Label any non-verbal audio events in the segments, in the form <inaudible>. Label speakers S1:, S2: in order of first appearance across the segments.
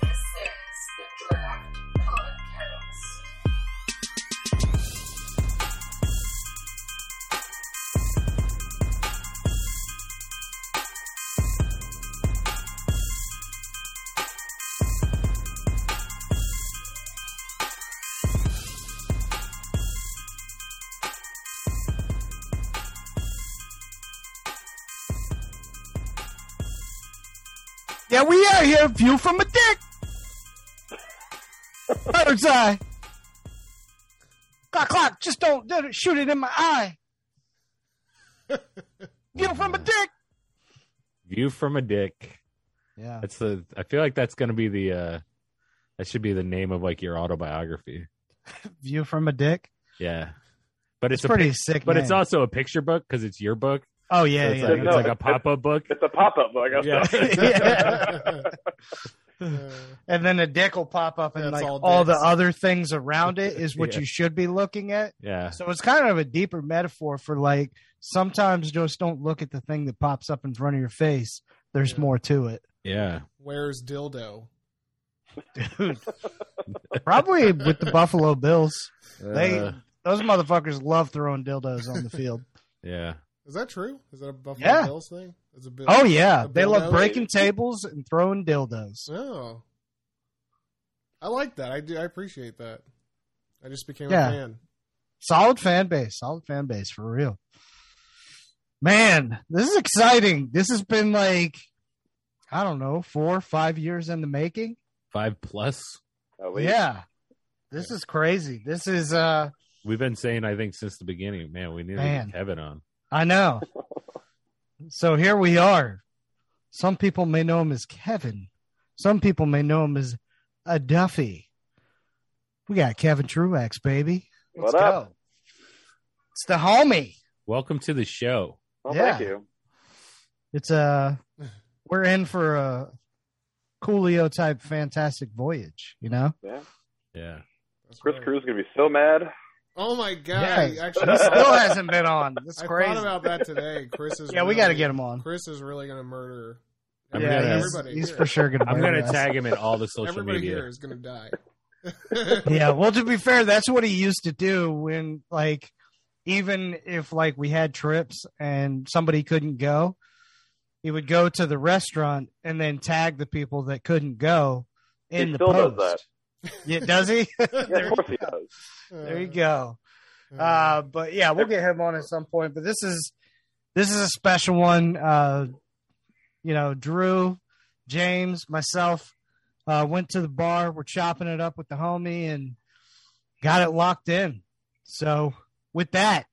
S1: This is the Draft Podcast.
S2: Yeah, we out here. View from a dick. Bird's eye. Clock, clock. Just don't don't shoot it in my eye. View from a dick.
S3: View from a dick.
S2: Yeah.
S3: That's the. I feel like that's going to be the. uh That should be the name of like your autobiography.
S2: View from a dick.
S3: Yeah, but
S2: It's
S3: it's, a
S2: pretty
S3: pic-
S2: sick.
S3: But
S2: name.
S3: it's also a picture book because it's your book.
S2: Oh
S3: So
S2: yeah,
S3: it's
S2: yeah.
S3: like,
S4: No,
S3: it's like
S2: <laughs>
S3: a
S4: it's-
S3: pop up book.
S4: It's a pop up book. I
S3: Yeah. <laughs>
S2: Yeah. and then the dick will pop up, and
S5: That's
S2: like all,
S5: all
S2: the
S5: dicks.
S2: other things around it is what
S3: Yeah.
S2: you should be looking at. <laughs>
S3: Yeah,
S2: So it's kind of a deeper metaphor for like sometimes just don't look at the thing that pops up in front of your face. There's
S5: Yeah.
S2: more to it.
S3: yeah.
S5: Where's dildo?
S2: Dude. Probably with the Buffalo Bills. They
S3: Uh,
S2: those motherfuckers love throwing dildos on the field.
S3: yeah.
S5: Is that true? Is that a Buffalo
S2: Yeah.
S5: Bills thing? Is it Bill-
S2: <laughs> Oh yeah, they love
S5: dildo?
S2: breaking tables and throwing dildos.
S5: Oh, I like that. I do. I appreciate that. I just became
S2: Yeah.
S5: a fan.
S2: Solid fan base, solid fan base for real. Man, this is exciting. This has been like I don't know, 4 5 years in the making.
S3: Five plus.
S4: At least.
S2: Yeah. This is crazy. This is uh
S3: We've been saying I think since the beginning. Man, we need
S2: Man.
S3: to get Kevin on.
S2: I know. so here we are. Some people may know him as Kevin. Some people may know him as a Duffy. We got Kevin Truax, baby. Let's
S4: What up?
S2: go. It's the homie.
S3: Welcome to the show.
S4: Well,
S2: Yeah.
S4: thank you.
S2: It's uh
S5: Mm-hmm.
S2: we're in for a Coolio type fantastic voyage, you
S4: <laughs>
S2: know?
S4: Yeah.
S3: Yeah.
S5: That's
S4: Chris
S5: right.
S4: Crew's gonna be so mad.
S5: Oh my god!
S2: Yeah.
S5: I Actually,
S2: He still hasn't been on. That's
S5: <laughs> I
S2: crazy.
S5: thought about that today. Chris is.
S2: <laughs> yeah, we
S5: really-
S2: gotta get him on.
S5: Chris is really gonna murder.
S3: I'm
S2: yeah,
S3: gonna-
S2: he's, he's for sure gonna
S3: I'm
S2: burn
S3: gonna
S2: us.
S3: tag him in all the social
S5: Everybody
S3: media.
S5: here is gonna die.
S2: yeah well to be fair that's what he used to do when like even if like we had trips and somebody couldn't go he would go to the restaurant and then tag the people that couldn't go in
S4: He
S2: the
S4: still does
S2: post yeah does he <laughs>
S4: Yeah, of course he does.
S2: <laughs> there
S5: <laughs>
S2: you go
S5: Mm.
S2: uh but yeah we'll get him on at some point but this is this is a special one uh you know drew james myself uh went to the bar we're chopping it up with the homie and got it locked in so with that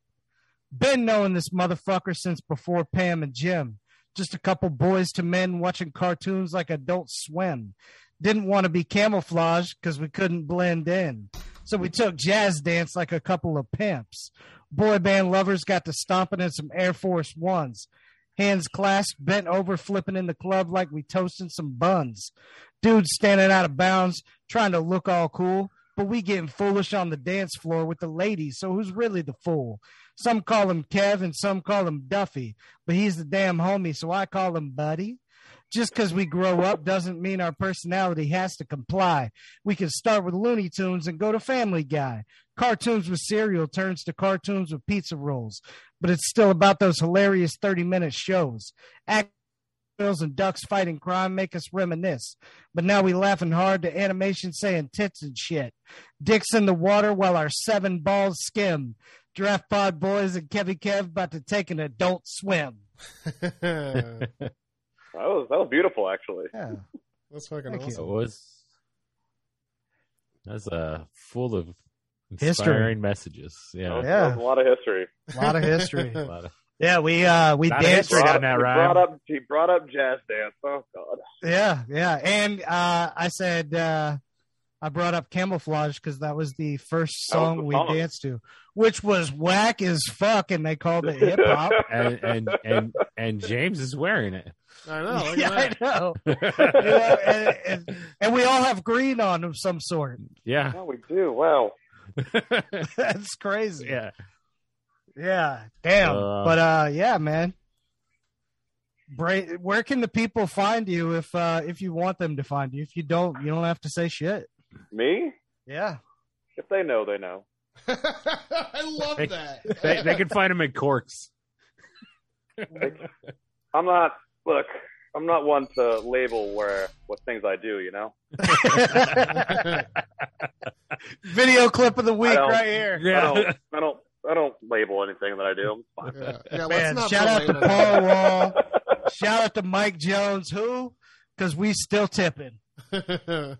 S2: been knowing this motherfucker since before pam and jim just a couple boys to men watching cartoons like adult swim didn't want to be camouflaged because we couldn't blend in so we took jazz dance like a couple of pimps. Boy band lovers got to stomping in some Air Force Ones. Hands clasped, bent over, flipping in the club like we toasting some buns. Dudes standing out of bounds, trying to look all cool, but we getting foolish on the dance floor with the ladies, so who's really the fool? Some call him Kev and some call him Duffy, but he's the damn homie, so I call him Buddy. Just because we grow up doesn't mean our personality has to comply. We can start with Looney Tunes and go to Family Guy. Cartoons with cereal turns to cartoons with pizza rolls, but it's still about those hilarious 30 minute shows. Act- Girls and ducks fighting crime make us reminisce, but now we laughing hard to animation saying tits and shit. Dicks in the water while our seven balls skim. Draft pod boys and Kevy Kev about to take an adult swim. Uh,
S5: go.
S4: That was that was beautiful actually.
S2: Yeah,
S5: That's fucking
S2: Thank you.
S5: awesome.
S3: It was. That's uh, full of
S2: History.
S3: inspiring messages.
S4: That was-
S3: Yeah.
S2: Yeah.
S4: that was a lot of history.
S2: a lot of history.
S3: A lot of-
S2: <laughs> yeah, we uh we
S3: Lot of
S2: danced
S3: history down
S4: Brought up-
S3: that
S4: he
S3: rhyme.
S4: Brought up, he brought up jazz dance. Oh god.
S2: Yeah, yeah. And uh, I said, uh, I brought up Camouflage because that was the first
S4: That was
S2: song
S4: the
S2: we
S4: song.
S2: danced to, which was whack as fuck, and they called it hip hop.
S4: <laughs>
S3: and and and, and James is wearing it.
S5: I know. Oh,
S2: <laughs>
S5: Look
S2: yeah,
S5: at that.
S2: I know. You know, and, and, and we all have green on of some sort. <laughs>
S3: yeah, <laughs>
S4: Oh, we do. Wow.
S2: That's crazy.
S3: yeah.
S2: Yeah, damn.
S3: Uh,
S2: but uh yeah, man. Bra- where can the people find you if uh if you want them to find you? If you don't, you don't have to say shit.
S4: Me?
S2: Yeah. <laughs>
S4: If they know, they know.
S5: <laughs> I love
S3: They-
S5: that.
S3: They they can find him at Corks.
S4: I'm not. Look, I'm not one to label where what things I do. You know.
S5: Oh.
S3: <laughs>
S5: <laughs>
S2: Video clip of the week
S4: I don't-
S2: right here.
S3: <laughs>
S4: I don't. I don't. I don't label anything that I do. I'm fine.
S5: yeah, yeah
S2: Man,
S5: let's not
S2: shout out
S5: belabor
S2: to
S5: that.
S2: Paul Wall. shout out to Mike Jones, who? Because we still tipping.
S3: Right.
S5: Uh,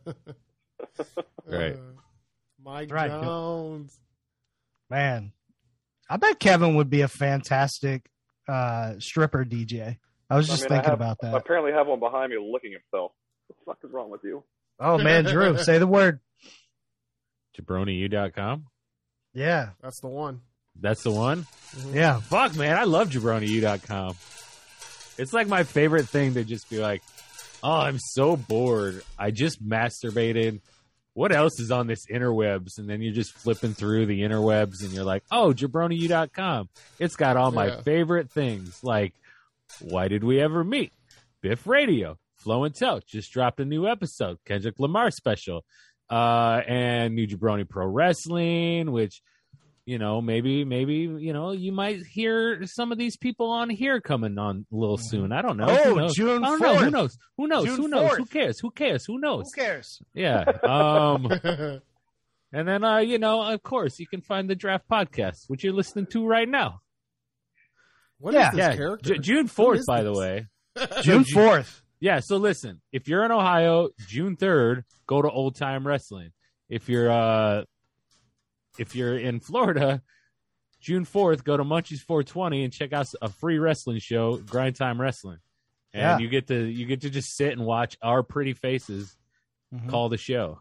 S5: Mike
S2: Right.
S5: Jones.
S2: Man. I bet Kevin would be a fantastic uh stripper DJ. I was
S4: I
S2: just
S4: mean, I
S2: thinking
S4: have-
S2: about that.
S4: I apparently have one behind me licking himself. What the fuck is wrong with
S3: <laughs>
S4: you?
S2: Oh man, Drew, say the word.
S3: JabroniU.com.
S2: Yeah,
S5: That's the one. <laughs>
S3: That's the one.
S2: yeah.
S3: Fuck, man, I love JabroniU.com. It's like my favorite thing to just be like, oh, I'm so bored. I just masturbated. What else is on this interwebs? And then you're just flipping through the interwebs and you're like, oh, jabroniu.com. It's got all my
S5: Yeah.
S3: favorite things like, why did we ever meet? Biff Radio, Flow and Tell just dropped a new episode, Kendrick Lamar special, uh, and New Jabroni Pro Wrestling, which you know maybe maybe you know you might hear some of these people on here coming on a little soon. I don't know. Who
S2: Mm-hmm. Oh,
S3: knows?
S2: June
S3: I don't know. Who
S2: fourth.
S3: knows? Who knows?
S2: June
S3: Who knows? Who
S2: 4th.
S3: cares? Who cares? Who knows?
S2: Who cares?
S3: <laughs>
S2: <laughs>
S3: Yeah. Um,
S5: Mhm.
S3: and then uh, you know, of course, you can find the draft podcast, which you're listening to right now.
S5: What is
S2: Yeah.
S5: this
S3: yeah.
S5: character?
S3: Ju- June fourth,
S5: is
S3: by the
S5: this?
S3: way.
S2: June fourth.
S3: Yeah, so listen, if you're in Ohio, June 3rd, go to Old Time Wrestling. If you're uh if you're in Florida, June 4th, go to Munchies 420 and check out a free wrestling show, Grind Time Wrestling. And
S2: Yeah.
S3: you get to you get to just sit and watch our pretty faces
S2: Mm-hmm.
S3: call the show.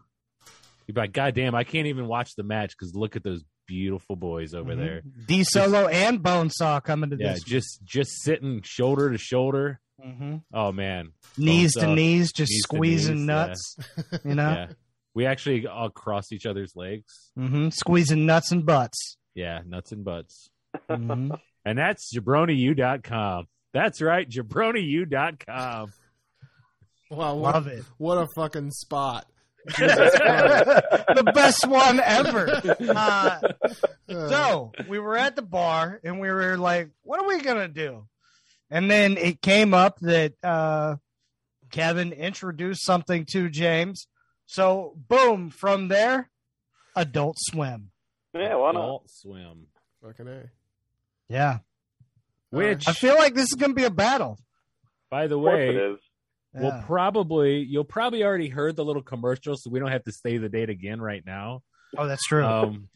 S3: You're like, God damn, I can't even watch the match because look at those beautiful boys over there.
S2: Mm-hmm. D Solo and Bonesaw coming to
S3: Yeah,
S2: this. Mm-hmm.
S3: just just sitting shoulder to shoulder. Oh man,
S2: Knees to
S3: Bonesaw,
S2: knees, just
S3: knees to
S2: squeezing
S3: knees,
S2: nuts.
S3: <laughs>
S2: You know,
S3: Yeah. We actually all crossed each other's legs.
S2: hmm squeezing nuts and butts.
S3: Yeah, nuts and butts.
S2: hmm
S3: And that's jabroniu.com. That's right, jabroniu.com.
S5: Wow, what,
S2: Love it.
S5: what a fucking spot.
S2: the best one ever. Uh,
S5: Uh,
S2: so we were at the bar and we were like, what are we gonna do? And then it came up that uh Kevin introduced something to James. So boom, from there, adult swim.
S4: Yeah, why not?
S3: Adult swim.
S5: fucking A.
S2: Yeah.
S3: Which,
S2: I feel like this is gonna be a battle.
S3: by the
S4: Of course
S3: way,
S4: it is.
S3: we'll
S2: Yeah.
S3: probably, you'll probably already heard the little commercial, so we don't have to say the date again right now.
S2: oh, that's true.
S3: Um,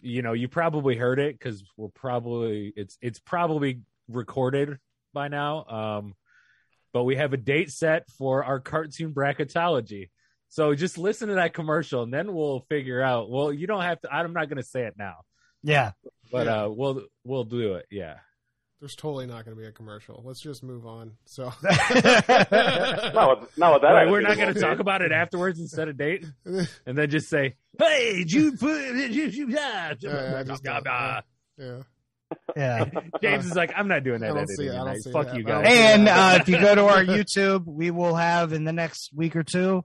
S3: you know, you probably heard it because we're probably, it's, it's probably recorded by now. Um, but we have a date set for our cartoon bracketology. So just listen to that commercial and then we'll figure out. Well, you don't have to, I'm not going to say it now.
S2: yeah. <laughs>
S3: but
S5: Yeah.
S3: uh we'll we'll do it
S5: <laughs>
S3: yeah
S5: There's totally not going to be a commercial. Let's just move on. So <laughs>
S4: Not with, not with that.
S3: Wait, we're not going
S4: attitude, it
S3: to
S4: won't
S3: talk
S4: be.
S3: about it afterwards and set a
S5: <laughs>
S3: date and then just say hey June
S5: yeah, I just don't- yeah. yeah.
S2: yeah.
S3: <laughs> james is like i'm not doing that
S5: I don't
S3: editing
S5: see it, I don't
S3: tonight.
S5: see
S3: fuck
S5: that,
S3: you
S5: but I
S3: guys
S5: don't see
S2: And uh, if you go to
S5: <laughs>
S2: our YouTube, we will have in the next week or two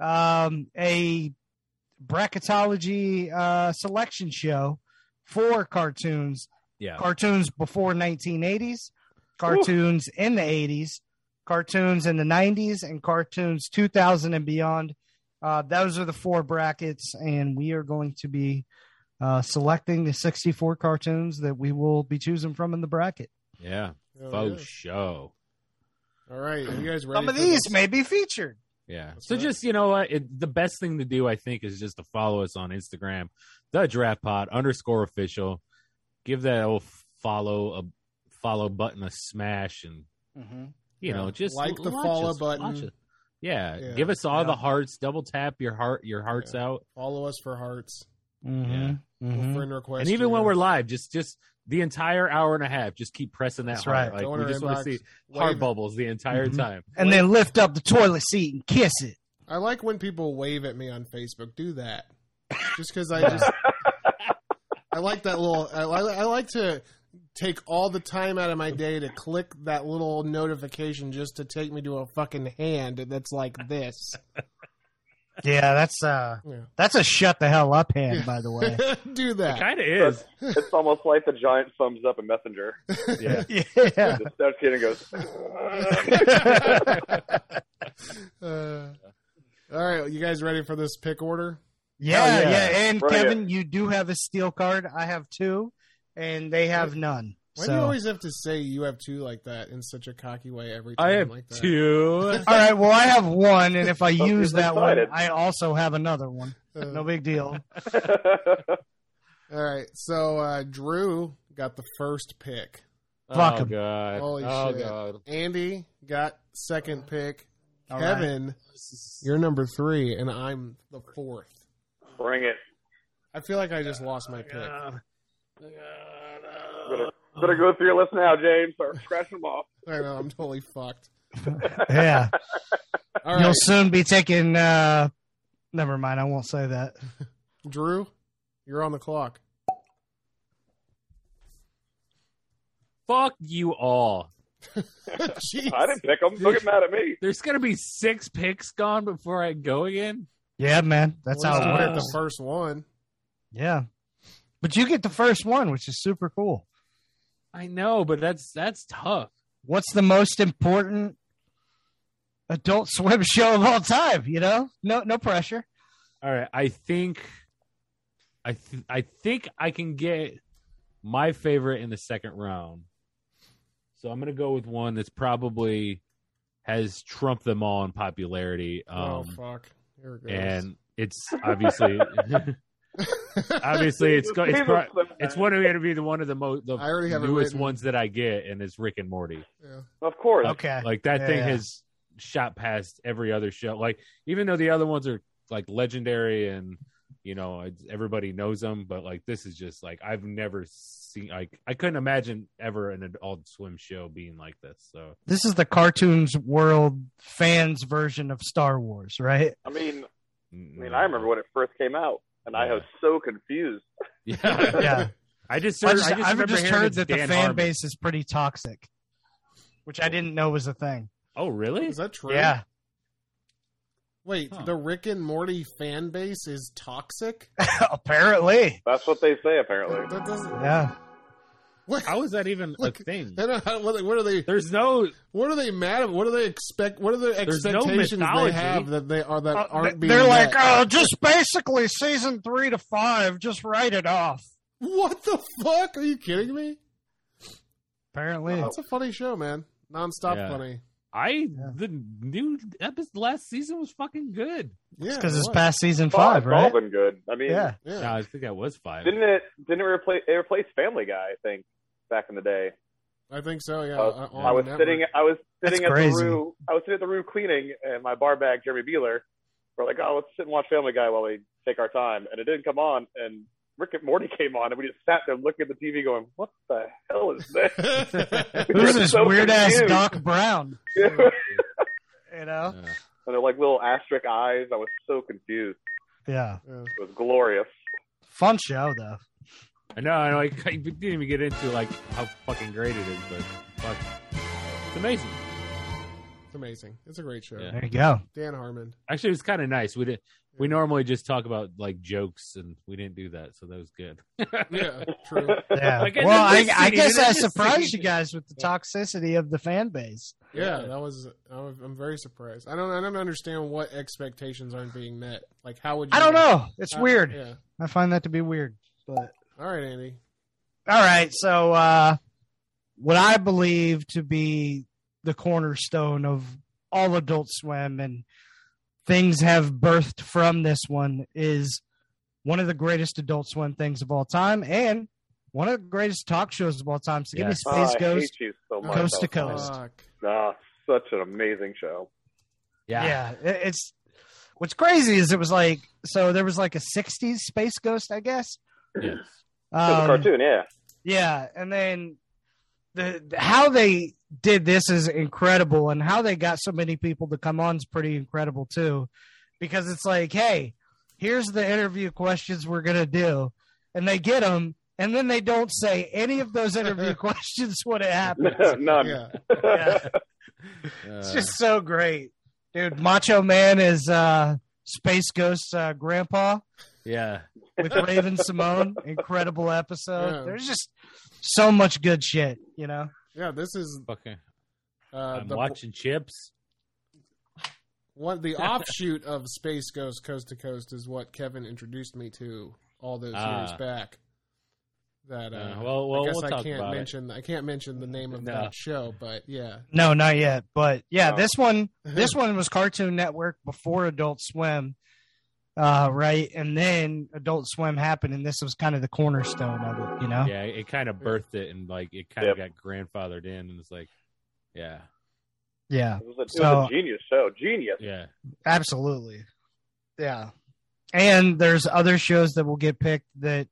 S2: um, a bracketology uh, selection show for cartoons,
S3: yeah
S2: cartoons before 1980s, cartoons in the 80s, cartoons in the 90s, and cartoons 2000 and beyond. Uh, those are the four brackets, and we are going to be uh, selecting the 64 cartoons that we will be choosing from in the bracket.
S3: yeah
S5: Oh,
S3: faux
S5: yeah.
S3: show
S5: All right, are you guys ready?
S2: Some of
S5: for
S2: these
S5: this?
S2: may be featured.
S3: yeah
S5: That's
S3: so
S5: right.
S3: just you know what it, the best thing to do i think is just to follow us on instagram the draft pod underscore official give that old follow a follow button a smash and
S2: Mm-hmm.
S3: you
S5: Yeah.
S3: know just
S5: Like the
S3: watch
S5: follow
S3: us,
S5: button.
S3: watch us. Yeah,
S5: Yeah.
S3: give us all
S2: Yeah.
S3: the hearts. Double tap your heart, your hearts
S5: Yeah.
S3: out,
S5: Follow us for hearts.
S2: Mhm. Mhm.
S5: Friend requests.
S3: and even when we're live, just just the entire hour and a half, just keep pressing that
S2: That's
S3: heart.
S2: right.
S3: Like we just want to see heart bubbles the entire
S5: Mm-hmm.
S2: Mhm.
S3: time.
S2: And then lift up the toilet seat and kiss it.
S5: I like when people wave at me on Facebook. Do that, just because I
S3: <laughs>
S5: just I like that little. I, I, I like to take all the time out of my day to click that little notification just to take me to a fucking hand that's like this.
S2: Yeah, that's uh,
S5: Yeah.
S2: that's a shut the hell up hand, by the way.
S5: <laughs> Do that.
S3: Kind of is.
S4: It's almost like the giant thumbs up
S3: <laughs>
S4: in Messenger.
S3: Yeah.
S2: <laughs> yeah.
S4: Just starts getting goes. <laughs>
S5: Uh, all right, you guys ready for this pick order?
S2: Oh, Yeah,
S3: yeah.
S2: yeah, And
S4: Brilliant.
S2: Kevin, you do have a steel card. I have two, and they have none.
S5: Why
S2: so.
S5: do you always have to say you have two like that in such a cocky way every time?
S3: I have
S5: like that?
S3: two.
S2: All right. Well, I have one, and if I
S4: Oh,
S2: use
S4: he's
S2: that one,
S4: excited.
S2: I also have another one.
S5: Uh,
S2: No big deal.
S5: all right, so uh, Drew got the first pick.
S2: Fuck
S3: oh
S2: 'em.
S3: god.
S5: Holy
S3: oh
S5: shit.
S3: god.
S5: Andy got second pick.
S2: All right.
S5: Kevin, you're number three, and I'm the fourth.
S4: Bring it.
S5: I feel like I just lost my pick. All
S4: Better, better go through your list now, James, or scratch them off.
S5: right, now I'm totally fucked.
S2: Yeah,
S5: <laughs> All
S2: you'll
S5: right,
S2: soon be taking. uh Never mind. I won't say that.
S5: Drew, you're on the clock. <laughs>
S3: Fuck you all.
S5: Jeez.
S4: I didn't pick them. Don't get mad at me.
S3: There's gonna be six picks gone before I go again.
S2: Yeah, man. That's
S5: Well,
S2: how
S5: you
S2: it
S5: got
S2: works.
S5: The first one.
S2: Yeah, but you get the first one, which is super cool.
S3: I know, but that's that's tough.
S2: What's the most important adult <laughs> swim show of all time? You know, no, no pressure.
S3: All right, I think, I th- I think I can get my favorite in the second round. So I'm gonna go with one that's probably has trumped them all in popularity.
S5: oh
S3: Um,
S5: fuck! Here it goes.
S3: and it's
S5: <laughs>
S3: obviously, obviously, it's go, it's pro- it's one going to be the one of the most the
S5: I already have it
S3: newest
S5: written.
S3: ones that I get, and it's Rick and Morty.
S5: Yeah.
S4: Of course.
S2: Okay.
S3: Like that
S2: Yeah,
S3: thing
S2: yeah.
S3: has shot past every other show. Like even though the other ones are like legendary and you know it's- everybody knows them, but like this is just like I've never seen. Like I couldn't imagine ever an Adult Swim show being like this. So
S2: This is the cartoons world fans version of Star Wars, right?
S4: I mean, I mean, I remember when it first came out, and I
S3: Mm. Yeah.
S4: was so confused.
S3: <laughs> Yeah,
S2: <laughs> Yeah.
S3: I just
S2: I
S3: heard, I
S2: just,
S3: just,
S2: I have
S3: remember
S2: just
S3: hearing
S2: heard
S3: it's
S2: that the
S3: Dan
S2: fan
S3: Harmon.
S2: base is pretty toxic, which I didn't know was a thing.
S3: Oh really?
S5: Is that true?
S2: Yeah, <laughs>
S5: Wait,
S3: Huh.
S5: the Rick and Morty fan base is toxic.
S2: apparently.
S4: That's what they say, apparently.
S5: that doesn't.
S2: Yeah,
S5: What? <laughs>
S3: How is that even
S5: Look,
S3: a thing?
S5: I don't know, what, what are they?
S3: There's no
S5: What are they mad at? What do they expect? What are the
S3: There's no
S5: expectations they
S3: mythology.
S5: have that they are that
S2: Uh,
S5: aren't being?
S2: they're like,
S5: met?
S2: oh, just basically season three to five, just write it off.
S5: what the fuck? Are you kidding me?
S2: Apparently,
S5: That's a funny show, man. Nonstop
S3: Yeah.
S5: funny.
S3: I the new episode last season was fucking good.
S5: Yeah,
S2: because
S5: it
S2: it's
S5: was.
S2: past season
S4: Oh,
S2: five,
S4: it's
S2: right?
S4: all been good. I mean,
S2: Yeah,
S5: Yeah.
S3: No, I think that was five.
S4: didn't it? Didn't it replace? It replaced Family Guy, I think, back in the day.
S5: I think so. Yeah, Uh,
S4: I was-
S5: on
S4: Uh, I was
S5: network.
S4: sitting. I was sitting
S2: That's
S4: at
S2: crazy.
S4: the Roo. I was sitting at the Roo cleaning, and my bar bag, Jeremy Beeler, were like, "Oh, let's sit and watch Family Guy while we take our time." And it didn't come on, and Rick and Morty <laughs> came on, and we just sat there looking at the TV, going, "What the hell is this?" <laughs> We were
S2: <laughs> who's this
S4: so
S2: weird ass
S4: confused.
S2: Doc Brown?
S4: <laughs> and
S2: You know?
S3: Uh,
S4: they're like little asterisk eyes. I was so confused.
S2: Yeah,
S5: Yeah.
S4: It was glorious. <laughs>
S2: fun show though.
S3: I know, I know. I didn't even get into like how fucking great it is, but fuck, it's amazing.
S5: It's amazing. It's a great show.
S3: Yeah.
S2: There you go. <laughs>
S5: Dan Harmon.
S3: Actually, it was kind of nice. We did. We normally just talk about like jokes, and we didn't do that, so that was good.
S5: Yeah, true.
S4: <laughs>
S2: Yeah.
S3: Like,
S2: well, I,
S3: this
S2: I
S3: city,
S2: guess I
S3: this
S2: surprised
S3: city.
S2: you guys with the toxicity of the fan base.
S5: Yeah,
S3: Yeah.
S5: that was. I was- I'm very surprised. I don't. I don't understand what expectations aren't being met. Like, how would
S2: I
S5: you?
S2: don't know. It's
S5: I-
S2: weird.
S5: Yeah.
S2: I find that to be weird. But
S5: All right, Andy.
S2: all right, so uh, what I believe to be the cornerstone of all Adult Swim and things have birthed from this one is one of the greatest Adult Swim things of all time, and one of the greatest talk shows of all time. So give me
S3: Yeah.
S4: Oh,
S2: Space
S4: I
S2: Ghost.
S4: hate you so much.
S2: Coast to
S4: That was-
S2: Coast.
S5: Fuck.
S4: Ah, such an amazing show.
S3: Yeah.
S2: it- it's what's crazy is it was like so there was like a 60s space ghost i guess
S3: Yes.
S4: It was a
S2: um,
S4: cartoon, yeah.
S2: <laughs>
S4: <laughs>
S2: yeah and then the the- how they did this is incredible and how they got so many people to come on is pretty incredible too because it's like hey here's the interview questions we're going to do and they get them and then they don't say any of those interview questions when it
S4: <laughs>
S2: happens
S4: None.
S5: Yeah.
S2: Yeah. It's
S3: Uh,
S2: just so great, dude. Macho Man is uh, Space Ghost's uh, grandpa
S3: yeah.
S2: with Raven Simone. Incredible episode.
S5: Yeah.
S2: There's just so much good shit, you know.
S5: Yeah, this is
S3: Fucking.
S5: uh,
S3: I'm
S5: the
S3: watching Chips. <laughs>
S5: one the offshoot of Space Ghost Coast to Coast is what Kevin introduced me to all those
S3: Ah.
S5: years back. That uh,
S3: Uh, well, well,
S5: I guess
S3: we'll
S5: I
S3: talk
S5: can't
S3: about it.
S5: mention I can't mention the name of
S3: No.
S5: that show, but yeah,
S2: No, not yet. But yeah,
S4: Oh.
S2: this one,
S5: Mm-hmm. <laughs>
S2: this one was Cartoon Network before Adult Swim, uh, right? And then Adult Swim happened, and this was kind of the cornerstone of it, you know.
S3: Yeah, it kind of birthed it and like it kind of got grandfathered in and it's like, yeah,
S2: yeah.
S4: It was, a, it
S2: So-
S4: was a genius show. Genius.
S3: yeah,
S2: Absolutely. Yeah. And there's other shows that will get picked that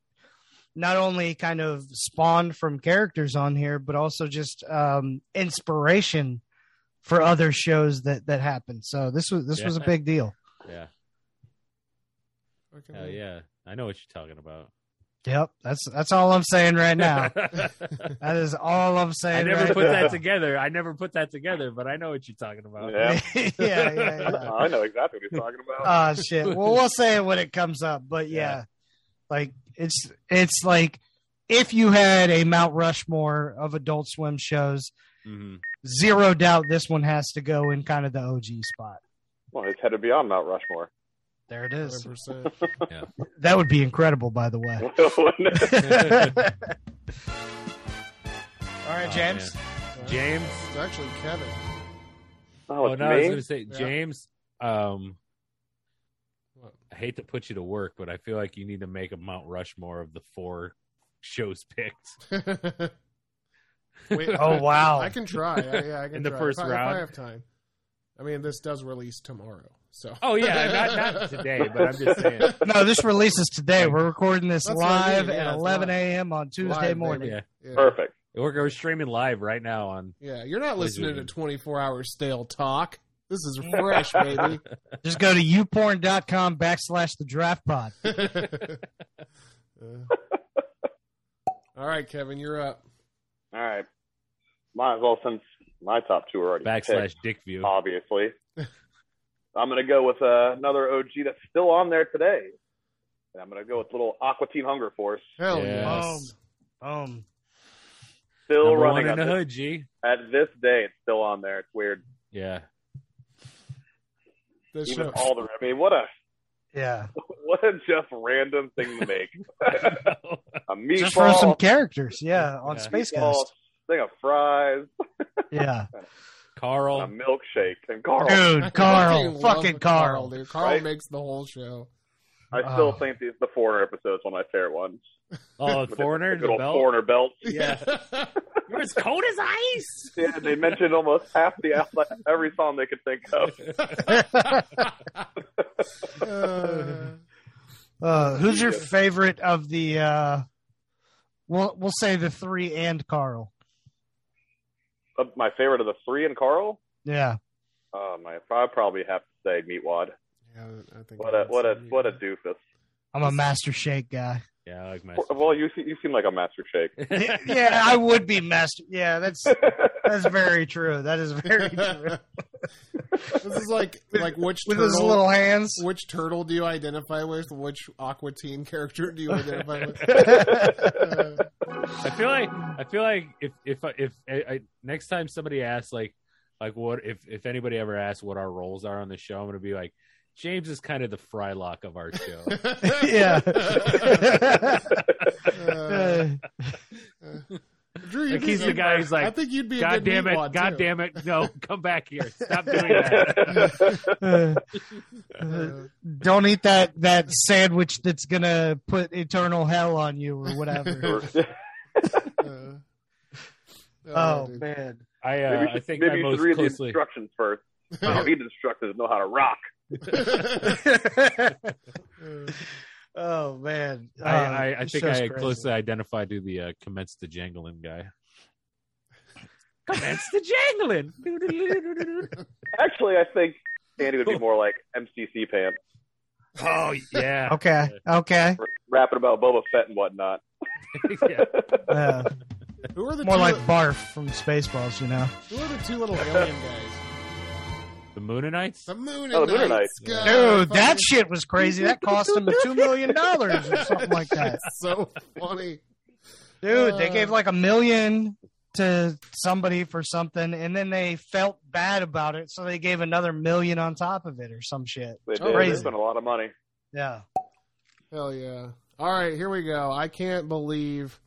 S2: not only kind of spawned from characters on here, but also just um, inspiration for other shows that that happened. So this was this was a
S3: Yeah.
S2: big deal.
S3: yeah,
S5: Fucking-
S3: hell
S5: Mm-hmm.
S3: yeah. I know what you're talking about.
S2: Yep, that's that's all I'm saying
S3: <laughs>
S2: right now. that is all I'm
S3: I
S2: saying.
S3: never
S2: right
S3: put
S4: now.
S3: that together. I never put that together, but I know what you're talking about.
S4: Yeah.
S2: <laughs> yeah, yeah, yeah.
S4: I know exactly what he's talking about.
S3: Uh,
S2: oh shit well we'll say it when it comes up but yeah,
S3: Yeah.
S2: like it's it's like if you had a mount rushmore of adult swim shows
S3: Mhm.
S2: zero doubt this one has to go in kind of the og spot
S4: well, his head would be on Mount Rushmore.
S3: <laughs>
S4: <laughs>
S2: there it is
S5: 100%.
S2: that would be incredible by the way <laughs> all right
S3: Oh,
S2: james
S3: James.
S5: It's actually Kevin.
S4: oh,
S3: Oh,
S4: it's
S3: no, I was
S4: me?
S3: gonna say,
S5: Yeah.
S3: James. Um,
S5: What?
S3: I hate to put you to work, but I feel like you need to make a Mount Rushmore of the four shows picked.
S5: <laughs> Wait,
S2: oh wow
S5: I can try. I, yeah, I can
S3: In the
S5: try.
S3: first
S5: if I, If
S3: round?
S5: I have time. I mean, this does release tomorrow, so
S3: Oh yeah, <laughs> not,
S5: <laughs>
S3: not today, but I'm just saying.
S2: no this releases today we're recording this
S5: That's what I
S2: live
S5: mean, yeah,
S2: at
S5: it's
S2: 11
S5: live.
S2: a.m on tuesday
S5: Live, baby.
S2: morning
S3: Yeah,
S5: yeah.
S4: Perfect.
S3: we're, we're streaming live right now on.
S5: Yeah, you're not
S3: Please
S5: listening
S3: do.
S5: to 24 hour stale talk.
S2: <laughs>
S5: This is fresh, baby.
S2: just go to youporn.com backslash the draft pod
S5: Uh, all right, Kevin, you're up.
S4: All right. Might as well, since my top two are already
S3: backslash
S4: picked,
S3: dick view.
S4: obviously. I'm going to go with uh, another OG that's still on there today. And I'm going to go with little Aqua Teen Hunger Force.
S5: Hell
S3: Yes.
S5: yes.
S2: um
S4: Still
S3: Number
S4: running
S3: one in
S4: at
S3: the
S4: this-
S3: hood, G.
S4: at this day. It's still on there. It's weird.
S3: Yeah,
S5: This
S4: Even
S5: <laughs> show-
S4: all the. I mean, what a <laughs>
S2: yeah
S4: what a just random thing
S3: <laughs>
S4: to make. a meatball,
S2: just for some characters yeah on
S3: Yeah.
S2: space
S4: meatball,
S2: ghost
S4: thing of fries,
S2: yeah
S4: and a
S3: Carl.
S4: milkshake, and Carl.
S5: I
S2: dude carl
S5: fucking love
S2: fucking carl
S5: dude. Carl
S4: Right?
S5: makes the whole show.
S4: I still
S2: Oh.
S4: think these the foreigner episodes one of my favorite ones.
S3: Oh,
S4: <laughs> With the-
S3: foreigner. The
S4: the good old
S3: belt.
S4: foreigner belt.
S3: <laughs> Yeah,
S5: <laughs>
S3: you're as cold as ice.
S4: Yeah, they mentioned almost half the alpha- every song they could think of.
S5: Uh,
S2: uh, who's your
S4: Yeah.
S2: favorite of the uh we'll, we'll say the three and carl
S4: But Uh, my favorite of the three and Carl.
S2: yeah
S4: Oh my! I probably have to say Meatwad.
S5: yeah, I think
S4: What a what a what <laughs> a doofus.
S2: i'm a master shake guy
S3: Yeah, I like my.
S4: Well, you se- you seem like a master shake.
S3: <laughs>
S4: <laughs>
S2: yeah i would be master yeah that's that's very true that is very true
S5: this is like like which
S2: with
S5: turtle,
S2: his little
S5: <laughs>
S2: hands
S5: which turtle do you identify with? Which Aqua Teen character do you identify
S2: <laughs>
S5: with? Uh,
S3: I feel like I feel like if if I- if I, I, next time somebody asks like like what if if anybody ever asks what our roles are on the show, I'm gonna be like James is kind of the frylock of our show.
S5: <laughs>
S2: yeah <laughs>
S5: Uh, Drew, you'd
S3: like
S5: be
S3: he's the
S5: good-
S3: guy who's
S5: I
S3: like,
S5: think you'd be a
S3: God
S5: good
S3: damn it,
S5: meatwad,
S3: God
S5: too.
S3: damn it, no, <laughs> come back here, stop
S4: <laughs>
S3: doing that.
S2: uh, uh, don't eat that that sandwich that's gonna put eternal hell on you or <laughs> whatever.
S5: Uh, uh,
S2: oh
S5: dude.
S2: man,
S3: I uh,
S4: maybe you
S3: I
S2: Oh,
S5: <laughs>
S4: should-
S3: think
S4: maybe
S3: I
S4: you should
S3: most
S4: read the
S3: closely <laughs>
S4: <laughs> instructions first. Wow, heat instructors know how to rock.
S5: uh,
S2: oh man,
S3: I,
S2: Uh,
S3: I, I
S2: this
S3: think
S2: show's
S3: I
S2: crazy.
S3: closely identify to the uh, commence the jangling guy. commence the jangling.
S4: Actually, I think
S3: <laughs>
S4: Andy would be more like MCC pants,
S3: oh
S2: <laughs>
S3: yeah. <laughs>
S2: Okay, okay.
S4: r- rapping about Boba Fett and whatnot.
S3: yeah.
S2: Uh,
S5: who are the
S2: more
S5: two,
S2: like barf from Spaceballs, you know.
S5: who are the two little alien guys?
S3: The Moonanites.
S5: The Moon
S4: Oh,
S5: and
S4: the Moon and
S5: Knights.
S4: Knights.
S5: God,
S3: Oh,
S2: Dude, that
S5: fucking-
S2: shit was crazy. That cost him two million dollars or something like <laughs> that.
S5: so funny.
S2: Dude, they gave like a million to somebody for something, and then they felt bad about it, so they gave another million on top of it or some shit.
S4: They
S5: Oh,
S4: did. They
S2: crazy.
S4: spent a lot of money.
S2: Yeah.
S5: Hell yeah. All right, here we go. I can't believe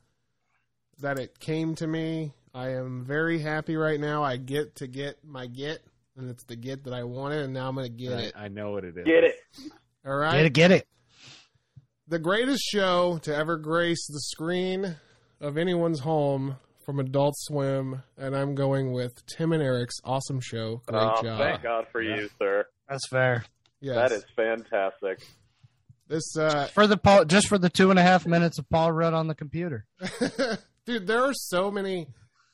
S5: that it came to me. I am very happy right now. I get to get my get, and it's the get that I wanted, and now I'm going to get it.
S3: I know what it is.
S4: Get it?
S5: All
S2: Get
S5: right.
S2: it, get it.
S5: The greatest show to ever grace the screen of anyone's home from Adult Swim, and I'm going with Tim and Eric's awesome show. Great
S4: Oh,
S5: job.
S4: thank God for you, sir.
S2: That's fair.
S5: Yes.
S4: That is fantastic.
S5: This uh,
S2: For the Paul, just for the two and a half minutes of Paul Rudd on the computer.
S5: <laughs> dude there are so many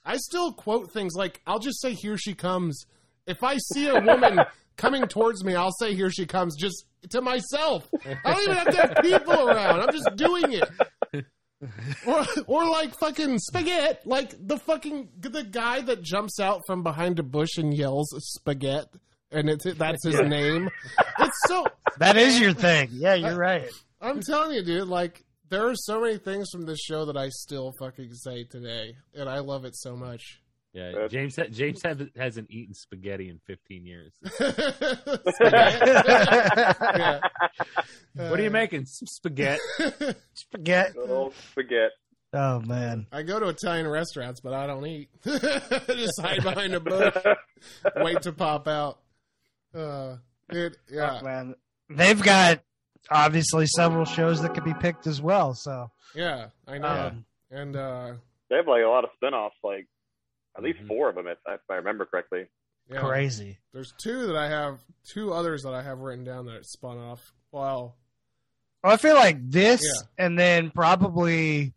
S5: i still quote things like i'll just say here she comes if i see a woman coming towards me i'll say here she comes just to myself i don't even have to have people around i'm just doing it or, or like fucking spaghetti like the fucking the guy that jumps out from behind a bush and yells spaghetti and it's that's his name it's so
S2: That is your thing. Yeah, you're right.
S5: I'm telling you, dude, like there are so many things from this show that I still fucking say today, and I love it so much.
S3: Yeah,
S4: That's-
S3: James. ha- James have, hasn't eaten spaghetti in 15 years.
S5: Yeah.
S3: What are you making? Some spaghetti.
S2: Forget.
S4: Good old spaghetti.
S2: Oh man.
S5: <laughs> I go to Italian restaurants, but I don't eat. <laughs> Just hide behind a bush, wait to pop out. Uh, dude, yeah,
S2: Fuck, man. They've got obviously several shows that could be picked as well. So
S5: yeah, I know.
S3: Yeah.
S2: um,
S5: And uh,
S4: <laughs> They have like a lot of spin-offs, like at least
S5: mm-hmm.
S3: Mhm.
S4: four of them, if, if I remember correctly.
S5: yeah.
S2: crazy.
S5: there's two that I have, two others that I have written down that spun off. Wow,
S2: Well, I feel like this,
S5: Yeah.
S2: and then probably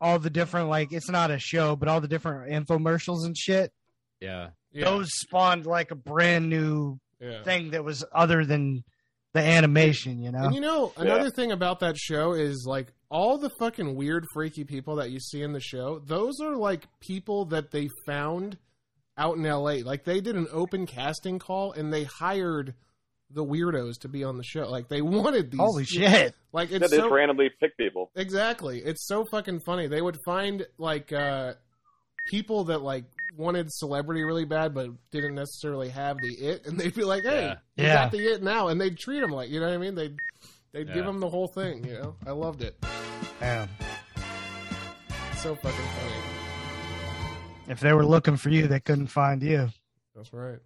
S2: all the different like it's not a show, but all the different infomercials and shit.
S3: Yeah.
S5: yeah,
S2: Those spawned like a brand new
S5: yeah.
S2: thing that was other than the animation. You know.
S5: And you know, another thing about that show is like all the fucking weird, freaky people that you see in the show, those are like people that they found out in LA. Like they did an open casting call and they hired the weirdos to be on the show. Like they wanted these.
S2: Holy shit!
S5: Like
S4: Yeah,
S5: it's
S4: they
S5: so
S4: just randomly pick people.
S5: Exactly. It's so fucking funny. They would find like uh people that like wanted celebrity really bad but didn't necessarily have the it and they'd be like, "Hey,
S3: Yeah.
S5: you
S2: Yeah.
S5: got the it now." And they'd treat them like, you know what I mean? They would they'd give
S3: Yeah.
S5: them the whole thing, you know. I loved it.
S2: Damn.
S5: It's so fucking funny.
S2: If they were looking for you, they couldn't find you
S5: That's right.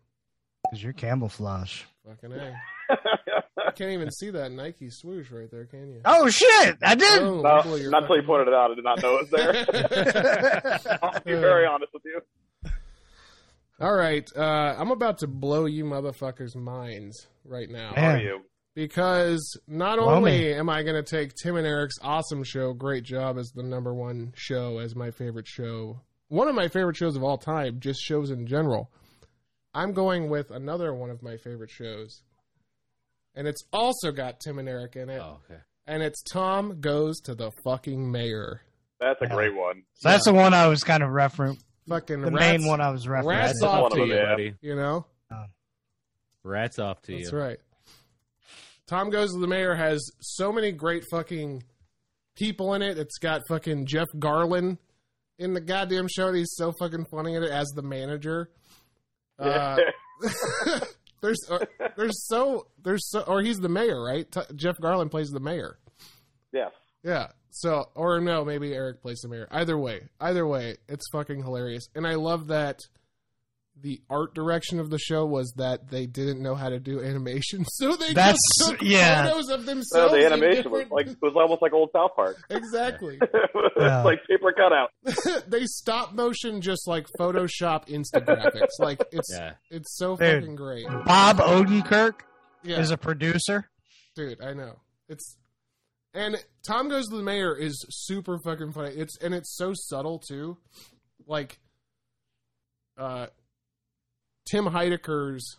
S2: because you're camouflage.
S5: Fucking A. You can't even see that Nike swoosh right there, can you?
S2: Oh shit! I did.
S5: Boom,
S4: No,
S5: blow your
S4: not until you
S5: fucking-
S4: pointed it out. I did not know it was there. I'll be very honest with you.
S5: <laughs> All right, uh, I'm about to blow you motherfuckers' minds right now.
S2: Man.
S4: Are you?
S5: because not
S2: Blow
S5: only
S2: me.
S5: am I going to take Tim and Eric's awesome show, great job as the number one show, as my favorite show, one of my favorite shows of all time, just shows in general. I'm going with another one of my favorite shows, and it's also got Tim and Eric in it,
S3: Oh, okay.
S5: and it's Tom Goes to the Fucking Mayor.
S4: That's a great one.
S2: That's the one I was kind of referencing.
S5: Fucking
S2: The
S5: rats,
S2: main one I was referencing.
S5: Rats
S3: That's off
S4: one
S3: to
S4: of
S3: you,
S4: them, yeah.
S3: buddy.
S5: you know.
S3: Rats off to you.
S5: That's right. Tom Goes to the Mayor has so many great fucking people in it. It's got fucking Jeff Garlin in the goddamn show. and He's so fucking funny in it as the manager. <laughs> Uh,
S4: <laughs>
S5: there's uh, there's so there's so or he's the mayor, right? T- Jeff Garlin plays the mayor.
S4: yes.
S5: Yeah. So, or no, maybe Eric plays the mayor. Either way, either way, it's fucking hilarious, and I love that the art direction of the show was that they didn't know how to do animation, <laughs> so they
S2: That's-
S5: just took
S2: yeah.
S5: photos of
S4: No,
S5: themselves.
S4: the
S5: in
S4: animation was
S5: different-
S4: like it was almost like old South Park. <laughs>
S5: exactly. <laughs>
S4: it was
S2: Yeah.
S4: <laughs> like paper cutout.
S5: they stop motion just like Photoshop Instagraphics. Like it's
S3: Yeah.
S5: it's so
S2: Dude.
S5: fucking great.
S2: Bob Odenkirk
S5: Yeah,
S2: is a <laughs> producer.
S5: dude, I know it's. And Tom Goes to the Mayor is super fucking funny. It's and it's so subtle too. Like, uh, Tim Heidecker's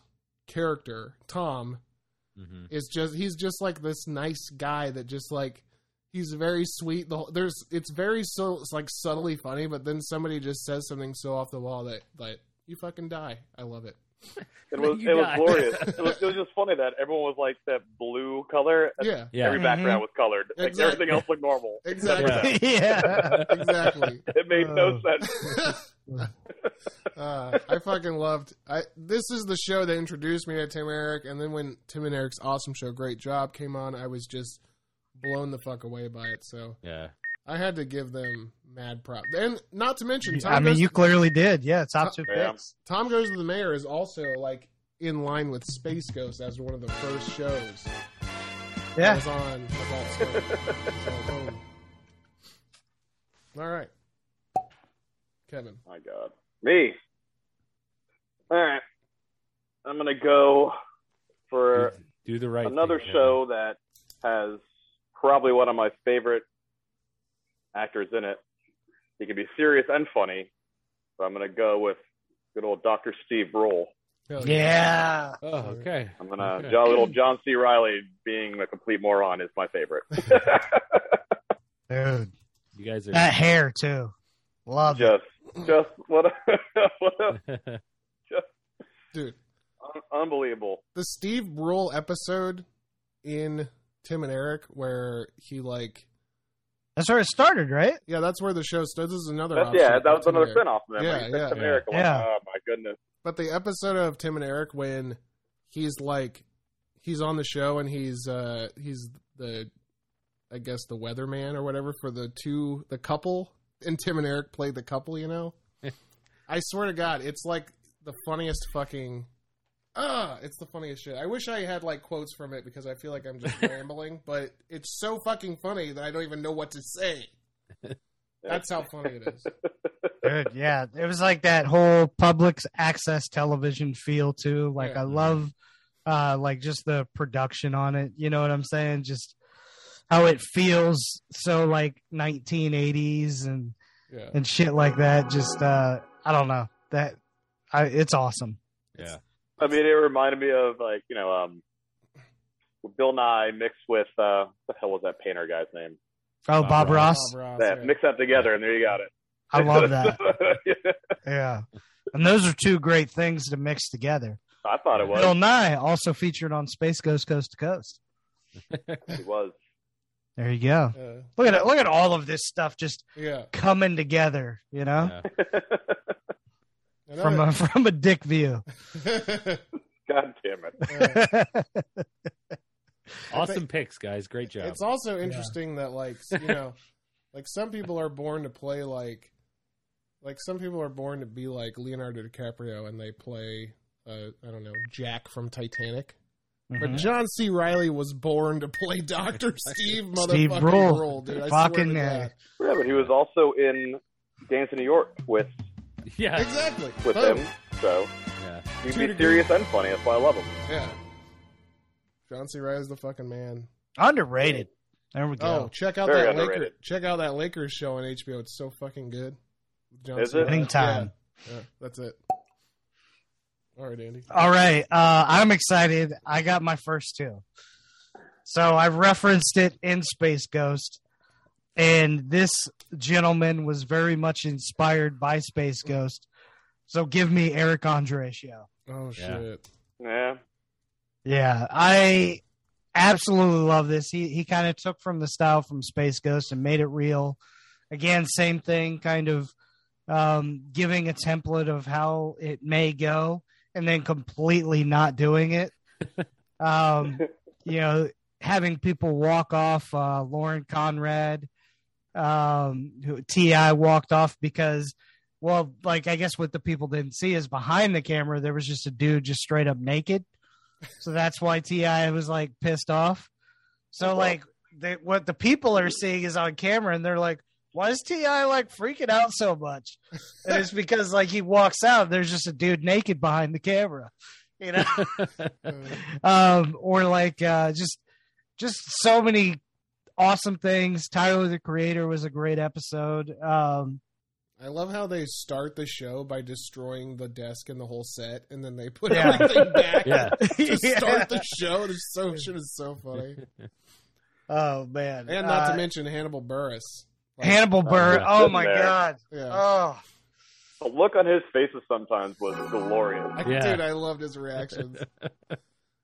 S5: character Tom
S3: Mhm.
S5: is just he's just like this nice guy that just like he's very sweet the whole, there's it's very so it's like subtly funny but then somebody just says something so off the wall that that you fucking die i love it
S4: It was
S3: You
S4: it was
S3: die.
S4: glorious. It was, it was just funny that everyone was like that blue color.
S5: yeah
S3: Yeah.
S4: Every
S2: Mm-hmm.
S4: background was colored. Like
S5: Exactly.
S4: everything else looked normal.
S2: <laughs>
S5: exactly
S2: yeah.
S5: exactly
S4: It made no
S2: Oh.
S4: sense.
S2: <laughs>
S5: <laughs> uh, i fucking loved i this is the show that introduced me to tim and eric and then when tim and eric's awesome show great job came on i was just blown the fuck away by it so
S3: Yeah.
S5: i had to give them mad props and not to mention Tom
S2: I mean,
S5: Goes-
S2: you clearly did. Yeah, top two
S4: Yeah.
S2: picks.
S5: Tom Goes to the Mayor is also like in line with Space Ghost as one of the first shows that
S2: Yeah.
S5: was on Adult Swim. so, boom. All right, Kevin.
S4: My God. Me. All right. I'm gonna go for
S3: Do- Do the right.
S4: another
S3: thing,
S4: show that has probably one of my favorite actors in it. He can be serious and funny, so I'm gonna go with good old Dr. Steve Roll.
S5: Hell
S2: Yeah.
S3: man. Oh, okay.
S4: I'm gonna
S3: Okay.
S4: jolly little John C. Riley being a complete moron is
S2: <laughs>
S4: my favorite.
S2: Dude,
S3: You guys
S2: that hair, too. Love it.
S4: just, <laughs> just what, a, <laughs> what a,
S3: are.
S5: dude.
S4: un- unbelievable.
S5: The Steve Brule episode in Tim and Eric where he like
S2: That's where it started, right?
S5: yeah that's where the show starts. This is another
S4: That's,
S5: offshoot
S4: yeah, that
S5: of
S4: was
S5: Tim and
S4: another
S5: Eric.
S4: spinoff. Of them.
S5: Yeah,
S4: Like,
S5: yeah.
S4: Captain America. Like,
S2: Yeah.
S4: Oh my goodness.
S5: But the episode of Tim and Eric when he's like he's on the show and he's uh he's the I guess the weatherman or whatever for the two the couple and Tim and Eric played the couple, you know? I swear to god, it's like the funniest fucking Ah, it's the funniest shit. I wish I had like quotes from it because I feel like I'm just rambling, but it's so fucking funny that I don't even know what to say. That's how funny it is.
S2: Dude, yeah. It was like that whole public access television feel, too. Like,
S5: Yeah.
S2: I love, uh, like, just the production on it. You know what I'm saying? Just how it feels so like 1980s and
S5: Yeah.
S2: and shit like that just uh i don't know that i it's awesome
S3: yeah.
S4: I mean, it reminded me of like you know, um, Bill Nye mixed with uh, what the hell was that painter guy's name?
S2: oh
S3: Bob
S2: bob
S3: Ross.
S2: ross
S5: Bob Oh, Ross,
S4: that
S5: yeah.
S4: mix that together, and there you got it.
S2: i love that
S4: <laughs> Yeah,
S2: Yeah. And those are two great things to mix together.
S4: I thought it
S2: Bill
S4: was.
S2: Nye also featured on Space Ghost Coast to Coast.
S4: It was. <laughs>
S2: There you go.
S5: Uh,
S2: Look at it. Look at all of this stuff just
S5: yeah.
S2: coming together, you know,
S3: <laughs> Yeah.
S2: from
S5: Another-
S2: a from a dick view.
S4: God damn it!
S2: <laughs>
S5: Yeah.
S3: Awesome picks, guys. Great job.
S5: It's also interesting that like you know, <laughs> like some people are born to play like, like some people are born to be like Leonardo DiCaprio and they play uh, I don't know Jack from Titanic. But
S2: Mhm.
S5: John C. Riley was born to play <laughs> Doctor Steve motherfucking
S2: Steve Brule.
S5: Brule, dude. I
S2: Fucking
S5: swear to
S2: A.
S5: God.
S4: Yeah, but he was also in Dance in New York with
S3: <laughs> yeah.
S5: exactly
S4: with
S2: Oh.
S5: Boom.
S4: him. So
S3: Yeah.
S4: you can
S5: Two
S4: be
S5: degrees.
S4: serious and funny. That's why I love him.
S5: Yeah, John C. Riley's the fucking man.
S2: Underrated. There we
S5: Oh,
S2: go.
S5: check out
S4: Very
S5: that Lakers.
S4: underrated.
S5: Check out that Lakers show on HBO. It's so fucking good. John
S4: Is
S5: C.
S4: it?
S5: Reilly.
S2: Anytime.
S5: Yeah, yeah, that's it. All right, Andy.
S2: All right. Uh, I'm excited. I got my first two. So I referenced it in Space Ghost, and this gentleman was very much inspired by Space Ghost. So give me Eric Andre show. <laughs>
S3: Yeah.
S5: Oh shit.
S4: Yeah,
S2: Yeah, I absolutely love this. He he kind of took from the style from Space Ghost and made it real. Again, same thing, kind of um, giving a template of how it may go, and then completely not doing it. um, you know, having people walk off uh, Lauren Conrad, um, who Ti walked off because well, like I guess what the people didn't see is behind the camera there was just a dude just straight up naked. So that's why Ti was like pissed off. So like they, what the people are seeing is on camera, and they're like, "Why is Ti like freaking out so much?" And it's because like he walks out, there's just a dude naked behind the camera, you <laughs> know,
S3: <laughs>
S5: Uh,
S2: um, or like uh, just just so many awesome things. Tyler the Creator was a great episode. <laughs> Um,
S5: I love how they start the show by destroying the desk and the whole set, and then they put
S2: Yeah. <laughs>
S5: everything back
S3: Yeah.
S5: <laughs> to
S2: yeah.
S5: start the show. It's so shit is so funny,
S2: <laughs> Oh man,
S5: and not
S2: Uh,
S5: to mention uh, Hannibal Burris. Like,
S2: Hannibal Burr.
S3: yeah.
S2: Oh my
S4: There.
S2: god.
S5: yeah.
S2: Oh.
S4: The look on his faces sometimes was glorious.
S5: I,
S3: Yeah.
S5: <laughs> dude, I loved
S2: <laughs>
S5: his reactions.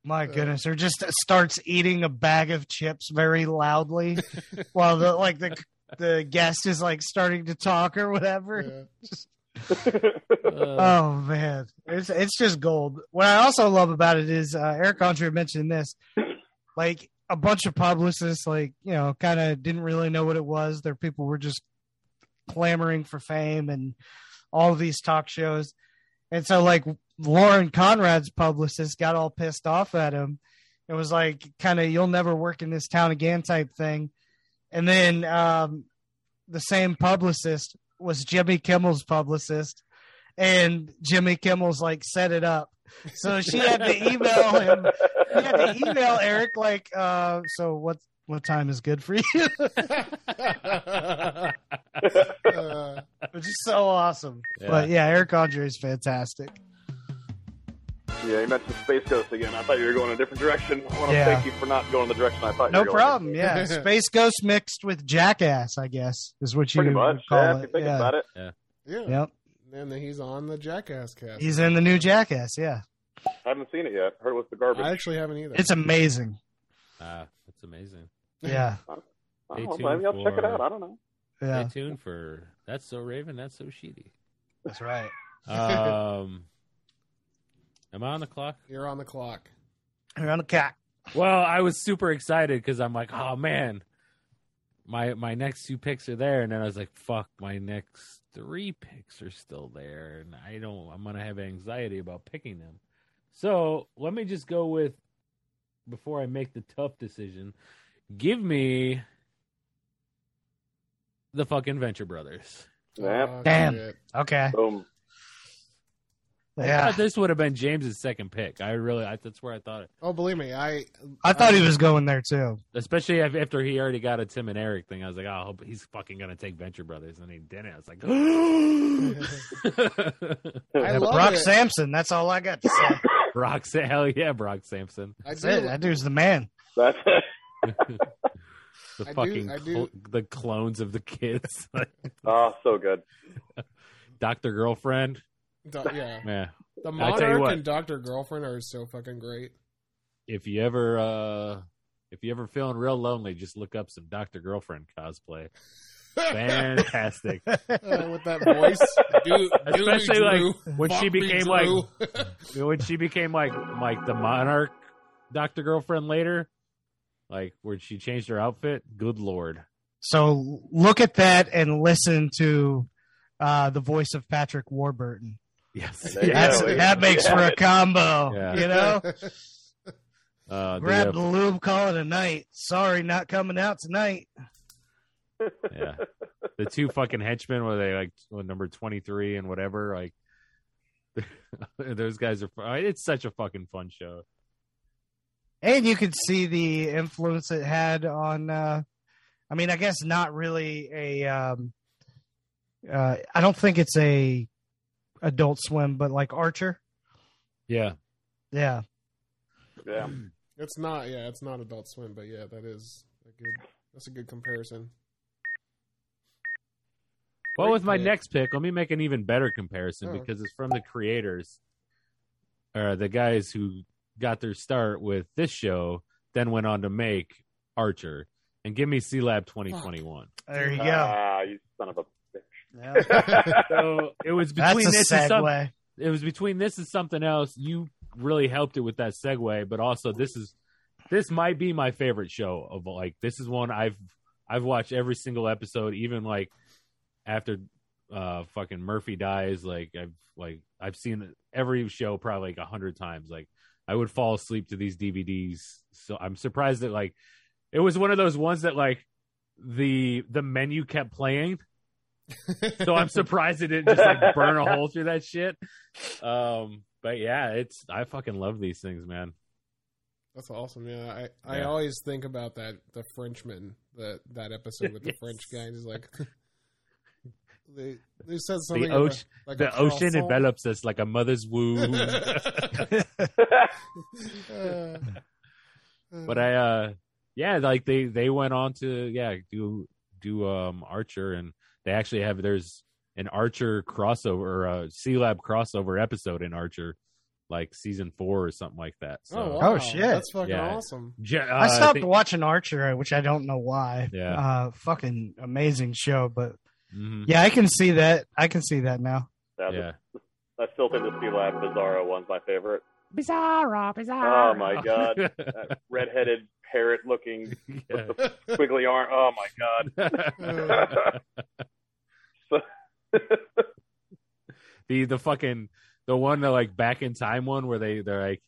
S2: My goodness, or just uh, starts eating a bag of chips very loudly while the like the the guest is like starting to talk or whatever.
S5: Yeah.
S3: Uh,
S2: Oh man, it's it's just gold. What I also love about it is uh, Eric Andre mentioned this, like a bunch of publicists, like you know, kind of didn't really know what it was. Their people were just clamoring for fame and all of these talk shows, and so like Lauren Conrad's publicist got all pissed off at him. It was like kind of you'll never work in this town again type thing, and then um, the same publicist was Jimmy Kimmel's publicist and Jimmy Kimmel's like set it up. So she had to email him. She had to email Eric like, uh, so what? What time is good for you? <laughs>
S5: Uh,
S2: Which is so awesome.
S3: Yeah.
S2: But yeah, Eric Andre is fantastic.
S4: Yeah, you mentioned Space Ghost again. I thought you were going a different direction. I want to
S2: Yeah.
S4: thank you for not going the direction I thought
S2: No
S4: you were going.
S2: problem.
S4: <laughs>
S2: Yeah, Space Ghost mixed with Jackass, I guess, is what you
S4: Pretty much.
S2: would call
S4: Yeah, if you
S2: it.
S4: think
S2: yeah.
S4: about it.
S5: yeah.
S2: Yep,
S5: And then he's on the Jackass cast.
S2: he's in the new Jackass. Yeah,
S4: I haven't seen it yet. Heard it was the garbage.
S5: I actually haven't either. <laughs>
S2: it's amazing.
S3: <laughs> uh, that's amazing.
S2: Yeah,
S4: <laughs> I
S3: Stay
S4: don't know,
S3: tuned
S4: maybe I'll check it
S3: for-
S4: out. I don't know.
S2: yeah,
S3: Stay tuned for that's so Raven, that's so Sheedy.
S2: that's right.
S3: Um, am I on the clock?
S5: You're on the clock.
S2: You're on the cock.
S3: Well, I was super excited because I'm like, oh man, my my next two picks are there, and then I was like, fuck, my next three picks are still there, and I don't, I'm gonna have anxiety about picking them. So let me just go with before I make the tough decision. Give me the fucking Venture Brothers.
S2: Uh,
S4: Yeah.
S5: Oh,
S2: Damn.
S5: shit.
S2: Okay.
S4: Boom.
S3: I
S2: Yeah,
S3: thought this would have been James's second pick. I really, I, that's where I thought it.
S5: Oh, believe me, I
S2: I thought he was going there too.
S3: Especially af- after he already got a Tim and Eric thing. I was like, oh, I hope he's fucking going to take Venture Brothers. And he didn't. I was like,
S5: I love
S2: Brock
S5: it.
S2: Sampson. That's all I got to say.
S3: <laughs> Brock, Sa- hell yeah, Brock Sampson.
S5: I
S2: That's it.
S5: do-
S2: That dude's the man.
S4: That's
S2: <laughs>
S4: it.
S3: The
S5: I do-
S3: fucking
S5: I
S3: cl- the clones of the kids. <laughs>
S4: Oh, so good.
S3: Dr. Girlfriend.
S5: Do- yeah.
S3: Yeah. <laughs>
S5: The
S3: tell you
S5: Monarch
S3: what.
S5: and Doctor Girlfriend are so fucking great.
S3: If you ever, uh, if you ever feeling real lonely, just look up some Dr. Girlfriend
S5: <laughs>
S3: cosplay. Fantastic.
S5: Uh, with
S3: <laughs>
S5: that voice, do, do
S3: Especially, like,
S5: Drew.
S3: when she
S5: Fuck me,
S3: became, like,
S5: Drew.
S3: when she became like like the monarch doctor girlfriend later like where she changed her outfit good lord
S2: So look at that and listen to uh, the voice of Patrick Warburton.
S3: yes
S4: There you
S2: That's,
S4: go.
S2: that makes for a combo.
S3: Yeah.
S2: You
S5: <laughs>
S2: know,
S3: uh, the,
S2: grab
S3: uh,
S2: the lube, call it a night. Sorry, not coming out tonight.
S3: yeah the two fucking henchmen were they like t- number 23 and whatever like <laughs> those guys are fu- it's such a fucking fun show
S2: And you could see the influence it had on. Uh, I mean, I guess not really a. Um, uh, I don't think it's a Adult Swim, but like Archer.
S3: yeah
S2: Yeah,
S4: <laughs> Yeah.
S5: It's not, yeah, it's not Adult Swim, but yeah, that is a good. That's a good comparison.
S3: well
S5: Great
S3: with my
S5: pick.
S3: next pick let me make an even better comparison
S5: Oh.
S3: because it's from the creators or the guys who got their start with this show then went on to make archer and give me c lab 2021
S2: there you go.
S4: Ah, you
S2: <laughs>
S4: son of a
S2: Yeah.
S4: bitch.
S3: so it was
S2: That's
S3: between
S2: a
S3: this and some,
S2: segue.
S3: it was between this and something else. You really helped it with that segue, but also this is this might be my favorite show of like this is one I've I've watched every single episode, even like after uh fucking Murphy dies. Like I've like I've seen every show probably like a hundred times. Like I would fall asleep to these DVDs. So I'm surprised that like it was one of those ones that like the the menu kept playing. So I'm surprised it didn't just like burn a hole through that shit. Um but yeah, it's I fucking love these things, man.
S5: <laughs> That's awesome. Yeah, I, I
S3: Yeah.
S5: always think about that the Frenchman that that
S3: <laughs>
S5: episode with the French guys is like <laughs> they they said something
S3: The
S5: about,
S3: ocean
S5: like
S3: the
S5: a
S3: ocean
S5: croissant.
S3: envelops us like a mother's
S5: <laughs>
S3: womb.
S5: Uh, uh,
S3: but I uh yeah, like they they went on to yeah, do do um Archer and they actually have there's an Archer crossover or a C Lab crossover episode in Archer like season 4 or something like that. So
S5: <laughs> oh,
S2: Oh,
S5: wow.
S2: shit.
S5: that's fucking
S3: Yeah.
S5: awesome.
S3: Ja- uh,
S2: I stopped
S3: think-
S2: watching Archer, uh, which I don't know why.
S3: Yeah.
S2: Uh, fucking amazing show, but
S3: Mhm.
S2: yeah, I can see that. I can see that now.
S4: That was-
S3: Yeah.
S4: I still think the Sea Lab Bizarro one's my favorite.
S3: Bizarro, bizarro.
S4: Oh my god, that redheaded parrot looking
S3: <laughs> Yeah.
S4: squiggly arm. Oh my god.
S3: the the fucking the one that like back in time one where they they're like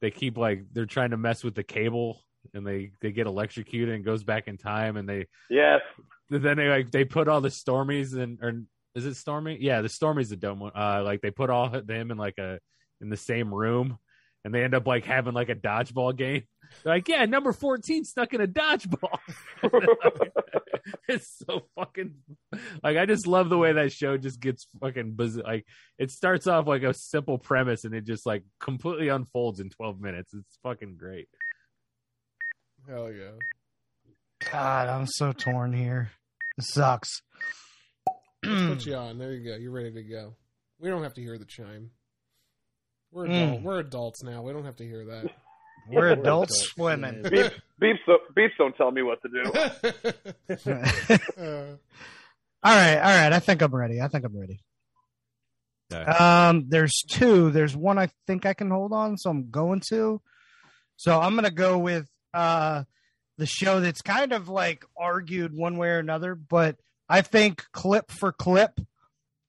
S3: they keep like they're trying to mess with the cable and they they get electrocuted and goes back in time and they
S4: <laughs> Yes.
S3: then they like they put all the stormies and or is it stormy yeah the stormy's the dumb one uh like they put all them in like a in the same room and they end up like having like a dodgeball game they're like yeah number 14 stuck in a dodgeball <laughs> it's so fucking like I just love the way that show just gets fucking buzz- like it starts off like a simple premise and it just like completely unfolds in 12 minutes. It's fucking great.
S5: Hell yeah.
S2: God, I'm so torn here. It sucks. <clears throat> Hmm.
S5: Let's put you on. There you go. You're ready to go. We don't have to hear the chime. We're adult.
S2: Mm.
S5: we're adults now. We don't have to
S4: <laughs>
S5: hear that.
S2: We're
S4: Yeah, we're
S2: adults swimming.
S4: Beeps, beeps, don't- beeps don't tell me what to do.
S2: all
S5: uh,
S2: <laughs> right, all right. I think I'm ready. I think I'm ready. Um, there's two. There's one I think I can hold on, so I'm going to. So I'm gonna go with uh the show that's kind of like argued one way or another, but I think clip for clip,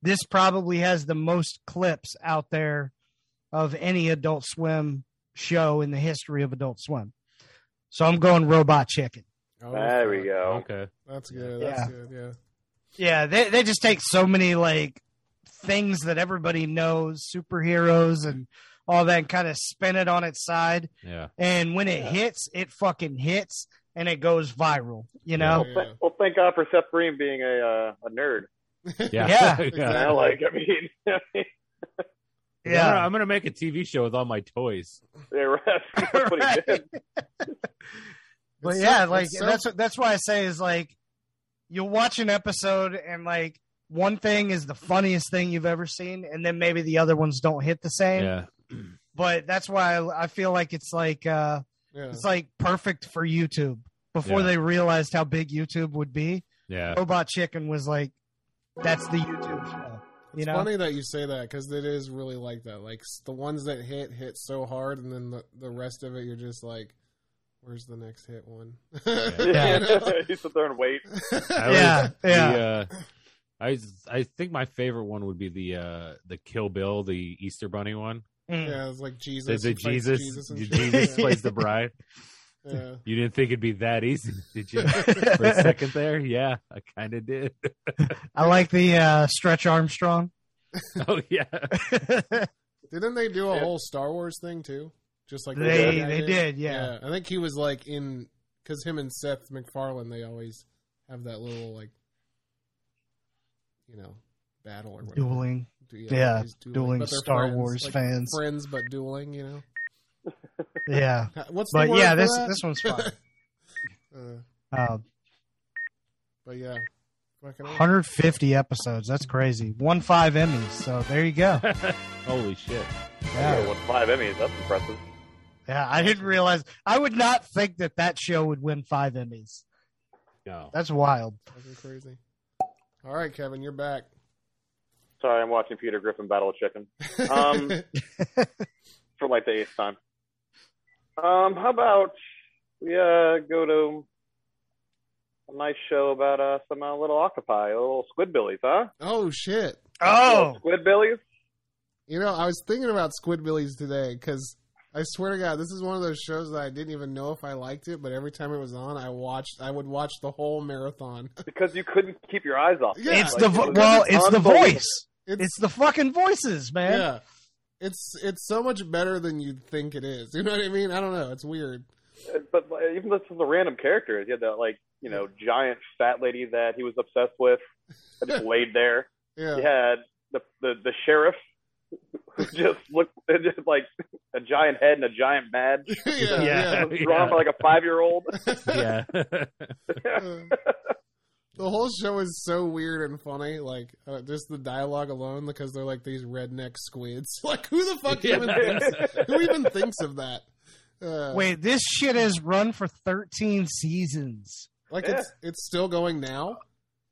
S2: this probably has the most clips out there of any Adult Swim show in the history of Adult Swim. So I'm going Robot Chicken.
S5: oh,
S4: There we
S5: fuck.
S4: go.
S3: Okay.
S5: That's good. That's
S2: Yeah.
S5: good. Yeah.
S2: Yeah, they they just take so many like things that everybody knows, superheroes and all that, and kind of spin it on its side.
S3: Yeah.
S2: And when it
S4: Yeah.
S2: hits, it fucking hits, and it goes viral. You know?
S5: Yeah.
S4: Th- Well, thank God for Seth Green being a uh,
S2: <laughs>
S4: a nerd.
S3: <laughs> Yeah.
S2: Yeah.
S5: Exactly.
S4: Now, like, I mean, <laughs>
S3: I'm
S2: Yeah.
S3: <laughs> gonna- I'm going to make a TV show with all my toys.
S4: they were that's what he did.
S2: But
S5: It's
S2: yeah,
S5: so-
S2: like
S5: it's so-
S2: that's what that's why I say is like you'll watch an episode and like one thing is the funniest thing you've ever seen, and then maybe the other ones don't hit the same.
S3: Yeah.
S2: But that's why I, I feel like it's like uh
S5: yeah.
S2: It's like perfect for YouTube. Before
S3: Yeah.
S2: they realized how big YouTube would be,
S3: Yeah.
S2: Robot Chicken was like, "That's the YouTube show." You
S5: It's
S2: know?
S5: funny that you say that because it is really like that. Like s- the ones that hit hit so hard, and then the, the rest of it, you're just like, "Where's the next hit one?"
S2: <laughs>
S5: <laughs>
S2: Yeah.
S5: You know?
S4: <laughs> he sit there and wait.
S5: <laughs>
S3: I
S2: Yeah,
S3: was-
S2: yeah.
S3: the, uh, I I think my favorite one would be the uh the Kill Bill, the Easter Bunny one.
S2: Mm.
S5: yeah, it's like Jesus.
S3: The, the
S5: he fights
S3: Jesus
S5: Jesus, and
S3: the
S5: shit.
S3: Jesus
S5: yeah.
S3: plays the bride.
S5: <laughs> yeah.
S3: You didn't think it'd be that easy, <laughs> did
S5: <laughs>
S3: you? For a second there, yeah, I kind of did. <laughs>
S2: I like the uh, Stretch Armstrong.
S3: Oh yeah, <laughs>
S5: Didn't they do a
S4: Yeah.
S5: whole Star Wars thing too? Just like the
S2: They-
S5: guy
S2: they did, yeah.
S5: I think he was like in because him and Seth MacFarlane they always have that little like, you know, battle or whatever.
S2: Dueling.
S5: Du-
S2: Yeah,
S5: always
S2: dueling
S5: But they're
S2: Star
S5: friends,
S2: Wars
S5: like,
S2: fans.
S5: friends, but dueling. You know,
S2: Yeah,
S5: Ha- what's the
S2: but
S5: word
S2: yeah,
S5: for
S2: this
S5: that? <laughs>
S2: this one's fun.
S5: Uh,
S2: Uh,
S5: but yeah, fucking hell.
S2: 150 episodes. That's crazy. One five Emmys. So there you go.
S3: holy shit!
S4: Yeah,
S2: Yeah.
S4: won five Emmys. That's impressive.
S2: yeah, I didn't realize. I would not think that that show would win five Emmys.
S3: No,
S2: That's wild.
S5: fucking crazy. All right, Kevin, you're back.
S4: Sorry, I'm watching Peter Griffin battle a chicken Um, for like the eighth time. Um, how about we uh, go to a nice show about uh, some uh, little octopi, little squidbillies, huh?
S5: <laughs> Oh shit!
S2: Oh,
S4: Little squidbillies.
S5: You know, I was thinking about Squidbillies today because I swear to God, this is one of those shows that I didn't even know if I liked it, but every time it was on, I watched. I would watch the whole marathon. <laughs>
S4: because you couldn't keep your eyes off.
S5: Yeah.
S2: it's
S4: Like,
S2: the
S4: it
S2: vo-
S4: was
S2: well, it's the
S4: unbelievable.
S2: voice. It's the fucking voices, man.
S5: yeah, it's it's so much better than you'd think it is. You know what I mean? I don't know. It's weird.
S4: But like, even this is the random characters. You had that like you know
S5: Mm-hmm.
S4: giant fat lady that he was obsessed
S5: <laughs>
S4: with that just laid there.
S5: Yeah,
S4: You had the the, the sheriff who just looked <laughs> just like a giant head and a giant mad
S5: <laughs> yeah,
S3: Yeah.
S5: yeah.
S4: drawn by like a five year
S5: <laughs>
S4: old.
S3: <laughs> yeah.
S5: Uh, <laughs> the whole show is so weird and funny. Like uh, just the dialogue alone, because they're like these redneck squids. <laughs> like who the fuck
S3: Yeah.
S5: even thinks, who even thinks of that? Uh,
S2: Wait, this shit has run for 13 seasons.
S5: Like
S4: Yeah.
S5: it's it's still going now.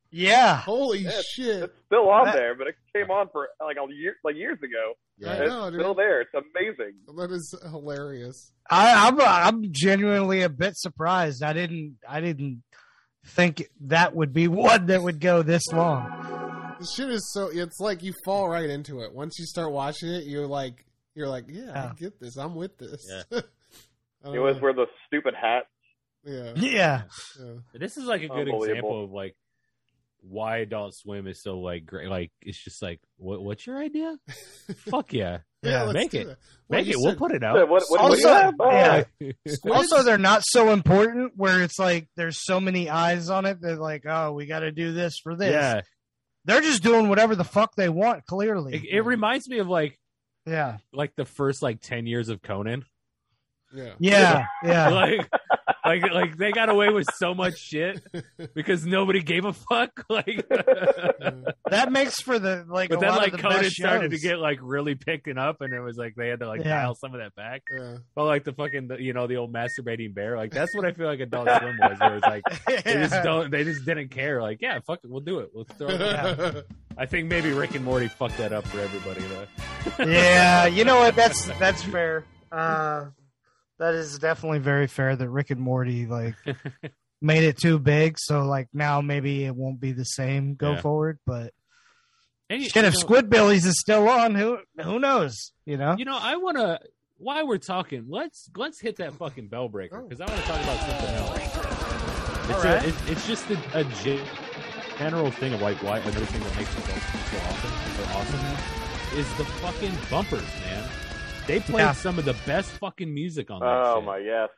S2: Yeah.
S5: Holy
S4: Yeah,
S5: shit!
S4: It's still on
S2: That-
S4: there, but it came on for like a year, like years ago.
S5: I
S4: it's
S5: know, dude.
S4: still there. It's amazing.
S5: That is hilarious.
S2: I, I'm I'm genuinely a bit surprised. I didn't I didn't think that would be <laughs> one that would go this long.
S5: This shit is so. It's like you fall right into it once you start watching it. You're like, you're like, yeah,
S2: Yeah.
S5: I get this. I'm with this. <laughs>
S3: Yeah.
S5: I don't
S4: It was
S5: know.
S4: where the stupid hat.
S5: yeah,
S2: Yeah.
S5: yeah.
S3: this is like a good
S4: Unbelievable.
S3: example of like why Adult Swim is so like great. Like it's just like, what, what's your
S5: <laughs>
S3: idea? Fuck yeah,
S2: Yeah,
S5: let's
S3: make
S5: do
S3: it.
S5: that. Well,
S3: make
S5: you
S3: it. We'll
S5: said
S3: put it
S4: What,
S3: out.
S4: what, what do you
S2: Also-
S4: have? Oh,
S2: yeah.
S5: squids?
S2: Also, they're not so important where it's like there's so many eyes on it. They're like, oh, we got to do this for this.
S3: yeah,
S2: They're just doing whatever the fuck they want, clearly.
S3: it, it reminds me of like
S2: yeah.
S3: like the first like ten years
S2: <laughs>
S3: of Conan.
S5: yeah,
S2: Yeah. Yeah.
S3: Like like like they got away with so much shit
S5: <laughs>
S3: because nobody gave a fuck. <laughs>
S2: <laughs>
S3: Like,
S4: <laughs>
S3: but
S5: yeah.
S2: that makes for the, like, a
S3: then
S2: lot of
S3: like
S2: the
S3: Conan
S2: best
S3: started to
S2: shows.
S3: get like really picking up, and it was like they had to like
S2: Yeah.
S3: dial some of that back.
S5: yeah.
S3: But like the fucking you know the old masturbating bear, like that's what I feel
S2: <laughs>
S3: like Adult Swim was. Where it's like they just don't, they just didn't care. Like yeah, fuck it, we'll do it. We'll
S2: <laughs>
S3: throw it. out. I think maybe Rick and Morty fucked that up for everybody though.
S2: yeah, you know what?
S3: <laughs>
S2: That's that's fair. Uh, that is definitely very fair that Rick and Morty
S3: <laughs>
S2: like made it too big, so like now maybe it won't be the same go
S3: Yeah.
S2: forward. But
S3: And you-
S2: shit, if
S3: you know-
S2: Squidbillies is still on, who who knows? You know?
S3: You know, I want to. While we're talking, let's let's hit that fucking bell breaker because I want to talk about something else. It's,
S2: Alright.
S3: a, it's, it's just a, a gen- general thing of like why another thing that makes adults so awesome, so awesome is the fucking bumpers, man. They played
S2: Yeah.
S3: some of the best fucking music on that.
S4: oh
S3: shit.
S4: my yes.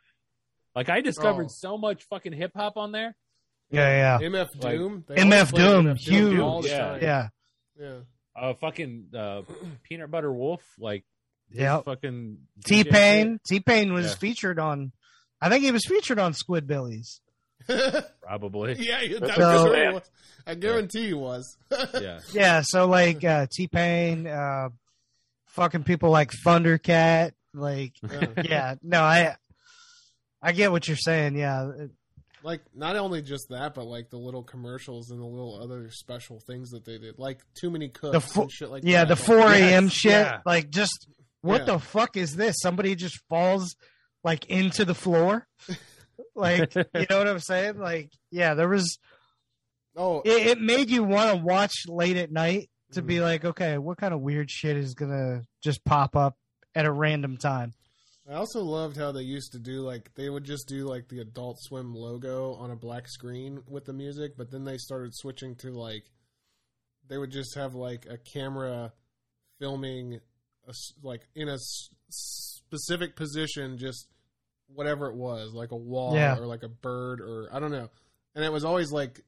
S3: Like I discovered
S5: Oh.
S3: so much fucking hip hop on there.
S2: Yeah, yeah,
S5: MF
S3: Like-
S5: Doom. They
S2: MF
S5: always play
S2: Doom,
S5: MF
S2: huge.
S5: all the
S3: Yeah.
S5: time.
S2: yeah.
S5: yeah.
S3: Uh, fucking uh, peanut butter wolf, like his
S2: Yep.
S3: fucking
S2: T
S3: DJ
S2: Pain, T Pain was
S3: Yeah.
S2: featured on. I think he was featured on Squidbillies.
S5: yeah, <laughs>
S3: probably.
S5: you-
S4: That's
S5: that was
S2: so-
S5: who it was. I guarantee he was.
S3: Yeah,
S2: Yeah, so like uh, T Pain, uh, fucking people like Thundercat,
S3: <laughs>
S2: like
S5: Yeah.
S2: yeah no i i get what you're saying yeah
S5: like not only just that, but like the little commercials and the little other special things that they did, like too many cooks
S2: The fo-
S5: and shit like
S2: yeah the
S5: that.
S2: 4 a.m
S3: Yes,
S2: shit
S3: yeah.
S2: like just what
S5: Yeah.
S2: the fuck is this somebody just falls like into the
S3: <laughs>
S2: floor like you know what i'm saying like yeah there was
S5: Oh,
S2: it, it made you want to watch late at night to be
S3: Mm.
S5: Mhm.
S2: like okay what kind of weird shit is gonna just pop up at a random time
S5: I also loved how they used to do like they would just do like the Adult Swim logo on a black screen with the music, but then they started switching to like they would just have like a camera filming a s like in a s- specific position, just whatever it was, like a wall
S2: Yeah.
S5: or like a bird or I don't know, and it was always like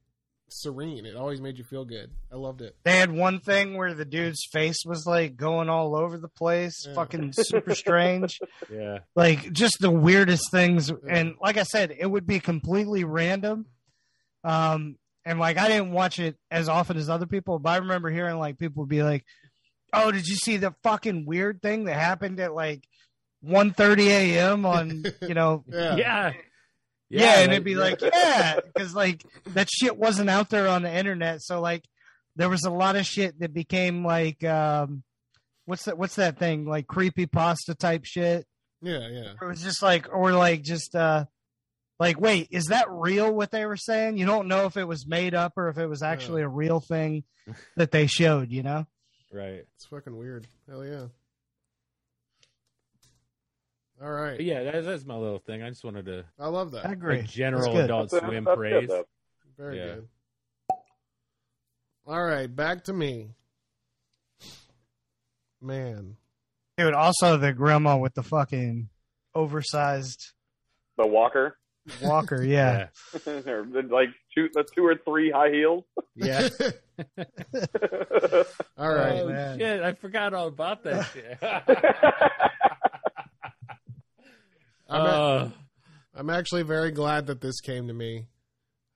S5: serene. It always made you feel good. I loved it.
S2: they had one thing where the dude's face was like going all over the place
S5: Yeah.
S2: fucking super strange
S3: yeah.
S2: like just the weirdest things and like i said it would be completely random um and like i didn't watch it as often as other people but i remember hearing like people would be like oh did you see the fucking weird thing that happened at like 1 a.m on you know
S5: Yeah,
S3: yeah.
S2: yeah, and it'd be like yeah because like that shit wasn't out there on the internet so like there was a lot of shit that became like um what's that what's that thing like creepy pasta type shit
S5: yeah, yeah.
S2: it was just like or like just uh like, wait, is that real what they were saying? You don't know if it was made up or if it was actually a real thing that they showed, you know?
S3: Right.
S5: It's fucking weird. Hell yeah. All right.
S3: But yeah, that, that's my little thing. I just wanted to
S5: I love
S2: I
S5: that.
S3: a
S2: agree.
S3: general
S2: good.
S3: adult
S4: That's-
S3: swim
S4: that's good,
S3: praise.
S4: though.
S5: Very
S3: Yeah.
S5: good. All right, back to me. Man.
S2: Dude, also the grandma with the fucking oversized
S4: The walker,
S2: walker. <laughs> Yeah.
S4: Or, like two, the two or three
S3: <laughs>
S4: high heels.
S3: Yeah.
S5: All right.
S3: Oh,
S2: man.
S3: shit, I forgot all about that shit.
S2: <laughs>
S3: <laughs>
S5: I'm, a-
S3: Uh,
S5: I'm actually very glad that this came to me.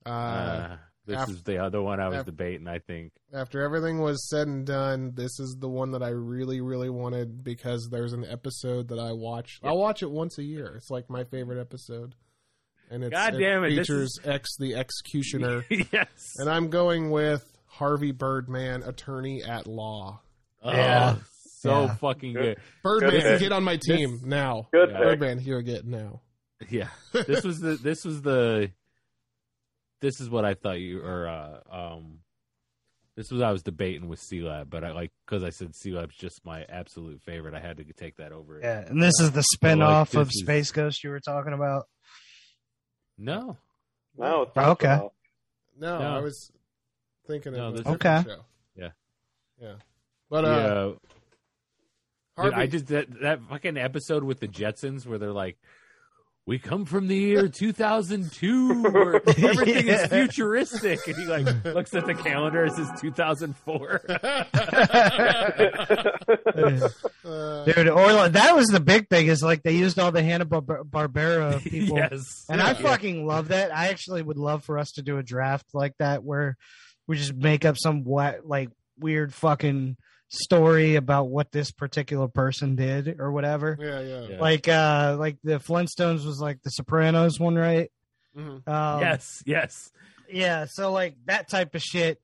S5: Uh,
S3: uh, this
S5: af-
S3: is the other one I was
S5: af-
S3: debating, I
S2: <laughs>
S3: think.
S5: after everything was said and done, this is the one that I really, really wanted because there's an episode that I watch. I watch it once a year. It's like my favorite episode, and it's,
S3: God damn it, this
S5: features X the Executioner,
S3: yes.
S5: and I'm going with Harvey Birdman, Attorney at Law.
S3: yeah.
S2: Yeah.
S3: Oh, So
S2: Yeah.
S3: fucking
S4: Good.
S3: good.
S5: Birdman,
S4: Good.
S5: get on my team now.
S4: Good
S3: Yeah.
S4: pick.
S5: Birdman, here get now.
S3: Yeah. This was the this was the this is what I thought you or uh um this was I was debating with C Lab, but I like because I said C Lab's just my absolute favorite. I had to take that over.
S2: Yeah. And this is the spinoff
S3: Like,
S2: of
S3: this is-
S2: Space Ghost you were talking about.
S3: No,
S4: No, it's
S2: Okay.
S4: functional.
S5: No,
S3: No.
S5: I was thinking
S3: No,
S5: of a
S3: this-
S5: different
S2: Okay.
S5: show.
S3: Yeah.
S5: yeah, but uh,
S3: yeah, Dude,
S5: Harvey,
S3: I just that that fucking episode with the Jetsons where they're like, "We come from
S2: <laughs>
S3: the year 2002, where everything
S2: Yeah.
S3: is futuristic," and he like looks at the calendar and says <laughs> 2004.
S2: Yeah. <laughs>
S5: uh,
S2: Dude, or like, that was the big thing is like they used all the Hanna Barbera <laughs> people.
S3: yes,
S2: And I
S5: Yeah.
S2: fucking love that. I actually would love for us to do a draft like that where we just make up some what like weird fucking story about what this particular person did or whatever.
S5: yeah, yeah.
S3: Yeah.
S2: Like uh like the Flintstones was like the Sopranos one, right?
S5: hmm
S2: Um,
S3: yes, yes.
S2: Yeah, so like that type of shit.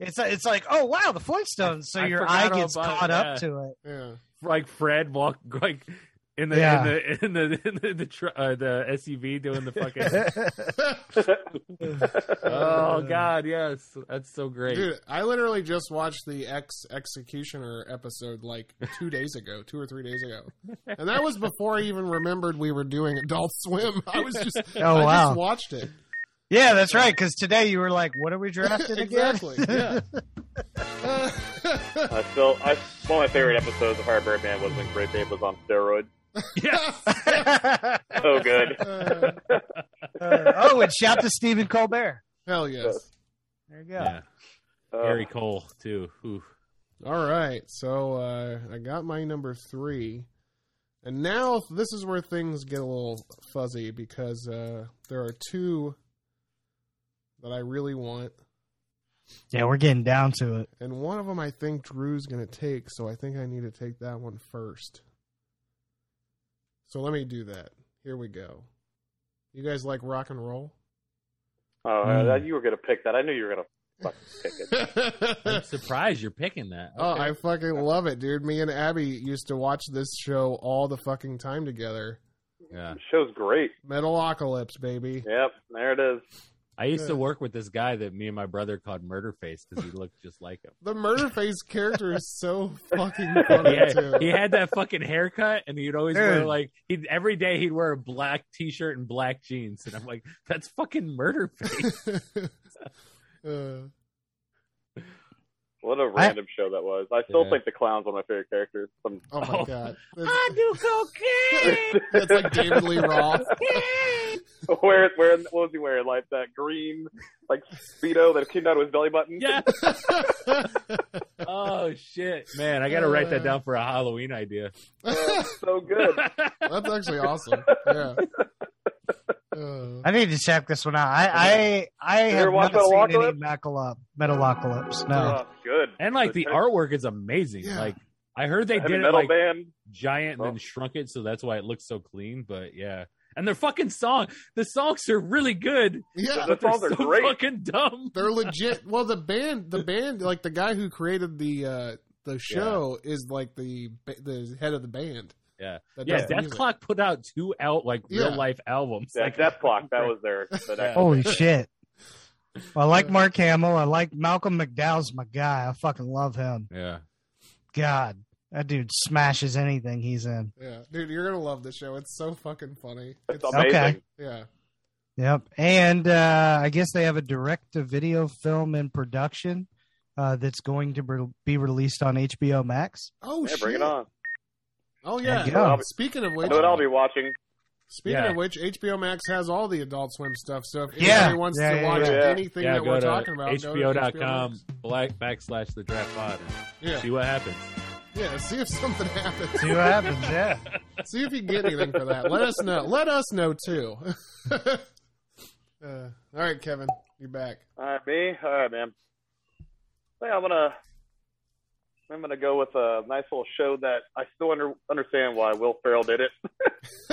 S2: It's it's like, oh wow, the Flintstones. So
S3: I
S2: your eye
S3: forgot all
S2: gets
S3: about it,
S2: caught
S3: yeah.
S2: up to it.
S5: yeah.
S3: Like Fred walked like in the
S2: Yeah.
S3: in the in the in the, the, tr- uh, the SUV doing the fucking.
S2: <laughs>
S3: oh God, yes, that's so great.
S5: Dude, I literally just watched the ex executioner episode like <laughs> two days ago, two or three days ago, and that was before I even remembered we were doing Adult Swim. I was
S3: <laughs>
S5: just,
S2: Oh,
S5: I
S2: wow.
S5: just watched it.
S2: Yeah, that's right. Because today you were like, "What are we drafting again?" <laughs>
S5: <laughs> exactly.
S3: <laughs>
S5: Yeah. <laughs> Uh,
S4: <laughs> I still, I, one of my favorite episodes of Hard Birdman was when Great Babe was on steroids.
S3: Yes.
S4: So
S3: <laughs>
S4: good.
S5: uh,
S2: Uh, oh, and shout to Stephen Colbert.
S5: hell yes.
S2: There you go.
S3: Yeah.
S4: Uh,
S3: Harry Cole too. Ooh.
S5: All right, so uh, I got my number three, and now this is where things get a little fuzzy because uh, there are two that I really want,
S2: Yeah, we're getting down to it.
S5: and one of them I think Drew's going to take, so I think I need to take that one first. So let me do that. Here we go. You guys like rock and roll? <laughs>
S4: Oh, uh, that, you were gonna pick that. I knew you were gonna fucking pick it.
S5: <laughs>
S3: I'm surprised you're picking that.
S5: Oh,
S3: Okay.
S5: I fucking love it, dude. Me and Abby used to watch this show all the fucking time together.
S3: yeah.
S4: The show's great.
S5: Metalocalypse, baby.
S4: Yep, there it is.
S3: I used
S5: Yeah.
S3: to work with this guy that me and my brother called Murderface because <laughs> he looked just like him.
S5: The murder face character is
S4: <laughs>
S5: so fucking funny
S3: Yeah,
S5: too.
S3: he had that fucking haircut, and he'd always wear
S2: Dude.
S3: like he would every day he'd wear a black T-shirt and black jeans, and I'm like, that's fucking Murderface.
S5: Uh,
S4: What a random show that was. I still
S3: Yeah.
S4: think the clown's one of my favorite characters. Some... <laughs>
S5: oh my
S3: Oh.
S5: god,
S3: I
S5: that's,
S3: do <laughs> cocaine.
S5: that's like David Lee Roth. <laughs>
S4: where, where, what was he wearing? Like that green, like speedo that came down to his belly button.
S3: <laughs> yeah. Oh shit, man! I gotta write that down for a Halloween idea. <laughs>
S4: so good.
S5: that's actually awesome. Yeah. Uh,
S2: I need to check this one out. I I, I have
S4: ever watch
S2: not seen any
S4: Metalocalypse?
S2: Metalocalypse. Metalocalypse. No.
S4: Oh, good.
S3: And like the artwork is amazing.
S5: Yeah.
S3: Like I heard they
S4: heavy
S3: did it
S4: metal
S3: like
S4: band.
S3: giant and
S4: Oh.
S3: then shrunk it, so that's why it looks so clean. But yeah, and their fucking song, the songs are really good,
S5: yeah,
S4: The
S3: but they're
S4: songs are
S3: so
S4: great.
S3: fucking dumb.
S5: they're legit. Well, the band, the band, like the guy who created the uh, the show is like the ba- the head of the band.
S3: Yeah.
S5: That
S3: Yeah,
S5: does
S3: Death
S5: music.
S3: Clock put out two out like real
S5: Yeah.
S3: life albums.
S4: Yeah,
S3: like
S4: Death Clock. That was their. The next
S2: Holy shit. I like Mark Hamill. I like Malcolm McDowell's my guy. I fucking love him.
S3: Yeah.
S2: God, that dude smashes anything he's in.
S5: Yeah, dude, you're gonna love this show. It's so fucking funny.
S4: It's
S5: It's,
S4: amazing.
S2: Okay.
S5: yeah,
S2: Yep. And uh, I guess they have a direct to video film in production uh, that's going to re- be released on HBO Max.
S5: Oh
S4: Yeah,
S5: shit.
S4: bring it on.
S5: Oh
S2: There you
S5: yeah.
S2: go.
S4: I'll be-
S5: Speaking of
S4: I
S5: which,
S4: know what I'll be watching.
S5: speaking
S3: Yeah.
S5: of which, HBO Max has all the Adult Swim stuff. So if
S2: Yeah.
S5: anybody wants
S2: Yeah,
S5: to
S2: yeah,
S5: watch
S4: yeah.
S5: anything
S3: Yeah,
S5: that
S3: go
S5: we're
S3: to
S5: talking about, go to
S3: HBO.com
S5: Max.
S3: black backslash the draft pod and
S5: Yeah,
S3: see what happens. <laughs>
S5: yeah. See if something <laughs> happens.
S2: See what happens. Yeah.
S5: see if you get anything for that. Let us know. Let us know too. <laughs> uh, all right, Kevin, you're back.
S4: All right, Uh, me. All right, man. I think I'm gonna. I'm gonna go with a nice little show that I still under, understand why Will Ferrell did it.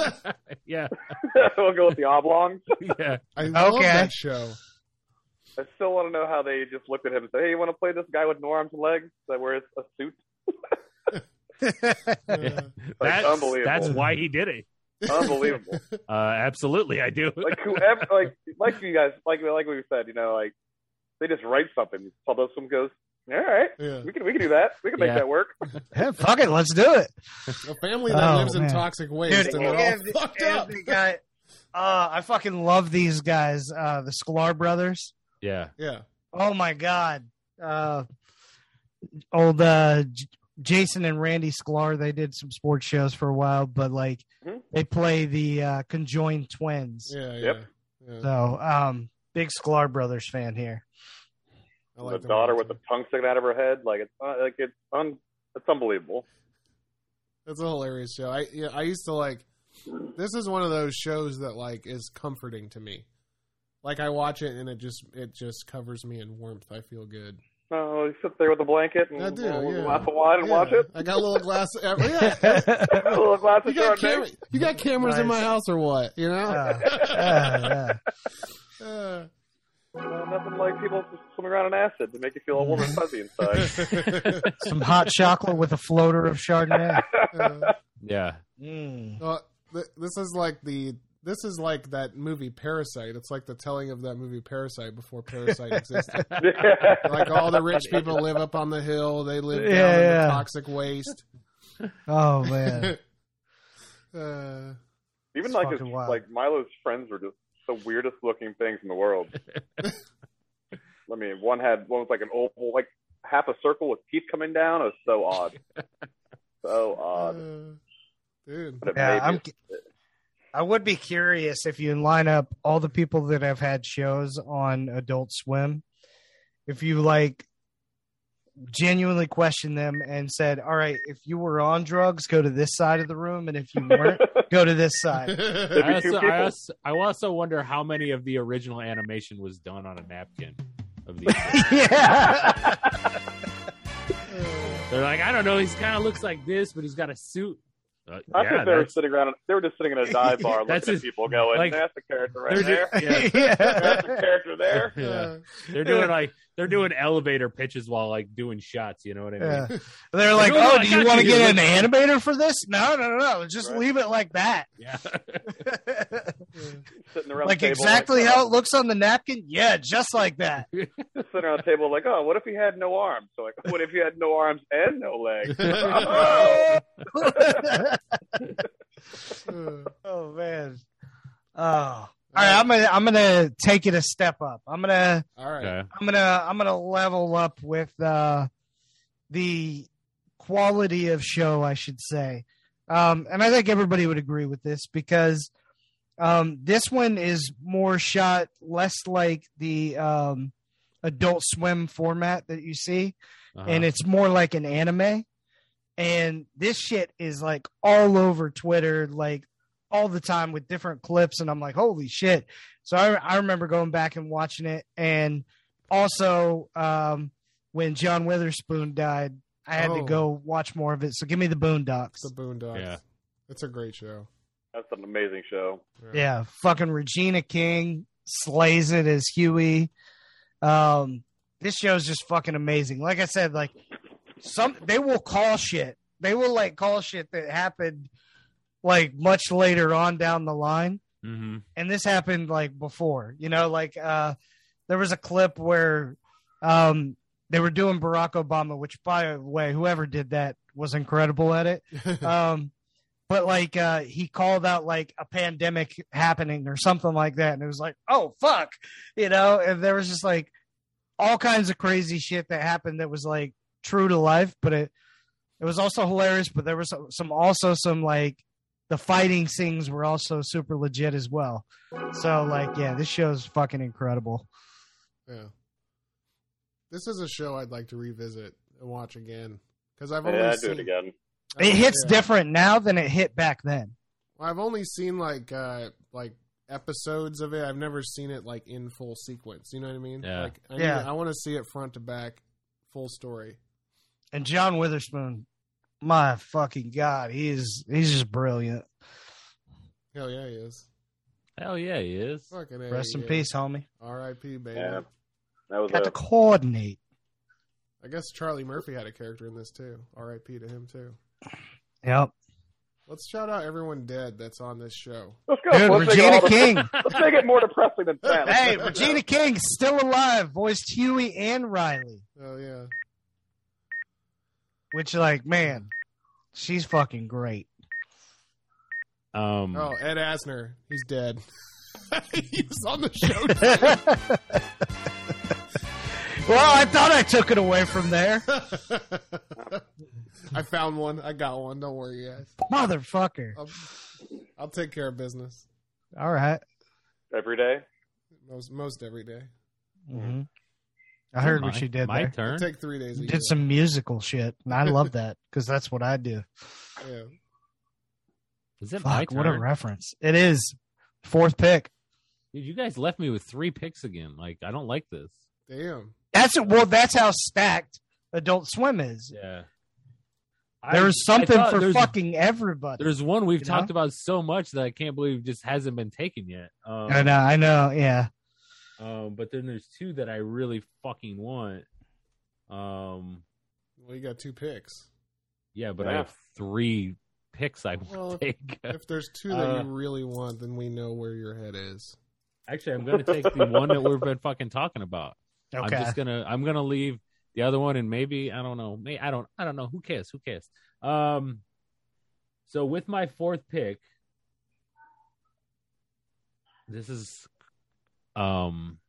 S4: <laughs>
S3: Yeah. <laughs>
S4: we'll go with the Oblongs.
S3: Yeah.
S5: I love
S2: Okay.
S5: that show.
S4: I still want to know how they just looked at him and said, "Hey, you want to play this guy with no arms and legs that wears a suit?"
S5: Uh,
S3: <laughs> Yeah.
S4: Like,
S3: That's,
S4: unbelievable.
S3: that's why he did it.
S4: Unbelievable.
S3: Uh, absolutely, I do.
S4: like whoever, like like you guys, like like we said, you know, like they just write something. Paul Dosum goes, "All right,
S5: yeah.
S4: we can we can do that. We can make
S3: Yeah.
S4: that work."
S2: <laughs> Yeah, Fuck it. Let's do it.
S5: A family that
S2: Oh,
S5: lives in
S2: man.
S5: toxic waste
S2: Dude,
S5: and
S2: and,
S5: they're all
S2: the-
S5: fucked
S2: and
S5: up.
S2: the guy- uh, I fucking love these guys, uh, the Sklar brothers.
S3: <laughs> yeah.
S5: Yeah.
S2: Oh my god. Uh old uh J- Jason and Randy Sklar, they did some sports shows for a while, but like
S4: Mhm.
S2: they play the uh conjoined twins.
S5: Yeah, yeah.
S4: Yep.
S5: yeah.
S2: So um big Sklar brothers fan here.
S5: I like
S4: the
S5: them
S4: daughter
S5: all,
S4: with
S5: too.
S4: the tongue sticking out of her head, like it's uh, like it's un, it's unbelievable.
S5: That's a hilarious show. I yeah, I used to like. This is one of those shows that like is comforting to me. Like I watch it and it just it just covers me in warmth. I feel good.
S4: Oh, you sit there with a blanket and
S5: I do,
S4: a
S5: yeah.
S4: glass of wine and
S5: Yeah,
S4: watch it. <laughs>
S5: I got a little glass. Of, Oh, yeah,
S4: a little glass
S5: you
S4: of
S5: got
S4: Chardonnay.
S5: camera, you got cameras in my
S2: Nice.
S5: house or what? You know.
S2: Uh,
S5: <laughs>
S2: <laughs> yeah,
S5: Uh,
S4: Uh, nothing like people just swimming around in acid to make you feel all
S5: <laughs>
S4: warm and fuzzy inside. <laughs>
S2: yeah. Some hot chocolate with a floater of Chardonnay.
S5: uh,
S4: <laughs>
S3: Yeah.
S2: Mm.
S5: <laughs> Uh, th- this is like the this is like that movie Parasite. It's like the telling of that movie Parasite before
S2: <laughs>
S5: Parasite existed. like all the rich people live up on the hill. They live down
S2: Yeah,
S5: in
S2: yeah.
S5: the toxic waste.
S2: Oh man.
S5: uh,
S4: Even
S2: It's
S4: like his,
S2: fucking wild.
S4: like Milo's friends were just the weirdest looking things in the
S5: <laughs>
S4: world. I mean, one had one was like an oval, like half a circle with teeth coming down. It was so
S5: <laughs>
S4: odd, so odd.
S5: uh,
S4: <laughs>
S5: dude,
S4: But it
S2: Yeah,
S4: made
S2: I'm
S4: me-
S2: I would be curious if you line up all the people that have had shows on Adult Swim, if you like genuinely questioned them and said, All right, if you were on drugs, go to this side of the room, and if you weren't, go to this
S5: <laughs>
S2: side.
S4: It'd
S3: I
S4: be two
S3: also, I,
S4: people.
S3: also, I also wonder how many of the original animation was done on a napkin. Of these,
S2: <laughs> yeah.
S3: they're like, I don't know. He's kind of looks like this, but he's got a suit. Uh,
S4: I
S3: yeah,
S4: think they were
S3: that's-
S4: sitting around. They were just sitting
S3: <laughs>
S4: in a dive bar looking
S3: That's
S4: at
S3: just-
S4: people going,
S3: like,
S4: "That's the character right
S3: they're
S4: there.
S3: just- yeah.
S4: <laughs> That's
S2: <laughs>
S4: the
S2: yeah.
S4: character there."
S3: <laughs> yeah.
S5: uh,
S3: They're doing like they're doing elevator pitches while like doing shots. You know what I mean?
S2: Yeah. <laughs> They're like,
S3: Like, oh,
S2: Oh,
S3: I
S2: do you
S3: got
S2: want to
S3: you.
S2: get an animator for this? No, no, no, no. Just
S4: Right.
S2: leave it like that.
S3: <laughs> Yeah.
S4: Sitting around
S2: like
S4: the table,
S2: exactly
S4: like,
S2: how it looks on the napkin? Yeah, just like that.
S4: just <laughs> sitting around the table, like, "Oh, what if he had no arms?" So like, "What if he had no arms and no
S3: <laughs>
S4: legs?" <laughs>
S5: uh,
S2: Oh man. Oh. All right, I'm gonna I'm gonna take it a step up. I'm gonna
S5: all right.
S3: Okay.
S2: I'm gonna I'm gonna level up with uh the quality of show, I should say. Um and I think everybody would agree with this because um this one is more shot less like the um adult swim format that you see
S3: Uh-huh.
S2: and it's more like an anime. And this shit is like all over Twitter, like all the time with different clips. And I'm like, holy shit. So I, I remember going back and watching it. And also, um, when John Witherspoon died, I had to
S5: Oh.
S2: go watch more of it. So give me the Boondocks.
S5: It's the Boondocks.
S3: Yeah.
S5: It's a great show.
S4: That's an amazing show.
S2: Yeah, fucking Regina King slays it as Huey. Um, this show's just fucking amazing. Like I said, like some they will call shit. They will like call shit that happened like much later on down the line
S3: Mm-hmm.
S2: and this happened like before you know like uh there was a clip where um they were doing barack obama which by the way whoever did that was incredible at it <laughs> um but like uh he called out like a pandemic happening or something like that and it was like oh fuck you know and there was just like all kinds of crazy shit that happened that was like true to life but it it was also hilarious but there was some- some also some like the fighting scenes were also super legit as well. So like, yeah, this show's fucking incredible.
S5: yeah. <laughs> This is a show I'd like to revisit and watch again because I've only
S4: Yeah, I'd do
S5: seen,
S4: it again.
S5: I've-
S2: It hits
S5: Oh, yeah.
S2: different now than it hit back then.
S5: Well, I've only seen like uh like episodes of it. I've never seen it like in full sequence. You know what I mean?
S3: Yeah.
S5: Like I
S2: Yeah.
S5: need- I want to see it front to back, full story.
S2: And John Witherspoon, my fucking god, he is he's just brilliant.
S5: Hell yeah, he is.
S3: Hell yeah, he is.
S5: Fucking A,
S2: Rest in
S5: yeah.
S2: peace, homie.
S5: R.I.P. Baby.
S4: Yeah. That was
S2: Got to
S4: a,
S2: coordinate.
S5: I guess Charlie Murphy had a character in this too. R.I.P. to him too.
S2: Yep.
S5: Let's shout out everyone dead that's on this show.
S4: let's go.
S2: Dude,
S4: let's make it
S2: Regina
S4: all the-
S2: <laughs> King.
S4: let's make it more
S2: <laughs>
S4: depressing than sad.
S2: hey, Regina King still alive, voiced Huey and Riley.
S5: Oh yeah.
S2: Which like, man, she's fucking <laughs> great.
S3: Um,
S5: Oh, Ed Asner, he's dead. <laughs> he was on the show.
S2: Well, I thought I took it away from there.
S5: Too. <laughs> I found one. I got one. Don't worry, guys.
S2: Motherfucker.
S5: I'll, I'll take care of business
S2: All right.
S4: Every day.
S5: most most every day.
S2: Mm-hmm. I heard what
S3: my-
S2: she did
S3: My
S2: there.
S5: I
S3: turn.
S5: take three days. A year.
S2: Did some musical shit, and I love that because that's what I do.
S5: Yeah.
S3: Is it <laughs> my
S2: Fuck,
S3: turn?
S2: what a reference! It is fourth pick.
S3: Dude, you guys left me with three picks again. Like, I don't like this.
S5: Damn.
S2: That's well, that's how stacked Adult Swim is.
S3: Yeah.
S2: There is something for
S3: there's,
S2: fucking everybody.
S3: There's one we've
S2: you
S3: talked about so much that I can't believe just hasn't been taken yet. Um,
S2: I know, I know, yeah.
S3: um, but then there's two that I really fucking want. Um,
S5: Well, you got two picks.
S3: yeah, but I
S4: Yeah.
S3: have three picks I want to
S5: Well,
S3: take.
S5: If there's two that
S3: Uh,
S5: you really want, then we know where your head is.
S3: <laughs> Actually, I'm gonna take the one that we've been fucking talking about.
S2: Okay,
S3: I'm just gonna I'm gonna leave the other one and maybe I don't know. May I don't I don't know. Who cares? Who cares? Um so with my fourth pick, this is um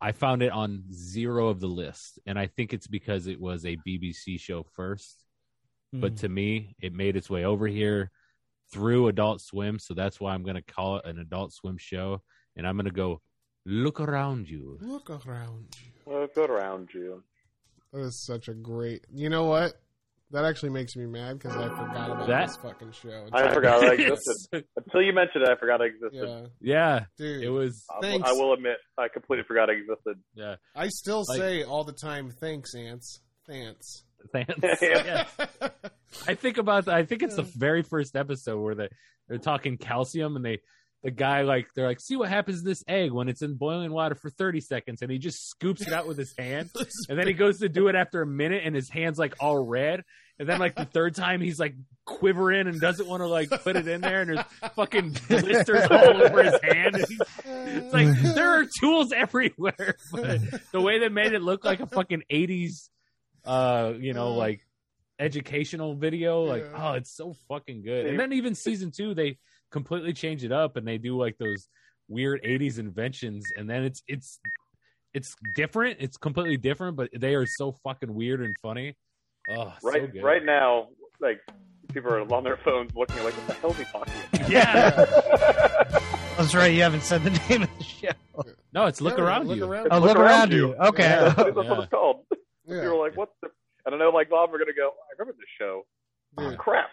S3: I found it on zero of the list, and I think it's because it was a BBC show first but
S2: Mm.
S3: to me it made its way over here through adult swim so that's why i'm going to call it an adult swim show and i'm going to go look around you
S5: Look around you.
S4: Well, go around you.
S5: That is such a great. You know what? That actually makes me mad because I forgot about
S3: That-
S5: this fucking show.
S4: I
S3: <laughs>
S4: forgot that existed. Until you mentioned it, I forgot it existed.
S5: yeah,
S3: yeah
S5: dude.
S3: it was <laughs>
S4: I will-
S5: Thanks.
S4: I will admit, I completely forgot it existed. <laughs>
S3: yeah
S5: I still
S3: like-
S5: say all the time, thanks, ants.
S3: <laughs>
S5: Thanks.
S3: thanks. Yeah. i think about i think it's the very first episode where they, they're talking calcium and they the guy like they're like see what happens to this egg when it's in boiling water for 30 seconds and he just scoops it out with his hand And then he goes to do it after a minute, and his hand's like all red. And then like the third time, he's like quivering and doesn't want to like put it in there, and there's fucking blisters all over his hand. And he's- it's <laughs> like
S5: <laughs>
S3: there are tools everywhere, <laughs> but the way they made it look like a fucking '80s, uh, you know, like educational video, like
S5: Yeah.
S3: oh, it's so fucking good. And then even season two, they completely change it up, and they do like those weird '80s inventions, and then it's it's it's different. It's completely different, but they are so fucking weird and funny. Oh, so
S4: Right,
S3: good.
S4: right now, like people are on their phones looking like, what the hell is he talking
S3: <laughs>
S4: about?
S5: <laughs>
S3: Yeah.
S2: that's right. You haven't said the <laughs> name of the show.
S3: No, it's look
S5: Yeah,
S3: around
S5: look
S3: you.
S5: around.
S2: Oh, look, around, you. Okay. <laughs>
S4: <laughs> That's what
S3: Yeah.
S4: it's called.
S5: Yeah,
S4: People are like, what the? And I know, like Bob, we're gonna go. I remember this show.
S5: dude.
S4: Crap.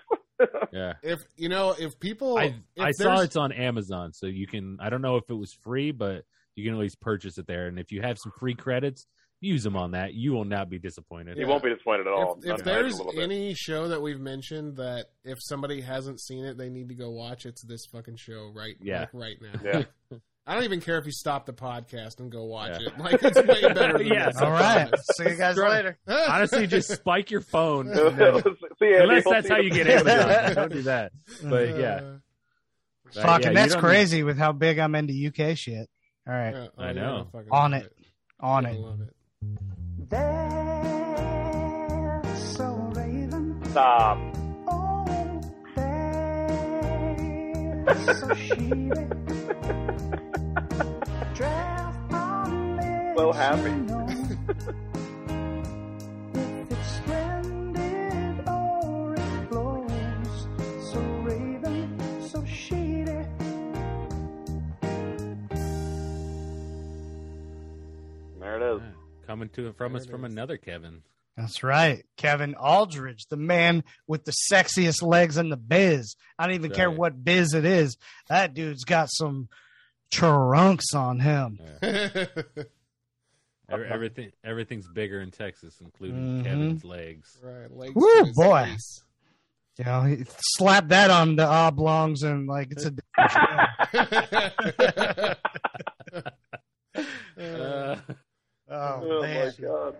S3: Yeah.
S5: If you know, if people,
S3: I,
S5: if
S3: I saw
S5: there's-
S3: it's on Amazon, so you can. I don't know if it was free, but you can at least purchase it there. And if you have some free credits, use them on that. You will not be disappointed.
S4: He
S5: Yeah.
S4: won't <laughs> be disappointed at all.
S5: If, if
S4: I'm
S5: there's
S4: a little bit.
S5: any show that we've mentioned that if somebody hasn't seen it, they need to go watch. It's this fucking show right,
S3: Yeah.
S5: like, right now.
S4: Yeah.
S5: <laughs> I don't even care if you stop the podcast and go watch it. Like it's way
S3: <laughs>
S5: better. Than
S3: Yeah.
S5: this, I
S2: All right.
S5: promise. Uh,
S2: See you guys
S3: Right.
S2: later.
S5: <laughs>
S3: Honestly, just spike your phone.
S4: See, <laughs> Andy,
S3: Unless
S4: we'll
S3: that's
S4: see
S3: how you get Amazon. Don't do that. But yeah.
S5: Uh,
S3: But,
S2: Fucking,
S3: yeah, you
S2: that's
S3: don't-
S2: crazy with how big I'm into UK shit. All right,
S5: yeah, oh,
S3: I
S5: you're
S3: know.
S5: gonna fucking
S2: On
S5: love
S2: it. on
S5: I
S2: it.
S5: love
S4: <laughs>
S5: it.
S4: Stop. so happy.
S3: <laughs>
S4: There it is.
S3: Coming to and from
S5: There
S3: us
S5: it
S3: from
S5: is.
S3: another Kevin.
S2: That's right, Kevin Aldridge, the man with the sexiest legs in the biz. I don't even care
S3: Right.
S2: what biz it is. That dude's got some trunks on him.
S5: <laughs>
S2: Uh-huh.
S3: Every- Everything, everything's bigger in Texas, including
S2: Mhm.
S3: Kevin's
S5: <laughs>
S3: legs.
S5: right. Legs
S2: Woo,
S5: to his
S2: boy.
S3: <laughs>
S5: face. <laughs>
S2: You know, he slapped that on the oblongs and like it's a
S3: Uh,
S2: oh,
S4: Oh,
S2: man.
S4: my god.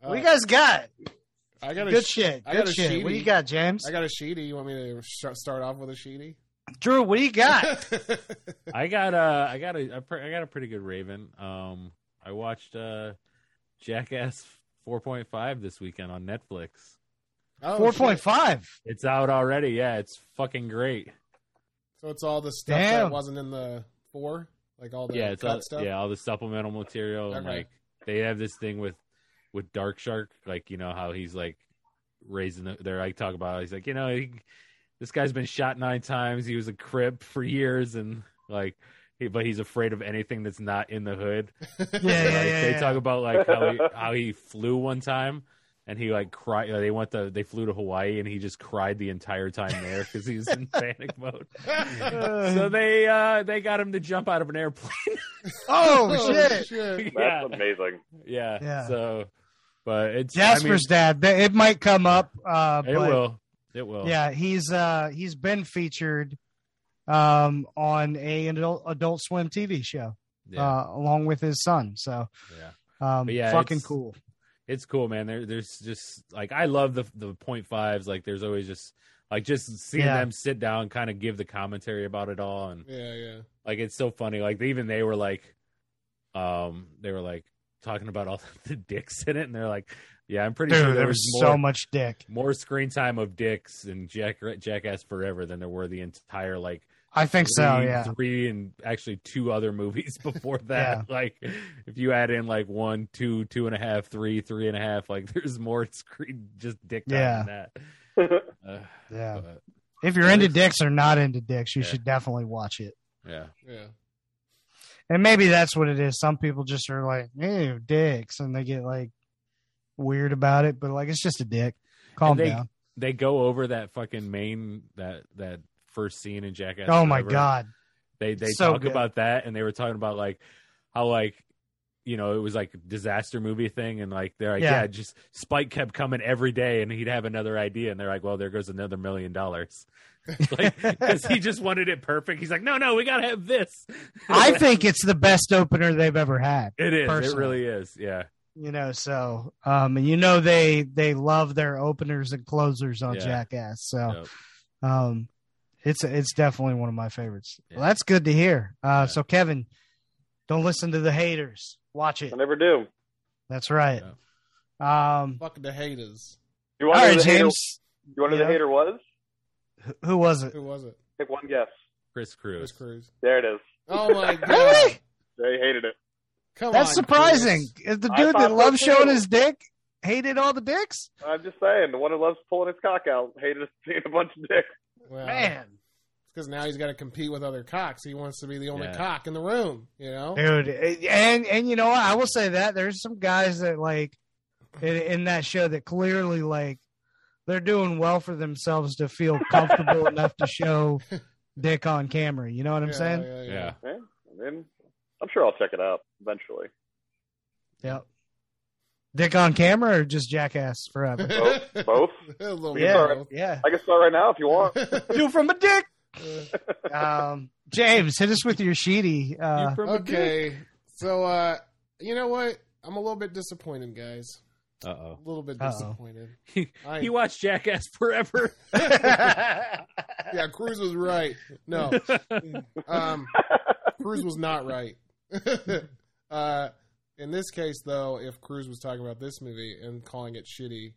S2: What you guys got?
S5: I got a
S2: Good
S5: sh-
S2: shit.
S5: I got
S2: Good
S5: a
S2: shit. What
S5: sheedy.
S2: do you got, James?
S5: I got a sheedy. You want me to sh- start off with a sheedy?
S2: Drew, what do you got?
S3: I got a, I got a, a pre- I got a pretty good Raven. Um, I watched uh, Jackass 4.5 this weekend on Netflix.
S5: <laughs> Oh,
S2: Four
S5: shit.
S2: point
S5: <laughs>
S2: five.
S3: It's out already. Yeah, it's fucking great.
S5: So it's all the stuff
S2: Damn.
S5: that wasn't in the four, like all the
S3: yeah, it's
S5: cut
S3: all,
S5: stuff. <laughs>
S3: yeah, all the supplemental material and
S5: Okay.
S3: like they have this thing with with Dark Shark, like you know how he's like raising the, they're like talk about he's like you know he, this guy's been shot nine times, he was a crip for years and like he, but he's afraid of anything that's not in the hood.
S2: Yeah,
S3: Like,
S2: yeah, yeah.
S3: they
S2: yeah.
S3: talk about like
S2: <laughs>
S3: how he, how he flew one time and he like cried. They went to they flew to Hawaii and he just cried the entire time there because
S2: <laughs>
S3: he's in panic mode.
S5: <laughs>
S3: So they uh they got him to jump out of an airplane. <laughs>
S2: oh shit!
S5: shit.
S3: yeah.
S4: That's amazing.
S3: Yeah.
S2: Yeah.
S3: So, but it's I mean,
S2: Jasper's dad. Th- It might come up. Uh,
S3: it
S2: but,
S3: will. It will.
S2: Yeah, he's uh, he's been featured um, on a an adult, adult Swim TV show
S3: Yeah.
S2: uh, along with his son. So
S3: yeah.
S2: um,
S3: But yeah,
S2: fucking
S3: it's-
S2: cool.
S3: It's cool, man. There, there's just like I love the the point fives. Like there's always just like just seeing
S2: Yeah.
S3: them sit down, kind of give the commentary about it all, and
S5: Yeah, yeah.
S3: like it's so funny. Like even they were like, um, they were like talking about all <laughs> the dicks in it, and they're like, yeah, I'm pretty
S2: Dude,
S3: sure
S2: there was so
S3: more-
S2: much dick.
S3: More screen time of dicks and Jack Jackass Forever than there were the entire like
S2: I think so.
S3: three-
S2: Yeah.
S3: three and actually two other movies <laughs> before that. Like, if you add in like one, two, two and a half, three, three and a half, like <laughs> there's more screen just dick time
S2: Yeah.
S3: than that. Uh,
S2: Yeah.
S3: but,
S2: If you're into dicks or not into dicks, you
S3: Yeah.
S2: should definitely watch it.
S3: yeah,
S5: Yeah.
S2: And maybe that's what it is. Some people just are like, ew, dicks, and they get like weird about it. But like, it's just a dick. Calm
S3: And they-
S2: down.
S3: they go over that fucking main that that first scene in Jackass.
S2: Oh my
S3: Forever.
S2: god.
S3: They they
S2: So
S3: talk
S2: good.
S3: about that, and they were talking about like how like. You know, it was like a disaster movie thing, and like they're like,
S2: Yeah.
S3: yeah. just Spike kept coming every day, and he'd have another idea, and they're like, well, there goes another million dollars, <laughs> like because he just wanted it perfect. He's like, no, no, we gotta have this.
S2: I think it's the best opener they've ever had.
S3: <laughs> it is. It
S2: personally.
S3: really is. Yeah,
S2: You know, so um, and you know they they love their openers and closers on
S3: Yeah.
S2: Jackass. So
S3: Yep.
S2: um, it's it's definitely one of my favorites.
S3: Yeah.
S2: Well, that's good to hear. Uh,
S3: Yeah.
S2: So Kevin, don't listen to the haters. Watch it.
S4: I never do.
S2: That's right. Um,
S5: Fuck the haters.
S4: You
S2: all
S4: want to know who
S2: right,
S4: the hater,
S2: James.
S4: you want to know who
S2: Yeah.
S4: the hater was?
S2: Who- Who was it?
S5: Who was it?
S4: Pick one guess.
S3: Chris
S2: <laughs>
S3: Cruz.
S5: Chris Cruz.
S4: There it is.
S5: Oh my god.
S2: Really?
S4: They hated it.
S5: Come
S2: That's
S5: on,
S2: surprising.
S5: Chris.
S2: Is the
S4: I
S2: dude
S4: thought
S2: that
S4: so
S2: loves
S4: too.
S2: showing his dick hated all the dicks?
S4: I'm just saying, the one who loves pulling his cock out hated <laughs> seeing a bunch of dicks.
S5: Well,
S2: Man,
S5: because now he's got to compete with other cocks. He wants to be the only
S3: Yeah.
S5: cock in the room. You know.
S2: dude and and you know what? i will say that there's some guys that like in, in that show that clearly like they're doing well for themselves to <laughs> feel comfortable enough to show dick on camera you know what i'm
S5: Yeah,
S2: saying
S5: Yeah. <laughs>
S3: Yeah.
S5: yeah.
S4: Yeah, I mean, I'm sure I'll check it out <laughs> eventually.
S2: yep dick on camera or just jackass <laughs> forever
S4: Both. Both.
S5: <laughs> A little
S4: <laughs> Yeah.
S5: bit of
S2: yeah <laughs>
S4: I can start right now if you want.
S5: both.
S2: you from a dick
S5: Uh,
S2: um James, hit us with your sheety. Uh,
S3: You're from okay.
S5: <laughs> Okay, so uh, you know what? I'm a little bit disappointed, guys.
S3: Uh oh.
S5: A little bit
S2: Uh-oh.
S5: disappointed.
S3: <laughs> He,
S5: I-
S3: he watched Jackass
S2: <laughs>
S3: forever.
S5: <laughs>
S3: <laughs>
S5: yeah, Cruz was right.
S3: <laughs>
S5: No, um, Cruz was not right. <laughs> uh, in this case, though, if Cruz was talking about this movie and calling it shitty,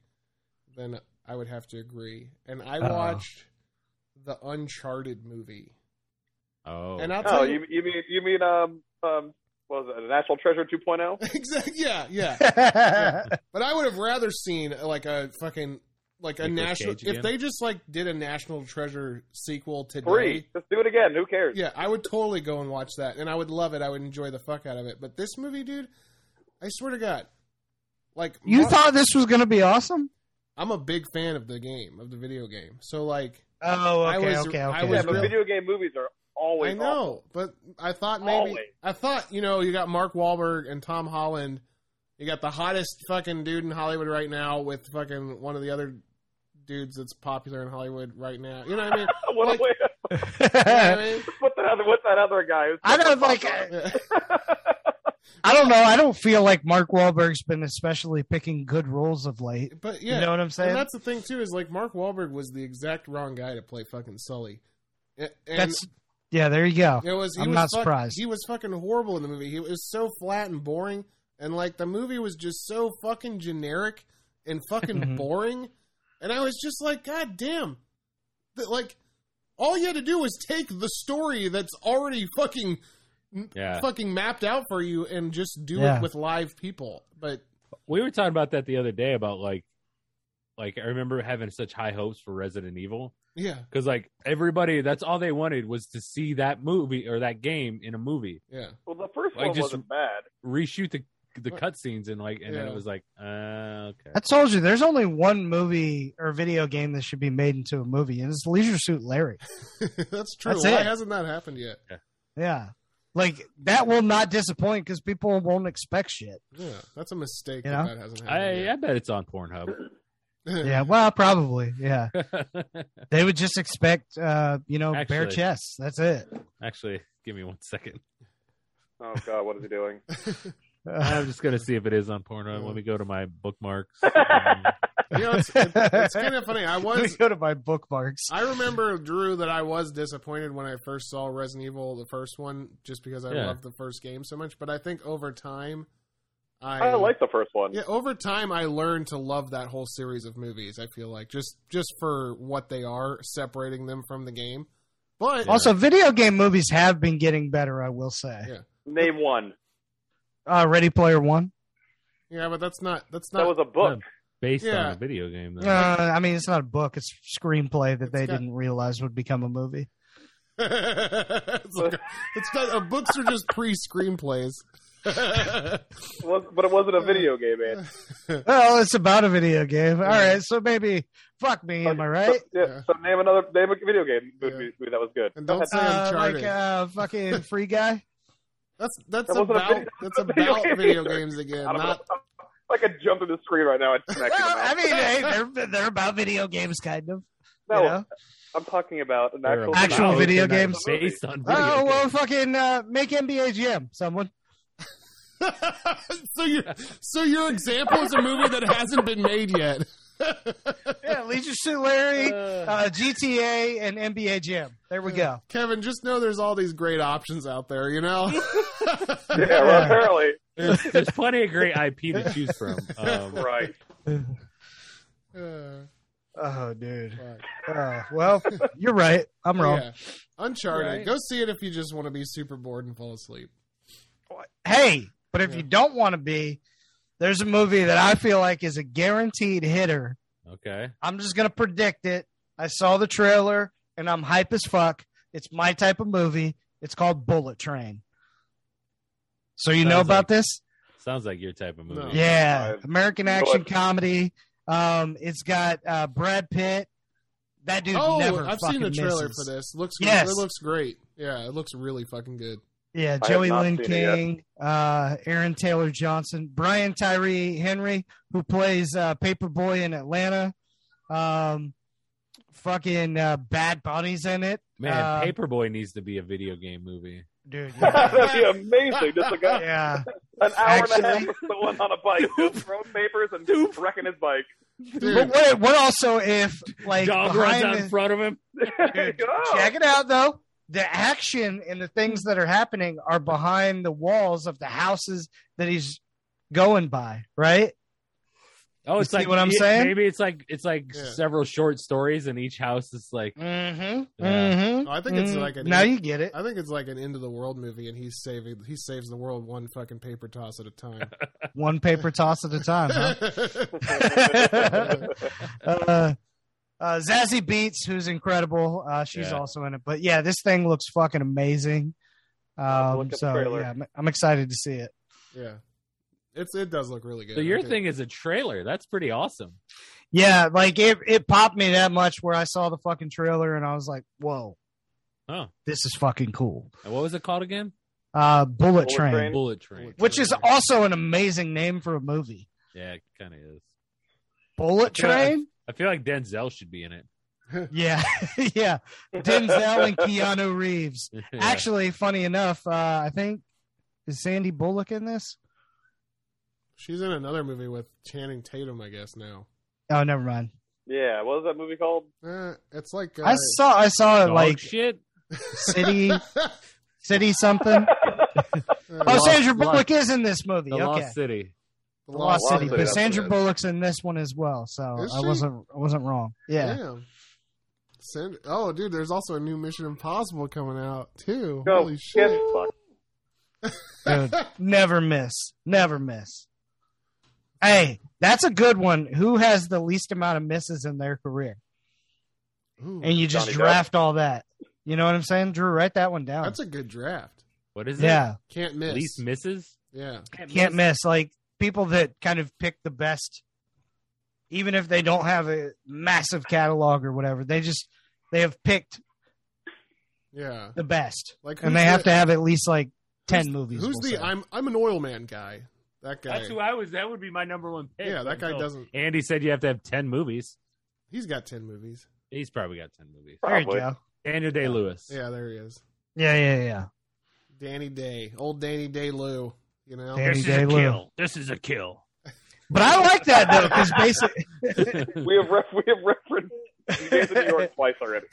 S5: then I would have to agree. And I
S2: Uh-oh.
S5: watched the Uncharted movie,
S3: Oh.
S5: and I'll tell
S4: Oh,
S5: you,
S4: you,
S5: <laughs>
S4: you mean you mean um um what was it National Treasure oh? 2.0?
S5: exactly. Yeah, yeah.
S2: <laughs>
S5: But I would have rather seen uh, like a fucking like a
S3: Nicolas
S5: national.
S3: Cage
S5: If
S3: again?
S5: they just like did a National Treasure sequel today,
S4: Three. Just do it again. Who cares?
S5: Yeah, I would totally go and watch that, and I would love it. I would enjoy the fuck out of it. But this movie, dude, I swear to God, like
S2: you
S5: Mar-
S2: thought this was going to be awesome?
S5: I'm a big fan of the game of the video game. So like,
S2: Oh,
S5: I
S2: okay,
S5: was-
S2: okay,
S5: I
S2: okay.
S4: Yeah,
S5: was
S4: but
S2: <laughs>
S5: real-
S4: video game movies are always
S5: I know, but I thought maybe
S4: Always.
S5: I thought you know you got Mark Wahlberg and Tom Holland. You got the hottest fucking dude in Hollywood right now with fucking one of the other dudes that's popular in Hollywood right now. You know what I mean?
S4: awful. <laughs> what
S5: Like-
S4: a way to
S5: You know
S2: <laughs>
S5: what I mean?
S4: put that other what's that other guy? who's-
S2: I don't like.
S5: Yeah.
S2: I don't know. I don't feel like Mark Wahlberg's been especially picking good roles of late.
S5: But yeah,
S2: You know what I'm saying?
S5: And that's the thing too is like Mark Wahlberg was the exact wrong guy to play fucking Sully. A- And
S2: That's yeah. There you go.
S5: it was. He
S2: I'm
S5: was
S2: not
S5: fuck-
S2: surprised.
S5: He was fucking horrible in the movie. He was so flat and boring, and like the movie was just so fucking generic and
S2: <laughs>
S5: fucking
S2: Mhm.
S5: boring. And I was just like, God damn! That, like, all you had to do was take the story that's already fucking
S3: yeah.
S5: fucking mapped out for you and just do
S2: Yeah.
S5: it with live people. But
S3: We were talking about that the other day about like, like I remember having such high hopes for Resident Evil
S5: yeah,
S3: because like everybody, that's all they wanted was to see that movie or that game in a movie.
S5: yeah. <laughs>
S4: Well, the first
S3: Like,
S4: one
S3: just-
S4: wasn't bad.
S3: Reshoot the the cutscenes and like, and then
S5: Yeah.
S3: it was like, uh, okay.
S2: I told you, there's only one movie or video game that should be made into a movie, and it's Leisure Suit
S5: <laughs>
S2: Larry.
S5: that's true.
S2: That's
S5: Why
S2: it.
S5: hasn't that happened yet?
S2: Yeah, like that will not disappoint because people won't expect shit.
S5: Yeah, that's a mistake.
S2: You
S5: that,
S2: know?
S5: that hasn't happened.
S3: I I bet it's on Pornhub. <laughs>
S5: yet.
S2: Yeah, well, probably. Yeah,
S3: Actually,
S2: they would just expect, uh, you know, bare
S3: Actually-
S2: chests. That's it.
S3: give me one second.
S4: Oh God, what is he doing?
S3: I'm just gonna see if it is on Pornhub. Let me go to my
S5: <laughs>
S3: bookmarks.
S5: <laughs> you know, it's, it- it's kind of funny.
S2: <laughs> <laughs>
S5: I
S2: Let me
S5: was.
S2: go to my bookmarks.
S5: I remember Drew that I was disappointed when I first saw Resident Evil, the first one, just because I
S3: Yeah.
S5: loved the first game so much. But I think over time, <laughs> I,
S4: I like the first one.
S5: Yeah, over time, I learned to love that whole series of movies. I feel like just just for what they are, separating them from the game. But
S3: Yeah.
S2: Also, video game movies have been getting better. I will say.
S5: Yeah.
S4: Name one.
S2: Uh, Ready Player One.
S5: yeah, but that's not that's
S4: That
S5: not
S4: was a book.
S3: Based on
S5: Yeah.
S3: a video game, though.
S2: Uh, I mean, it's not a book; it's screenplay that they
S5: got-
S2: didn't realize would become a movie.
S5: <laughs> it's, like- it's not, uh, books are just pre <laughs> screenplays.
S4: Was- But it wasn't a video game, man.
S2: Well, it's about a video game. All right, so maybe fuck me, am I right?
S4: So, yeah, so name another name a video game movie that was good.
S5: And don't
S4: That-
S5: say
S2: Uh,
S5: Uncharted.
S2: like uh, fucking Free Guy.
S5: that's that's
S4: That wasn't a
S5: about
S4: video-
S5: that's
S4: a <laughs> video
S5: about
S4: game
S5: video
S4: either.
S5: games again.
S4: I don't
S5: Not
S4: know. <laughs> I could jump in the screen
S2: <laughs>
S4: right now and smack you in the
S2: Well,
S4: mouth.
S2: I mean, hey, they're they're about video games, kind of.
S4: No,
S2: you know?
S4: I'm talking about an
S3: They're
S4: actual,
S3: about-
S2: Actual
S3: they're
S2: video
S3: not
S2: games?
S3: based on video.
S2: Oh well,
S3: games.
S2: fucking uh, make NBA Jam. Someone.
S5: <laughs> so your so your example is a movie that hasn't been made yet.
S2: Yeah, <laughs> Leisure Suit Larry, uh, GTA, and NBA Jam. There we go.
S5: <laughs> Kevin, just know there's all these great options out there.
S4: <laughs>
S5: You know,
S4: <laughs>
S5: <laughs> Uh,
S4: Yeah, well, apparently.
S3: There's, there's plenty of great IP to choose from. Um,
S4: Right.
S5: Uh,
S2: Oh, dude.
S5: fuck.
S2: Uh, well, you're right. I'm wrong.
S5: Yeah. Uncharted.
S3: Right.
S5: Go see it if you just want to be super bored and fall asleep.
S2: hey, but if
S5: Yeah.
S2: you don't want to be, there's a movie that I feel like is a guaranteed hitter.
S3: okay.
S2: I'm just gonna predict it. I saw the trailer and I'm hype as fuck. It's my type of movie. It's called Bullet Train. So you know
S3: Sounds
S2: about
S3: like-
S2: this?
S3: Sounds like your type of movie.
S5: No.
S2: Yeah,
S4: I've-
S2: American action comedy. Um, it's got uh, Brad Pitt. That dude
S5: oh,
S2: never.
S5: I've seen the
S2: fucking
S5: trailer
S2: misses.
S5: for this. Looks
S2: Yes.
S5: it looks great. Yeah, it looks really
S2: <laughs>
S5: fucking good.
S2: Yeah,
S4: have
S2: Joey
S4: not
S2: Lynn
S4: seen it yet.
S2: King, uh, Aaron Taylor Johnson, Brian Tyree Henry, who plays uh, Paperboy in Atlanta. Um, fucking uh, Bad Bunnies in it.
S3: Man,
S2: Uh,
S3: Paperboy needs to be a video game movie.
S5: <laughs>
S2: dude.
S4: <laughs> That'd be amazing. Just a guy,
S2: yeah,
S4: an hour and a half
S2: Actually-
S4: of someone on a
S2: <laughs>
S4: bike, just throwing papers and wrecking his bike. <laughs>
S2: but
S5: Dude,
S2: what, what also if like
S3: Dog runs
S2: behind
S3: out in
S2: the-
S3: front of him.
S2: Dude,
S4: Oh.
S2: check it out though. The action and the things that are happening are behind the walls of the houses that he's going by, right?
S3: Oh,
S2: You
S3: it's
S2: see
S3: like
S2: what I'm
S3: yeah,
S2: saying?
S3: Maybe it's like it's like
S5: Yeah.
S3: several short stories, and each house is like
S2: Mm-hmm.
S3: Yeah.
S2: Mm-hmm.
S5: I think it's like an
S2: now you get it.
S5: I think it's like an end of the world movie, and he's saving he saves the world one fucking paper toss at a time.
S2: One paper toss at a time. Huh? Uh-huh.
S4: <laughs>
S2: uh, uh, Zazie Beats, who's incredible. Uh, she's
S3: Yeah.
S2: also in it. But yeah, this thing looks fucking amazing.
S4: I'll
S2: Um,
S4: look up
S2: so
S4: trailer.
S2: yeah, I'm, I'm excited to see it.
S5: <laughs> yeah, it's it does look really good.
S3: so. Your
S5: I did-
S3: thing is a trailer. That's pretty awesome.
S2: Yeah, like it, it popped me that much where I saw the fucking trailer and I was like, whoa,
S3: Oh,
S2: this is fucking cool.
S3: and what was it called again?
S2: Uh, Bullet,
S4: Bullet
S2: Train,
S4: Train.
S3: Bullet Train.
S2: which is also an amazing name for a movie.
S3: Yeah, it kind of is.
S2: Bullet
S3: I feel like-
S2: Train?
S3: I feel like Denzel should be in it. <laughs>
S2: Yeah, <laughs> yeah. Denzel and Keanu Reeves.
S3: Yeah.
S2: Actually, funny enough, uh, I think is Sandy Bullock in this?
S5: she's in another movie with Channing Tatum, I guess now.
S2: Oh, never mind.
S4: Yeah, what was that movie called?
S5: Uh, it's like uh,
S2: I saw I saw it
S3: Dog
S2: like
S3: shit.
S5: <laughs>
S2: city city something. Oh,
S5: Uh,
S2: Sandra
S3: Lost-
S2: Bullock is in this movie.
S3: The
S2: okay,
S3: Lost City.
S5: The
S2: The Lost,
S4: Lost
S2: City,
S4: City,
S2: but
S4: that's
S2: Sandra
S4: what it is.
S2: Bullock's in this one as well. So
S5: Is
S2: I
S5: she?
S2: wasn't I wasn't wrong. Yeah.
S5: Damn. Send, oh, dude, there's also a new Mission Impossible coming out too.
S4: No,
S5: Holy
S4: yes,
S5: shit!
S4: fuck.
S2: Dude, never miss. Never miss. Hey, that's a good one. Who has the least amount of misses in their career?
S5: Ooh,
S2: And you just
S4: Johnny Depp.
S2: draft all that. You know what I'm saying? Drew, write that one down.
S5: that's a good draft.
S3: What is
S2: yeah.
S5: Can't
S3: it?
S5: miss.
S3: Least misses.
S5: yeah,
S2: Can't miss. Like people that kind of pick the best even if they don't have a massive catalog or whatever, they just they have picked
S5: yeah.
S2: the best.
S5: Like,
S2: and
S5: who's
S2: they have
S5: the-
S2: to have at least like ten
S5: who's-
S2: movies.
S5: Who's
S2: we'll
S5: the
S2: say.
S5: I'm I'm an oil man guy? That guy.
S3: That's who I was. That would be my number one pick.
S5: yeah, that guy
S3: until-
S5: doesn't.
S3: Andy said you have to have ten movies.
S5: He's got ten movies.
S3: He's probably got ten movies.
S2: there you
S4: Probably.
S2: go.
S3: Daniel Day Lewis.
S5: Yeah, there he is.
S2: Yeah, yeah, yeah.
S5: Danny Day, old Danny Day Lou. You know,
S2: Danny
S5: <laughs>
S2: <laughs> Day-Lewis.
S3: This is a <laughs> kill.
S2: But I like that though, because basically
S4: We have ref- we have referenced Days in New York twice already.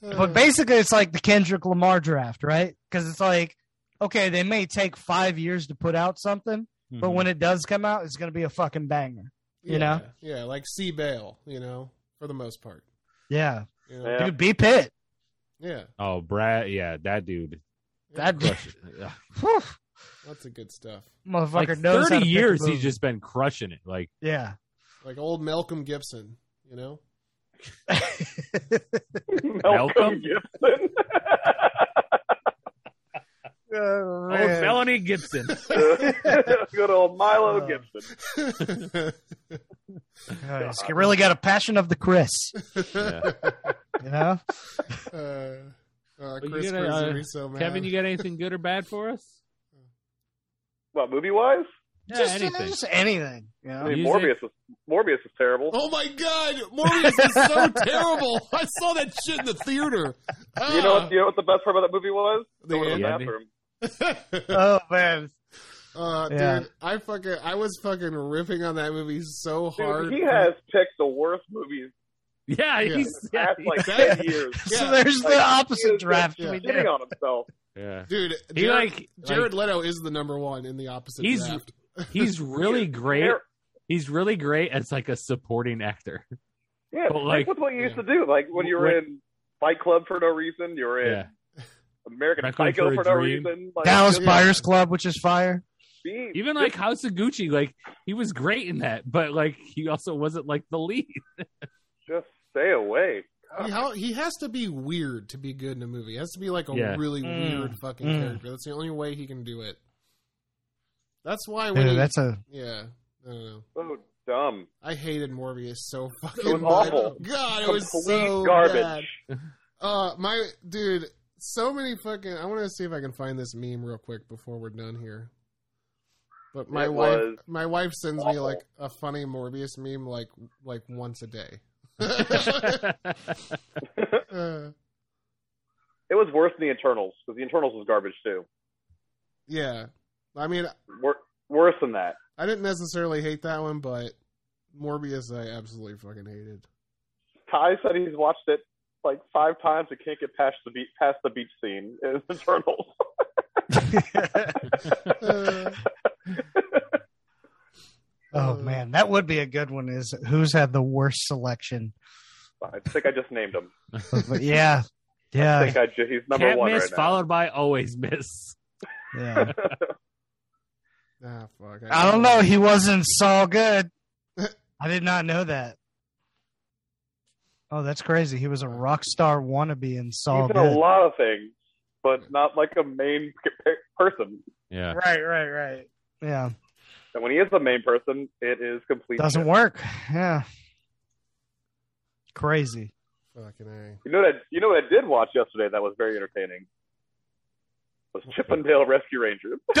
S2: But basically, it's like the Kendrick Lamar draft, right? Because it's like, okay, they may take five years to put out something, but
S3: Mm-hmm.
S2: when it does come out, it's going to be a fucking banger. you
S5: Yeah,
S2: know?
S5: yeah, like C Bale. You know, for the most part.
S2: Yeah.
S5: You know?
S4: Yeah.
S2: Dude, B Pitt.
S5: yeah,
S3: oh Brad, yeah, that dude.
S2: That
S3: Crush it. Ugh.
S2: whew,
S5: lots of good stuff.
S2: motherfucker
S3: like
S2: knows. how to
S3: thirty
S2: pick a
S3: years,
S2: movie.
S3: he's just been crushing it. Like
S2: Yeah.
S5: Like old Malcolm Gibson. You know, <laughs>
S4: Malcolm Gibson.
S2: Oh,
S3: old Melanie Gibson.
S4: <laughs> Good old Milo
S5: Uh,
S4: Gibson.
S2: really got a passion of the Chris. You <laughs> know?
S5: uh, uh,
S3: you gotta,
S5: Chris Cruz
S3: uh,
S5: would be so mad.
S3: Kevin, you got anything good or bad for us?
S4: What movie wise?
S3: Yeah,
S2: just,
S3: anything.
S2: just anything. You
S4: I
S2: know?
S4: mean,
S3: Music.
S4: Morbius was Morbius was terrible.
S5: Oh my God, Morbius
S2: <laughs>
S5: is so terrible! I saw that shit in the theater. Ah,
S4: You know what? You know what the best part about that movie was?
S5: The
S4: Going to the
S3: end.
S4: bathroom.
S2: Oh, man.
S5: <laughs> Uh,
S2: Yeah.
S5: dude, I fucking, I was fucking ripping on that movie so hard.
S4: Dude, he has picked the worst movies
S3: <laughs> Yeah,
S5: Yeah.
S3: he's <laughs> yeah,
S4: past like
S5: Yeah.
S4: ten years.
S2: so
S5: Yeah,
S2: there's
S4: like,
S2: the
S4: he
S2: opposite
S4: is
S2: draft
S5: just
S2: we did.
S4: Shitting on himself.
S3: <laughs> yeah.
S5: dude.
S3: He
S5: Jared,
S3: like
S5: Jared Leto is the number one in the opposite
S3: He's-
S5: draft.
S3: like, he's really great.
S4: Ter-
S3: He's really great as like a supporting actor.
S4: Yeah,
S3: But,
S4: like,
S3: like-
S4: what's what you used
S5: Yeah.
S4: to do. Like when you were
S3: When-
S4: in Fight Club for no reason, you were in
S3: Yeah.
S4: American
S3: Requiem
S4: Psycho
S3: for
S4: for,
S3: a
S4: no
S3: Dream.
S4: reason. Like,
S2: Dallas
S4: just
S5: Yeah.
S2: Buyers Club, which is fire.
S4: be-
S3: Even like House of Gucci, like he was great in that, but like he also wasn't like the
S4: <laughs>
S3: lead.
S4: just stay away.
S5: He, how, he has to be weird to be good in a movie. He has to be like a
S3: Yeah.
S5: really
S2: Mm.
S5: weird fucking
S2: Mm.
S5: character. That's the only way he can do it. That's why when
S2: Dude,
S5: he,
S2: that's a
S5: yeah, I don't know.
S4: So dumb.
S5: I hated Morbius so <laughs> fucking.
S4: It was
S5: much.
S4: awful.
S5: God, it was
S4: Complete
S5: so
S4: garbage.
S5: bad. Uh, my dude, so many fucking. I want to see if I can find this meme real quick before we're done here. But my
S4: It
S5: wife,
S4: was
S5: my wife sends me
S4: awful. <laughs>
S5: like a funny Morbius meme like like once a day. <laughs> Uh,
S4: It was worse than the internals because the internals was garbage too.
S5: yeah, I mean,
S4: Wor- worse than that.
S5: I didn't necessarily hate that one, but Morbius, I absolutely fucking hated.
S4: Ty said he's watched it like five times and can't get past the beach past the beach scene in the <laughs> Eternals.
S5: Uh,
S2: oh
S5: uh,
S2: man, that would be a good one. Is who's had the worst selection?
S4: I think I just named him.
S2: But yeah,
S4: I
S2: yeah,
S4: think I ju- he's number
S3: Can't
S4: one
S3: miss
S4: right now.
S3: followed by always miss.
S2: yeah.
S5: Ah, fuck.
S2: I don't know. He wasn't so good. I did not know that. Oh, that's crazy. He was a rock star wannabe and Saul
S4: he's
S2: good.
S4: in a lot of things, but not like a main p- person.
S3: Yeah.
S2: Right, right, right. Yeah,
S4: And when he is the main person, it is complete.
S2: doesn't
S4: shit.
S2: work. Yeah, crazy.
S5: Fucking a.
S4: You know that you know what I did watch yesterday that was very entertaining. Was Chippendale Rescue Rangers. <laughs>
S2: Dude,
S3: <laughs>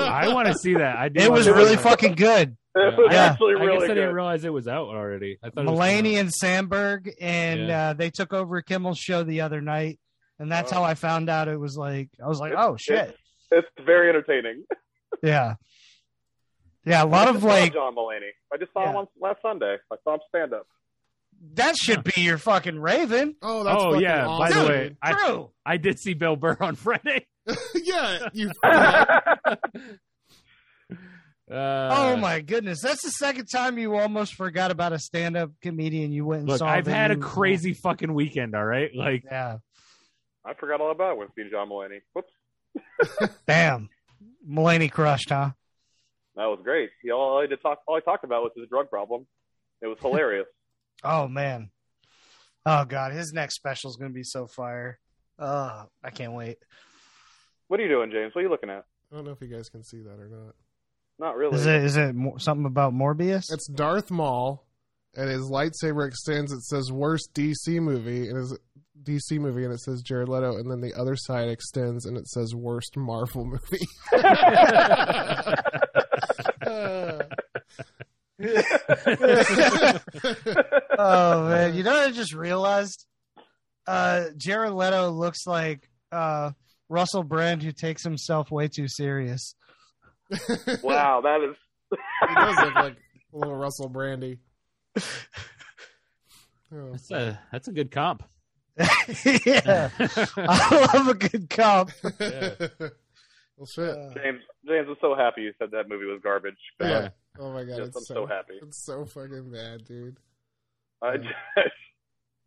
S3: I want to see that. I do
S2: it was
S3: wanna see
S2: really
S3: that.
S2: fucking good.
S4: It was
S2: Yeah.
S4: actually
S3: I guess
S4: really
S3: I
S4: good.
S3: didn't realize it was out already. I thought it was
S2: Mulaney and Sandberg, and
S3: Yeah.
S2: uh, they took over Kimmel's show the other night, and that's
S4: Oh.
S2: how I found out it was like I was like,
S4: It's-
S2: oh shit,
S4: it's very entertaining.
S2: yeah, yeah. A lot
S4: <laughs> I
S2: of
S4: just saw
S2: like
S4: John Mulaney. I just saw him
S2: Yeah.
S4: on last Sunday. I saw him stand up.
S2: that should be your fucking Raven.
S5: Oh, that's
S3: Oh
S5: fucking
S3: yeah.
S5: Awesome.
S3: By the
S2: Dude,
S3: way, I,
S2: True.
S3: I did see Bill Burr on <laughs> Friday.
S5: <laughs> yeah,
S2: <laughs>
S5: you.
S3: Uh,
S2: oh my goodness, that's the second time you almost forgot about a stand-up comedian you went and
S3: Look,
S2: saw.
S3: I've
S2: that
S3: had a
S2: you-
S3: crazy fucking weekend. All right,
S2: <laughs>
S3: like
S2: Yeah,
S4: I forgot all about when seeing John Mulaney. Whoops,
S2: damn, Mulaney crushed, huh?
S4: that was great. He all I did talk all I talked about was his drug problem. It was hilarious.
S2: Oh man. Oh god, his next special is gonna be so fire. Uh, I can't wait.
S4: what are you doing, James? What are you looking at?
S5: I don't know if you guys can see that or not.
S4: Not really.
S2: Is it is it mo- something about Morbius?
S5: It's Darth Maul, and his lightsaber extends. It says worst DC movie, and his DC movie, and it says Jared Leto, and then the other side extends, and it says worst Marvel movie.
S2: <laughs>
S5: <laughs>
S2: oh man, you know what I just realized? Uh, Jared Leto looks like uh Russell Brand who takes himself way too serious.
S4: Wow, that is
S5: he does look like a little Russell
S2: <laughs>
S5: Brandy. Oh,
S3: that's a that's a good <laughs> comp.
S2: yeah, I love a good cop.
S5: well, shit.
S4: James. James was so happy you said that movie was garbage.
S5: Yeah. Oh my god,
S4: Yes,
S5: it's
S4: I'm so happy.
S5: It's so fucking bad, dude.
S4: I,
S5: Yeah.
S4: <laughs>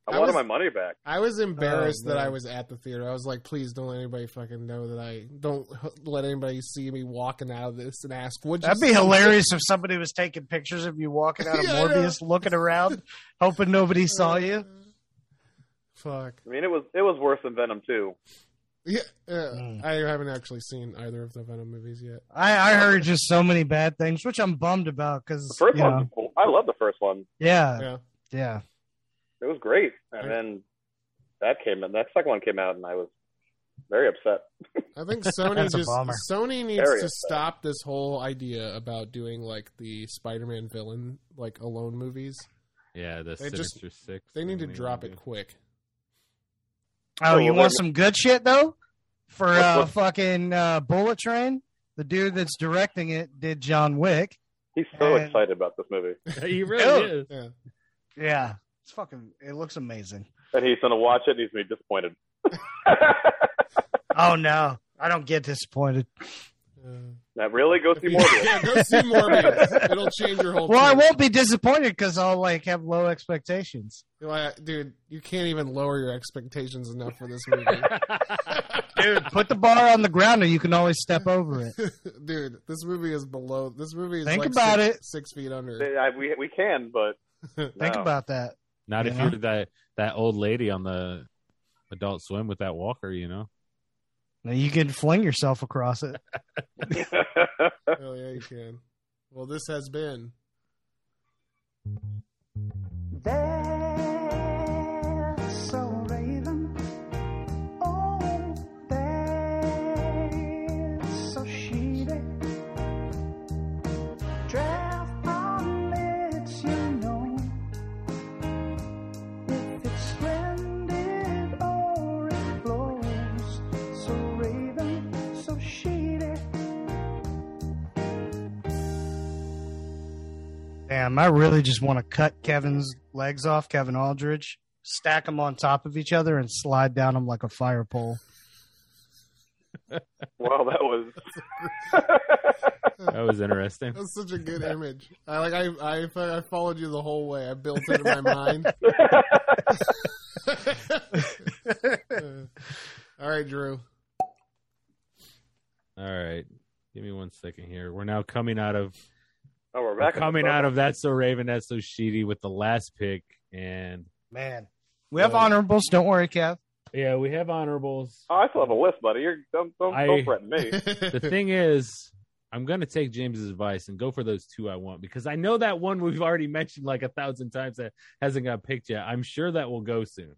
S4: I
S5: I
S4: wanted
S5: was-
S4: my money back.
S5: I was embarrassed
S2: Oh,
S5: that
S2: man.
S5: I was at the theater. I was like, please don't let anybody fucking know that I don't let anybody see me walking out of this and ask what
S2: That'd be hilarious if somebody was taking pictures of you walking out of
S5: Yeah, I know.
S2: Morbius, looking around, hoping nobody saw you.
S5: Fuck.
S4: I mean, it was it was worse than Venom too.
S5: Yeah, uh,
S2: Mm.
S5: I haven't actually seen either of the Venom movies yet.
S2: I, I heard just so many bad things, which I'm bummed about because
S4: The first
S2: you know,
S4: one, I love the first one.
S2: yeah,
S5: Yeah,
S2: yeah.
S4: It was great, and
S5: Right.
S4: then that came in. That second one came out, and I was very upset.
S5: I
S2: <laughs>
S5: think Sony
S2: That's a
S5: just
S2: bummer.
S5: Sony needs
S4: Very
S5: to
S4: upset.
S5: stop this whole idea about doing like the Spider-Man villain like alone movies.
S3: Yeah, the
S5: They just-
S3: Sinister Six.
S5: They need to
S3: thing
S5: drop
S3: they
S5: it
S3: do.
S5: quick.
S2: Oh,
S4: Oh,
S2: you
S4: well,
S2: want
S4: then-
S2: some good shit though? For
S4: What-
S2: uh,
S4: what-
S2: fucking uh, Bullet Train, the dude that's directing it did John Wick.
S4: He's so
S2: And-
S4: excited about this movie,
S3: <laughs> he really
S2: Dude.
S3: is.
S5: Yeah.
S2: Yeah, it's fucking. It looks amazing.
S4: and he's gonna watch it. and He's gonna be disappointed.
S2: Oh no, I don't get disappointed.
S5: Uh,
S4: now, really, go see
S2: <laughs>
S4: Morbius.
S5: <laughs> yeah, go see Morbius. It'll change your whole.
S2: Well, I
S5: taste.
S2: won't be disappointed because I'll like have low expectations.
S5: Like, dude, you can't even lower your expectations enough for this movie. <laughs>
S2: Dude, <laughs> put the bar on the ground and you can always step over <laughs> it.
S5: dude, this movie is below. This movie is
S2: Think
S5: like
S2: about
S5: six,
S2: it.
S5: six feet under.
S4: I, we we can, but
S2: <laughs> Think
S4: no.
S2: about that.
S3: Not if
S2: Yeah.
S3: you're that that old lady on the Adult Swim with that walker, you know.
S2: Now you can fling yourself across it.
S4: <laughs>
S5: Hell yeah, you can. Well, this has been.
S6: Draft on lips, you know.
S2: Damn, I really just want to cut Kevin's legs off, Kevin Aldridge, stack them on top of each other, and slide down them like a fire pole.
S4: Wow,
S2: <laughs>
S4: that was.
S3: That was interesting.
S5: That's such a good image. I like. I, I I followed you the whole way. I built it in my mind. <laughs> All right, Drew.
S3: All right. Give me one second here. We're now coming out of
S4: oh, we're
S3: we're
S4: back. on the
S3: coming
S4: phone.
S3: out of that's so Raven, that's so Sheedy with the last pick, and
S2: Man, we have
S3: Uh,
S2: honorables. Don't worry, Kev.
S3: yeah, we have honorables.
S4: Oh, I still have a list, buddy. You're don't don't,
S3: I-
S4: don't
S3: <laughs>
S4: threaten me. <laughs>
S3: The thing is, I'm gonna take James's advice and go for those two I want because I know that one we've already mentioned like a thousand times that hasn't got picked yet. I'm sure that will go soon.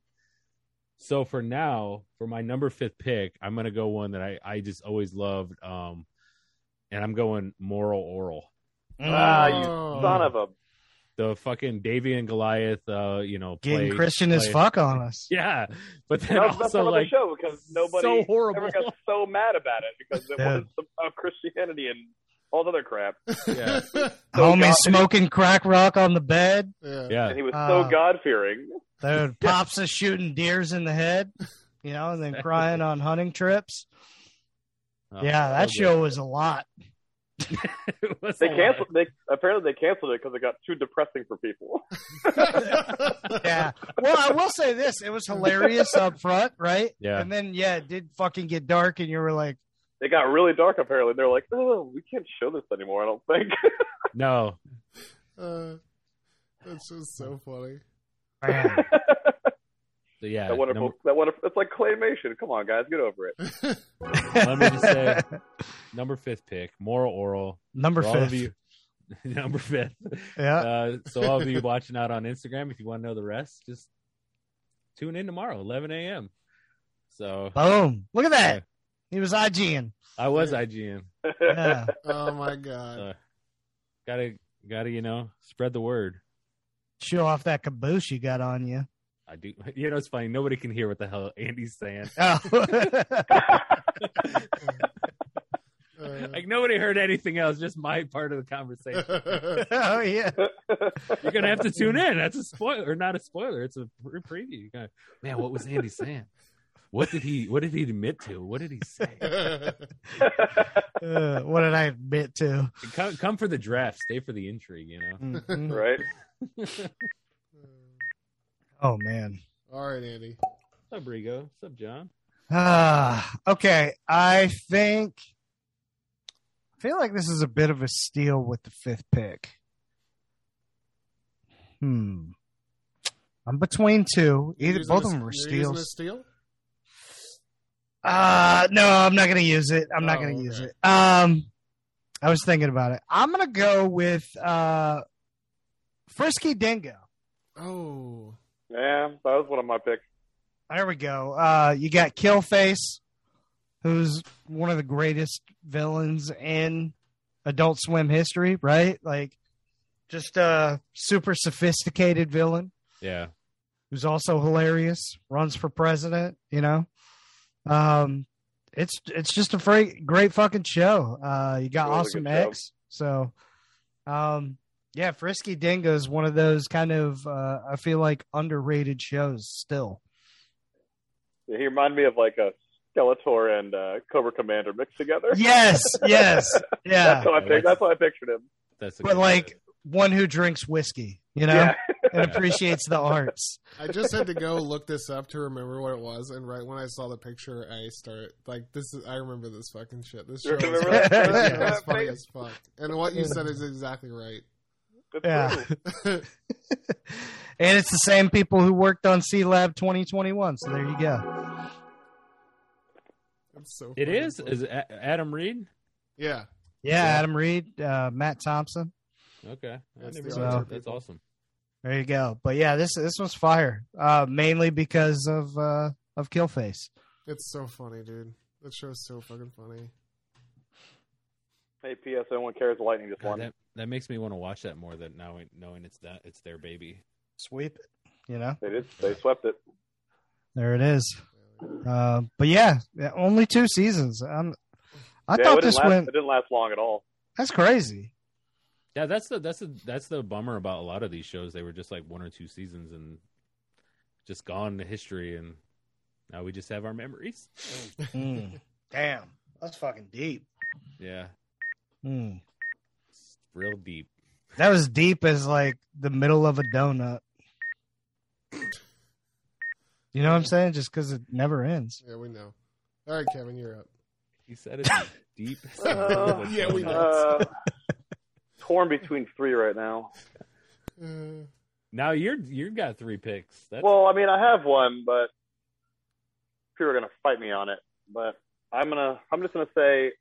S3: So for now, for my number fifth pick, I'm gonna go one that I I just always loved, um, and I'm going moral oral.
S4: Ah, you
S5: Oh.
S4: son of a.
S3: The fucking Davy and Goliath, uh, you know,
S2: Getting
S3: play,
S2: Christian as
S3: play-
S2: fuck on us.
S3: <laughs> Yeah, but then
S4: That was the best
S3: also
S4: part
S3: like
S4: of the show because nobody
S3: so horrible.
S4: ever got so mad about it because it
S2: Yeah.
S4: was about Christianity and all the other crap.
S3: <laughs> yeah,
S2: Homie
S4: God-
S2: smoking crack rock on the bed.
S5: <laughs> yeah.
S3: yeah.
S4: And he was
S2: Ah.
S4: so God fearing.
S2: Dude, pops is shooting deers in the head, you know, and then crying on hunting trips.
S3: <laughs> Oh,
S2: yeah, that
S3: was
S2: show was a lot.
S3: it. <laughs> It was
S4: They
S3: a lot.
S4: canceled. They apparently they canceled it because it got too depressing for people. <laughs>
S2: Yeah. Well, I will say this: it was hilarious up front, right?
S3: Yeah.
S2: And then, yeah, it did fucking get dark, and you were like,
S4: It got really dark. Apparently, they're like, "Oh, we can't show this anymore." I don't think.
S3: No,
S5: Uh, that's just so funny.
S2: man,
S3: So, yeah.
S4: that wonderful.
S3: number-
S4: That wonderful. It's like claymation. Come on, guys, get
S2: <laughs>
S4: over it. <laughs>
S3: Let me just say, number fifth pick, moral oral.
S2: number
S3: For all of
S2: fifth.
S3: you- <laughs> number fifth.
S2: Yeah.
S3: Uh, so all
S2: <laughs>
S3: of you watching out on Instagram, if you want to know the rest, just tune in tomorrow, 11 a.m. So
S2: Boom! Look at that. He was IGing.
S3: I was IGN.
S2: Yeah.
S5: Oh <laughs> my god.
S3: So gotta, gotta, you know, spread the word.
S2: Show off that caboose you got on you.
S3: I do. <laughs> You know, it's funny. Nobody can hear what the hell Andy's
S2: <laughs>
S3: saying.
S2: Oh.
S5: Uh,
S3: Like nobody heard anything else. Just my part of the conversation. Uh.
S2: oh yeah.
S3: You're gonna have to tune in. That's a spoiler, or not a spoiler. It's a pre- preview. You're gonna- man, what was Andy saying? What did he? What did he admit to? What did he say? <laughs>
S2: Uh, what did I admit to?
S3: Come, come for the draft. Stay for the intrigue. You know.
S2: Mhm.
S4: right?
S2: Oh man.
S5: All right, Andy.
S3: What's up, Rigo? What's up, John?
S2: Ah, okay. I think I feel like this is a bit of a steal with the fifth pick. Hmm. I'm between two.
S5: You're
S2: Either
S5: using
S2: both
S5: a-
S2: of them were
S5: you're using a
S2: steals.
S5: steal?
S2: Uh no, I'm not gonna use it. I'm not
S5: Oh,
S2: gonna
S5: okay.
S2: use it. Um I was thinking about it. I'm gonna go with uh Frisky Dingo.
S5: Oh.
S4: Yeah, that was one of my picks.
S2: There we go. Uh, you got Killface, who's one of the greatest villains in Adult Swim history, right? Like, just a super sophisticated villain
S3: Yeah.
S2: who's also hilarious. Runs for president, you know. Um, it's it's just a great great fucking show. Uh, you got
S4: Really
S2: awesome
S4: good show.
S2: X, so um, yeah, Frisky Dingo is one of those kind of uh, I feel like underrated shows still.
S4: Yeah, He reminded me of like a Skeletor and uh, Cobra Commander mixed together.
S2: Yes, yes, yeah.
S4: That's how I
S3: I like
S4: pic- that's how I pictured him.
S3: That's a
S2: But
S3: good-
S2: like one who drinks whiskey, you know,
S4: Yeah.
S2: and appreciates the arts.
S5: I just had to go look this up to remember what it was, and right when I saw the picture, I start like this. Is I remember this fucking shit. This
S4: You
S5: show
S4: remember that?
S5: is this show
S4: Yeah.
S5: is funny as fuck, and what you said is exactly right.
S2: <laughs>
S4: It's
S2: Yeah.
S4: true.
S5: All
S2: And it's the same people who worked on C Lab 2021. So there you go.
S5: It's so
S3: it
S5: fucking
S3: is.
S5: funny.
S3: Is it A- Adam Reed?
S5: yeah.
S2: Yeah, Adam Reed, uh, Matt Thompson.
S3: Okay. I
S5: That's
S3: never
S5: the
S3: knew
S2: other
S3: that.
S5: people.
S3: That's awesome.
S2: There you go. But yeah, this this was fire. Uh, mainly because of uh, of Killface.
S5: It's so funny, dude. That show's so fucking funny.
S4: <laughs> Hey, P.S. No one cares. Lightning just
S3: God,
S4: won.
S3: that, that makes me want to watch that more than now knowing it's that it's their baby.
S2: Sweep it. You know,
S4: They did. They swept it.
S2: there it is. Uh, but yeah, yeah, only two seasons. Um, I
S4: yeah, it
S2: thought
S4: didn't
S2: this
S4: last,
S2: went.
S4: <laughs> It didn't last long at all.
S2: That's crazy.
S3: Yeah, that's the that's the that's the bummer about a lot of these shows. They were just like one or two seasons and just gone to history, and now we just have our <laughs> memories.
S2: Mm. Damn, that's fucking deep.
S3: yeah,
S2: Mm.
S3: it's real deep.
S2: That was deep as like the middle of a donut. You know what I'm saying? Just because it never ends.
S5: Yeah, we know. All right, Kevin, you're up.
S3: He said it <laughs> deep.
S4: Uh,
S5: <laughs> Yeah, we know.
S4: Uh, torn between three right now.
S5: Uh,
S3: Now you're you've got three picks. That's,
S4: Well, I mean, I have one, but people are gonna fight me on it. But I'm gonna, I'm just gonna say,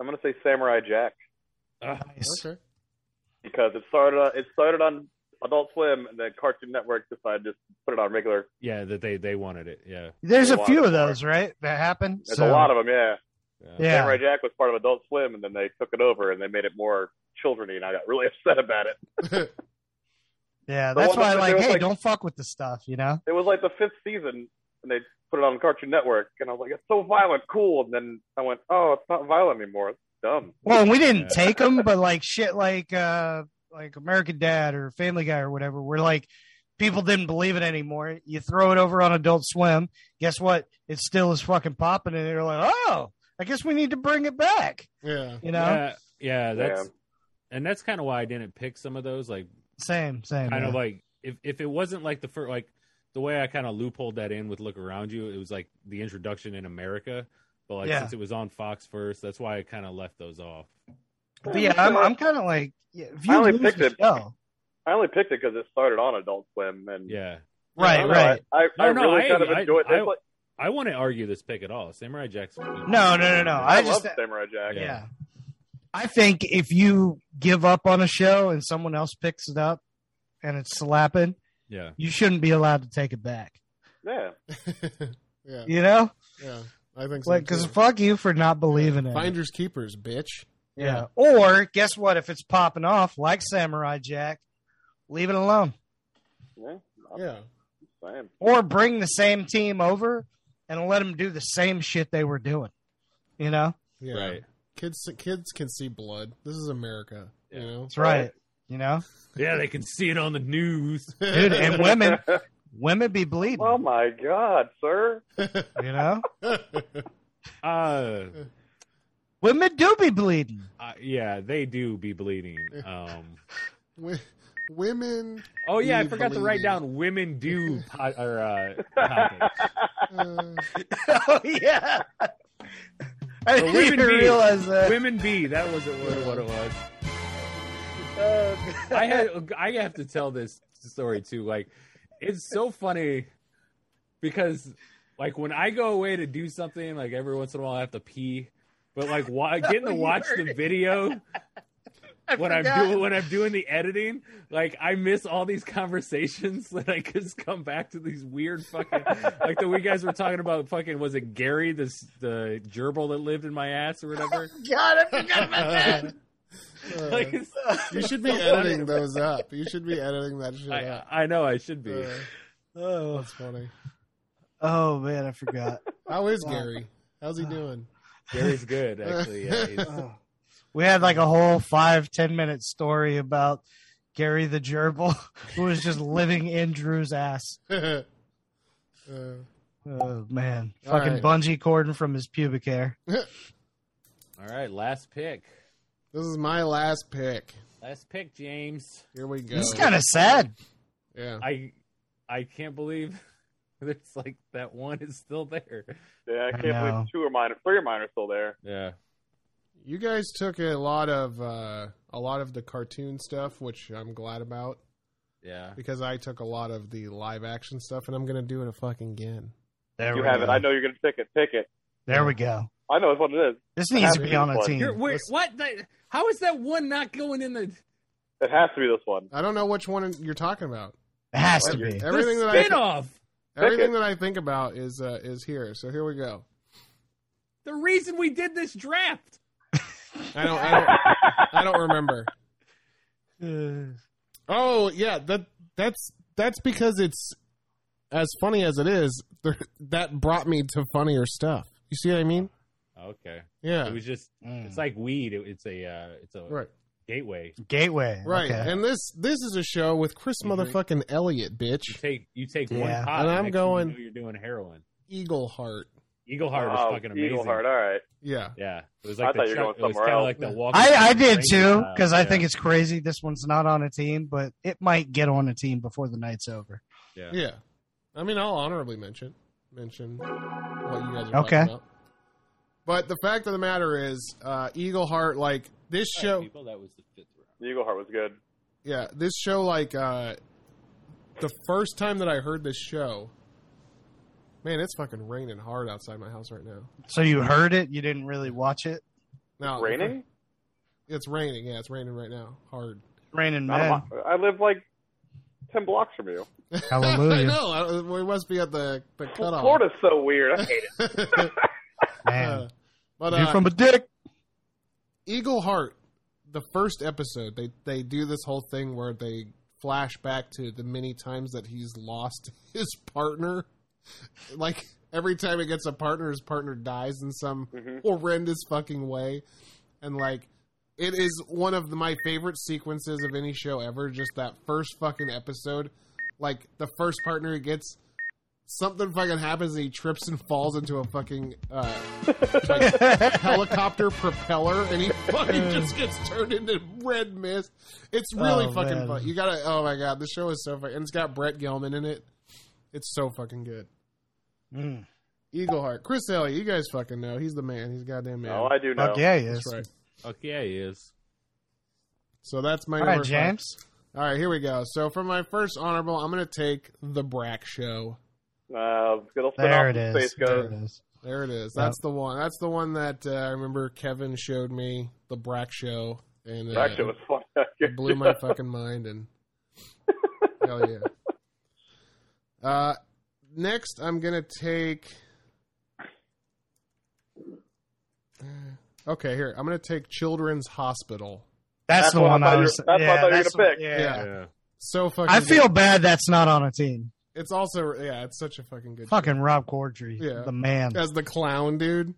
S4: I'm gonna say Samurai Jack
S3: uh,
S2: Nice.
S5: okay.
S4: because it started, on, it started on Adult Swim, and then Cartoon Network decided to just put it on regular.
S3: yeah, that they they wanted it. Yeah,
S2: There's
S4: There's
S2: a
S4: a
S2: few
S4: lot
S2: of
S4: of them.
S2: those, right? That happen.
S4: There's a lot of them, yeah.
S2: Yeah.
S4: Samurai Jack was part of Adult Swim, and then they took it over and they made it more childreny, and I got really <laughs> upset about it.
S2: Yeah,
S4: The
S2: that's
S4: one
S2: why.
S4: that
S2: Like,
S4: was
S2: hey,
S4: like-
S2: don't fuck with the stuff. You know.
S4: It was like the fifth season, and they put it on Cartoon Network, and I was like, it's so violent, cool. And then I went, oh, it's not violent anymore. It's dumb.
S2: Well, we didn't
S3: Yeah.
S2: take them,
S4: <laughs>
S2: but like shit, like uh, like American Dad or Family Guy or whatever, where like people didn't believe it anymore. You throw it over on Adult Swim, guess what? It still is fucking popping, and they're like, oh, I guess we need to bring it back.
S5: yeah. <laughs>
S2: You know,
S3: yeah, yeah, that's
S4: Yeah.
S3: and that's kind of why I didn't pick some of those. Like
S2: same, same.
S3: kind
S2: yeah.
S3: of like if if it wasn't like the first like the way I kind of loopholed that in with look around you, it was like the introduction in America. But like
S2: Yeah.
S3: since it was on Fox first, that's why I kind of left those off.
S2: But yeah, I'm, I'm kind of like, yeah, if
S4: I
S2: you
S4: only
S2: lose
S4: picked
S2: the
S4: it-
S2: show,
S4: I only picked it because it started on Adult Swim, and
S3: Yeah,
S4: I
S2: right,
S4: don't know,
S2: right.
S4: I, I,
S3: No,
S4: I
S3: no,
S4: really
S3: I-
S4: kind of
S3: I-
S4: enjoyed
S3: I-
S4: it. Like,
S3: I wouldn't argue this pick at all. Samurai Jack's
S2: No, no, no, no.
S4: I,
S2: I
S4: love
S2: just,
S4: Samurai Jack.
S2: yeah. I think if you give up on a show and someone else picks it up and it's slapping,
S3: yeah,
S2: you shouldn't be allowed to take it back.
S4: Yeah.
S5: yeah.
S2: You know,
S5: Yeah. I think so.
S2: like because
S5: too.
S2: fuck you for not believing in it.
S5: Finders keepers, bitch.
S2: Yeah. Or guess what? If it's popping off like Samurai Jack, leave it alone.
S4: yeah.
S5: Yeah.
S4: Same.
S2: Or bring the same team over and let them do the same shit they were doing. You know,
S5: Yeah.
S3: right.
S5: Kids kids can see blood. This is America,
S3: Yeah.
S5: you know.
S2: that's right. You know,
S3: Yeah, they can see it on the news. <laughs>
S2: dude,
S4: <laughs>
S2: and women, women be bleeding.
S4: oh my God, sir.
S2: You know,
S3: <laughs> Uh,
S2: women do be bleeding.
S3: uh yeah, they do be bleeding. Um,
S5: Wi- women
S3: oh yeah, I
S5: Be
S3: forgot to write
S5: bleeding.
S3: down women do <laughs> po- or uh, topics.
S5: uh,
S2: oh yeah. I
S3: Or
S2: didn't
S3: women
S2: even
S3: be.
S2: realize that.
S3: women be that was it, what, what it was.
S2: Oh,
S3: I had I have to tell this story too. Like it's so funny because like when I go away to do something, like every once in a while I have to pee. But
S2: <laughs>
S3: like wa- getting to
S2: you
S3: watch
S2: heard
S3: the video
S2: <laughs> I
S3: when I'm
S2: forgot.
S3: doing when I'm doing the editing, like I miss all these conversations <laughs> that I just come back to these weird fucking like the we guys were talking about fucking was it Gary this the gerbil that lived in my ass or whatever?
S2: God, I forgot about that.
S5: uh,
S3: Like it's,
S5: you
S3: <laughs>
S5: should be editing those up. You should be editing that shit
S3: I,
S5: up.
S3: I know I should be.
S5: Uh,
S2: Oh,
S5: that's funny.
S2: oh man, I forgot.
S5: How is
S2: Wow. Uh.
S5: Gary? How's he doing? <laughs>
S3: Gary's good actually. Yeah,
S4: <laughs>
S3: he's-
S2: Oh. We had like a whole five ten minute story about Gary the gerbil <laughs> who was just living in Drew's ass.
S5: uh,
S2: Oh man,
S5: All
S2: fucking
S5: right.
S2: bungee cording from his pubic hair.
S3: All right, last pick.
S5: this is my last pick.
S3: Last pick, James.
S5: Here we go.
S2: It's kind of sad.
S5: yeah.
S3: I I can't believe <laughs> there's like that one is still there.
S4: Yeah, I
S2: I
S4: can't
S2: know.
S4: believe two or mine, three of mine are still there.
S3: Yeah.
S5: You guys took a lot of uh, a lot of the cartoon stuff, which I'm glad about
S3: Yeah.
S5: because I took a lot of the live action stuff, and I'm gonna do it a fucking again.
S2: There
S4: You
S2: we
S4: have
S2: go.
S4: it. I know you're gonna pick it. Pick it.
S2: There we go.
S4: I know it's what it is.
S2: This needs to
S4: Happy
S2: be on a
S4: one.
S2: team.
S3: You're, wait, what? The, how is that one not going in the?
S4: It has to be this one.
S5: I don't know which one you're talking about.
S2: It has to be.
S5: Everything
S3: the
S5: that I
S3: spin off.
S5: Everything that I think about is uh, is here. So here we go.
S3: The reason we did this draft.
S5: I don't I don't, I don't remember.
S2: Uh,
S5: Oh yeah, that that's that's because it's as funny as it is. there- That brought me to funnier stuff. You see what I mean?
S3: Okay.
S5: Yeah.
S3: It was just.
S2: mm.
S3: It's like weed. It, it's a. Uh, it's a
S5: Right.
S3: Gateway.
S2: Gateway.
S5: Right.
S2: Okay.
S5: And this this is a show with Chris
S3: Mhm.
S5: motherfucking Elliott,
S3: You
S5: bitch.
S3: take you take
S2: Yeah.
S3: one pot,
S5: And I'm
S3: next thing you
S5: going-
S3: know You're doing heroin.
S5: Eagle Heart.
S3: Eagle Heart
S4: <laughs>
S3: was
S4: Wow,
S3: fucking amazing.
S4: Eagle Heart, Oh, all right.
S5: Yeah.
S3: Yeah, it was
S4: I
S3: like the
S4: thought you were
S3: Chuck- it
S4: going
S3: was
S4: somewhere
S3: kinda
S4: else.
S3: Like the Walker
S2: I, I did
S3: Ranger
S2: too
S3: style,
S2: because I
S3: yeah.
S2: think it's crazy. This one's not on a team, but it might get on a team before the night's over.
S3: Yeah.
S5: Yeah. I mean, I'll honorably mention mention what you guys are
S2: Okay.
S5: talking about. But the fact of the matter is, uh, Eagle Heart, like this
S3: All right,
S5: show,
S3: people, that was the fifth round.
S4: The Eagle Heart was good.
S5: yeah, this show, like uh, the first time that I heard this show, man, it's fucking raining hard outside my house right now.
S2: So you heard it, you didn't really watch it.
S3: Oh,
S5: Now
S4: Raining?
S5: It's raining. Yeah, it's raining right now, hard. <laughs>
S2: Raining
S4: Not a
S2: men.
S4: lot. I live like ten blocks from you.
S5: I
S2: <laughs> Hallelujah.
S4: <laughs>
S5: know. I, we must be at the the cutoff.
S4: Florida's so weird. I hate
S3: <laughs>
S4: it.
S5: <laughs>
S2: Man.
S5: but
S2: You're
S5: uh,
S2: from a
S4: <laughs>
S2: dick.
S5: Eagle Heart, the first episode, they they do this whole thing where they flash back to the many times that he's lost <laughs> his partner. Like every time he gets a partner, his partner dies in some
S4: Mhm.
S5: horrendous fucking way, and like it is one of the, my favorite sequences of any show ever. Just that first fucking episode, like the first partner he gets. Something fucking happens and he trips and falls into a fucking uh, like,
S2: <laughs>
S5: helicopter propeller and he fucking just gets turned into red mist. It's really
S2: Oh,
S5: fucking
S2: man.
S5: fun. You gotta oh my god, the show is so fun. And it's got Brett Gelman in it. It's so fucking good.
S2: Mm.
S5: Eagle Heart. Chris Elliott, you guys fucking know. He's the man. He's a goddamn man.
S4: No, Oh, I do know.
S2: Fuck yeah, he
S5: That's
S2: is.
S5: right.
S3: Okay, yeah, he is.
S5: So that's my
S2: All
S5: number
S2: right, James.
S5: five. All right, here we go. So for my first honorable, I'm gonna take the Brack Show.
S4: Uh, good old
S2: There it
S4: spin-off,
S2: is.
S4: Space
S2: There
S4: Ghost.
S2: it is.
S5: There it is.
S2: Yep.
S5: That's the one. That's the one that uh, I remember Kevin showed me the Brack Show. And uh,
S4: That shit was fun. <laughs>
S5: It blew my fucking mind and hell yeah. Uh, next, I'm gonna take. uh, Okay, here I'm gonna take Children's Hospital.
S2: That's,
S4: That's
S2: the
S4: what I
S2: one
S4: thought
S2: I
S4: you-
S2: was.
S4: that's what I
S2: yeah,
S4: thought you were
S2: that's
S4: gonna
S2: what-
S4: pick.
S2: yeah.
S5: Yeah. So fucking.
S2: I feel
S5: good.
S2: bad that's not on a team.
S5: it's also yeah, it's such a fucking good
S2: Fucking Rob Corddry,
S5: Yeah.
S2: the man.
S5: show. as the clown dude.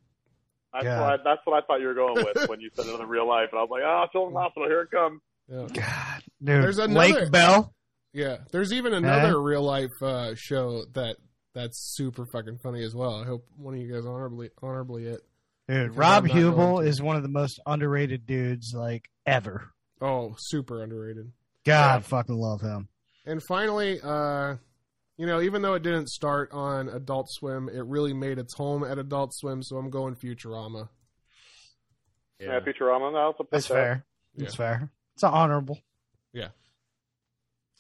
S4: That's,
S2: Yeah.
S4: what I, that's what I thought you were
S2: <laughs>
S4: going with when you said it in the real life. And I was like, oh, Children's Hospital, here it comes.
S5: Yeah.
S2: God, dude.
S5: There's another-
S2: Lake Bell.
S5: Yeah, there's even another real life uh, show that that's super fucking funny as well. I hope one of you guys honorably honorably it.
S2: Dude,
S5: Because
S2: Rob
S5: I'm not going
S2: Hubel
S5: to.
S2: is one of the most underrated dudes like ever.
S5: Oh, super underrated.
S2: God, fucking love him.
S5: And finally, uh, you know, even though it didn't start on Adult Swim, it really made its home at Adult Swim, so I'm going Futurama.
S4: Yeah, Futurama. I also picked
S2: That's
S4: that.
S2: fair. That's fair. It's an honorable.
S5: Yeah.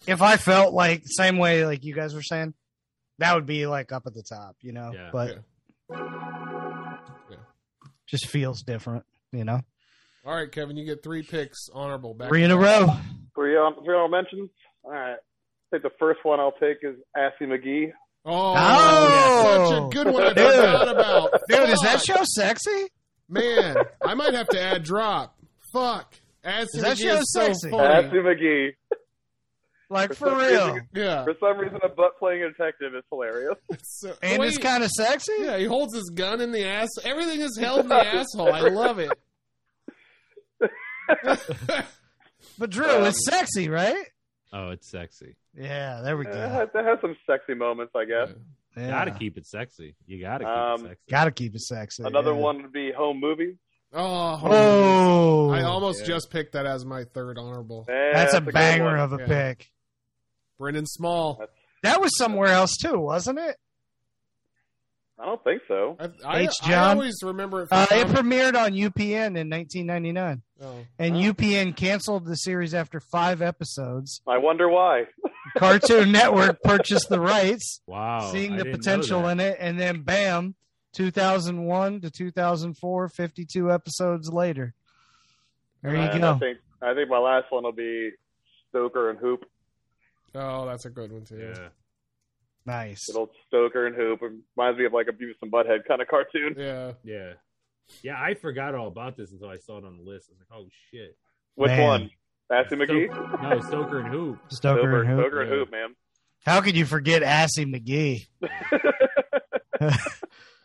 S2: If I felt like same way like you guys were saying, that would be like up at the top, you know.
S3: Yeah.
S2: But
S5: Yeah.
S2: just feels different, you know.
S5: All right, Kevin, you get three picks, honorable. Back
S2: Three in a row.
S4: Three, um, three honorable mentions. All right. I think the first one I'll take is Assy McGee.
S5: Oh,
S2: Oh!
S5: such a good one I
S2: <laughs> Dude.
S5: forgot about.
S2: Dude, is that
S5: Fuck.
S2: show sexy?
S5: Man, I might have to add drop. Fuck. As
S2: Is that
S5: it
S2: show
S5: is so
S2: sexy?
S5: funny.
S4: Assy McGee.
S2: Like
S4: For
S2: <laughs> for
S4: some
S2: real.
S4: reason-
S5: Yeah.
S4: For some reason, a butt playing a detective is hilarious.
S5: It's so-
S2: And
S5: Wait,
S2: it's kind of sexy.
S5: Yeah, he holds his gun in the ass. Everything is
S2: <laughs>
S5: held in the asshole. I love it.
S2: But Drew,
S4: Um,
S2: it's sexy, right?
S3: Oh, it's sexy.
S2: Yeah, there we
S4: It
S2: go.
S4: has, it has some sexy moments, I guess.
S2: Yeah.
S3: Gotta keep it sexy. You gotta keep
S4: Um,
S3: it sexy.
S2: Gotta keep it sexy.
S4: Another
S2: yeah.
S4: one would be Home Movies.
S5: Oh,
S2: Oh,
S5: I almost
S3: Yeah.
S5: just picked that as my third honorable.
S4: Eh,
S2: that's, a
S4: good
S2: banger
S4: one.
S2: of a
S5: Yeah.
S2: pick.
S5: Brendan Small.
S2: That was somewhere else too, wasn't it?
S4: I don't think so.
S5: I, I,
S2: H.
S5: I
S2: John.
S5: always remember it. From
S2: Uh, it premiered on UPN in 1999,
S5: oh.
S2: and
S4: Oh.
S2: UPN canceled the series after five episodes.
S4: I wonder why.
S2: <laughs> Cartoon Network purchased the rights,
S3: Wow.
S2: seeing the potential in it, and then bam, 2001 to 2004, 52 episodes later. There you
S4: And I
S2: go.
S4: think I think my last one will be Stoker and Hoop.
S5: oh, that's a good one too.
S3: Yeah.
S2: Nice.
S4: Good old Stoker and Hoop. It reminds me of like a Beavis and Butthead kind of cartoon.
S5: Yeah.
S3: Yeah. Yeah, I forgot all about this until I saw it on the list. I was like, oh shit.
S4: Which
S2: Man.
S4: one? Assy McGee?
S3: So- no, Stoker and Hoop.
S2: Stoker
S4: Stoker,
S2: and Hoop.
S4: Stoker and
S3: Yeah.
S4: Hoop, man. <laughs>
S2: How could you forget Assy <laughs> McGee?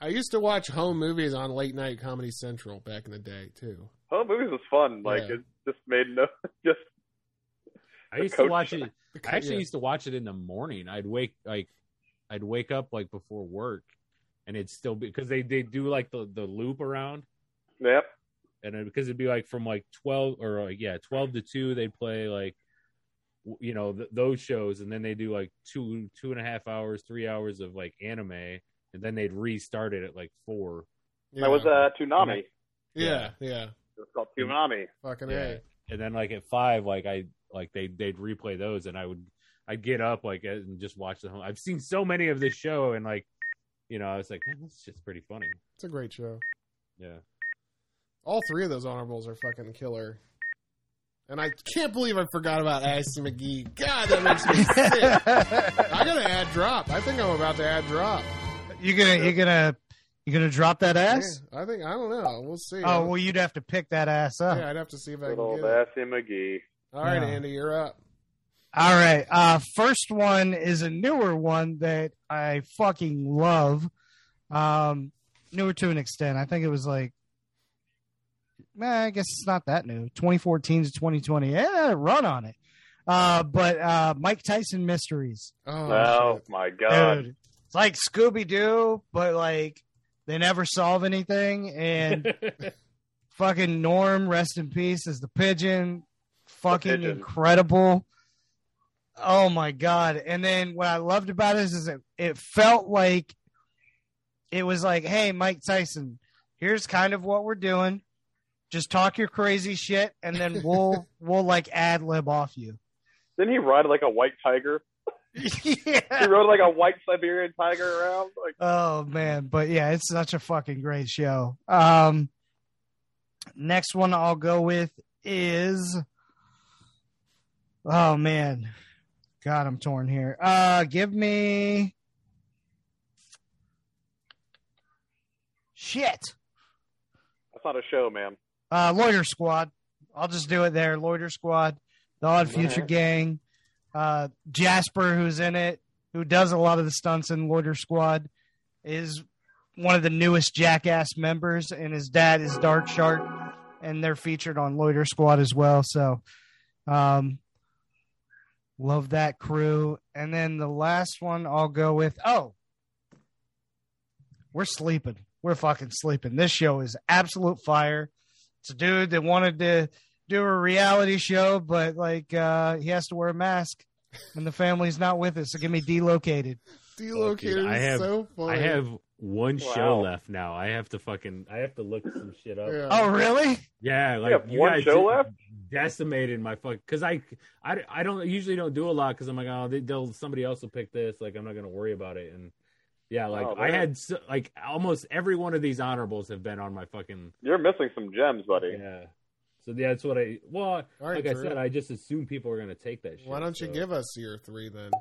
S5: I used to watch home movies on late night Comedy Central back in the day too.
S4: Home movies was fun. Like
S5: Yeah.
S4: it just made no <laughs> just
S3: I
S4: The
S3: used to
S4: coach-
S3: watch it.
S5: The
S3: I actually
S5: yeah.
S3: used to watch it in the morning. I'd wake like I'd wake up like before work, and it'd still be because they they do like the the loop around,
S4: yep.
S3: and it, because it'd be like from like twelve or like, yeah twelve to two they'd play like w- you know th- those shows, and then they do like two two and a half hours, three hours of like anime, and then they'd restart it at like four.
S5: yeah.
S4: That was uh, Toonami.
S5: yeah, yeah,
S4: It was called Toonami.
S5: fucking
S3: Yeah. And then like at five, like I like they they'd replay those, and I would I'd get up like and just watch the home. I've seen so many of this show, and like you know I was like, man, this shit's pretty funny.
S5: it's a great show.
S3: Yeah,
S5: All three of those honorables are fucking killer. And I can't believe I forgot about Ashley McGee. God, that makes
S2: <laughs>
S5: me sick. I gotta add drop. I think I'm about to add drop.
S2: you gonna you gonna you gonna drop that ass?
S5: Yeah, I think I don't know. We'll see.
S2: Oh well, you'd have to pick that ass up.
S5: yeah, I'd have to see if I
S4: Little
S5: can
S4: old
S5: get it.
S4: Assy McGee.
S5: All right,
S2: Yeah.
S5: Andy, you're up.
S2: All right. Uh, first one is a newer one that I fucking love. Um, newer to an extent. I think it was like, eh, I guess it's not that new. 2014 to 2020. Yeah, run on it. Uh, but uh, Mike Tyson Mysteries.
S5: Oh,
S4: Oh
S5: shit.
S4: my god.
S2: Dude, it's like Scooby Doo, but like they never solve anything. And
S4: <laughs>
S2: fucking Norm, rest in peace, is the pigeon. Fucking
S4: pigeon.
S2: incredible. Oh my god! And then what I loved about this is it, it felt like it was like, hey, Mike Tyson, here's kind of what we're doing. Just talk your crazy shit, and then
S4: <laughs>
S2: we'll we'll like ad lib off you. <laughs>
S4: Didn't he ride like a white tiger? He
S2: yeah.
S4: rode like a white Siberian tiger around. Like
S2: Oh man, but yeah, it's such a fucking great show. Um next one I'll go with is Oh man. God, I'm torn here. Uh give me Shit.
S4: that's not a show, man.
S2: Uh Loiter Squad. I'll just do it there. Loiter Squad, the Odd Future
S4: Alright.
S2: Gang, uh Jasper who's in it, who does a lot of the stunts in Loiter Squad is one of the newest Jackass members, and his dad is Dark Shark, and they're featured on Loiter Squad as well. So, um, love that crew. And then the last one I'll go with. Oh, we're sleeping. We're fucking sleeping. This show is absolute fire. It's a dude that wanted to do a reality show, but like uh, he has to wear a mask, and the family's not with it. So give me delocated.
S5: Delocated
S3: Dude, I
S5: is
S3: have-
S5: so funny.
S3: I have one show
S4: Wow.
S3: left now. I have to fucking I have to look some shit up.
S5: Yeah.
S2: Oh, really?
S3: Yeah, like
S4: have one
S3: guys
S4: show
S3: de-
S4: left?
S3: Decimated my fuck because I, I I don't usually don't do a lot because I'm like oh they, they'll somebody else will pick this like I'm not gonna worry about it and yeah like
S4: Oh,
S3: I
S4: man.
S3: had so, like almost every one of these honorables have been on my fucking
S4: You're missing some gems, buddy.
S3: yeah so yeah, that's what I well
S5: All right,
S3: like I
S5: Drew.
S3: said I just assumed people were gonna take that shit.
S5: Why don't you
S3: so-
S5: give us your three then?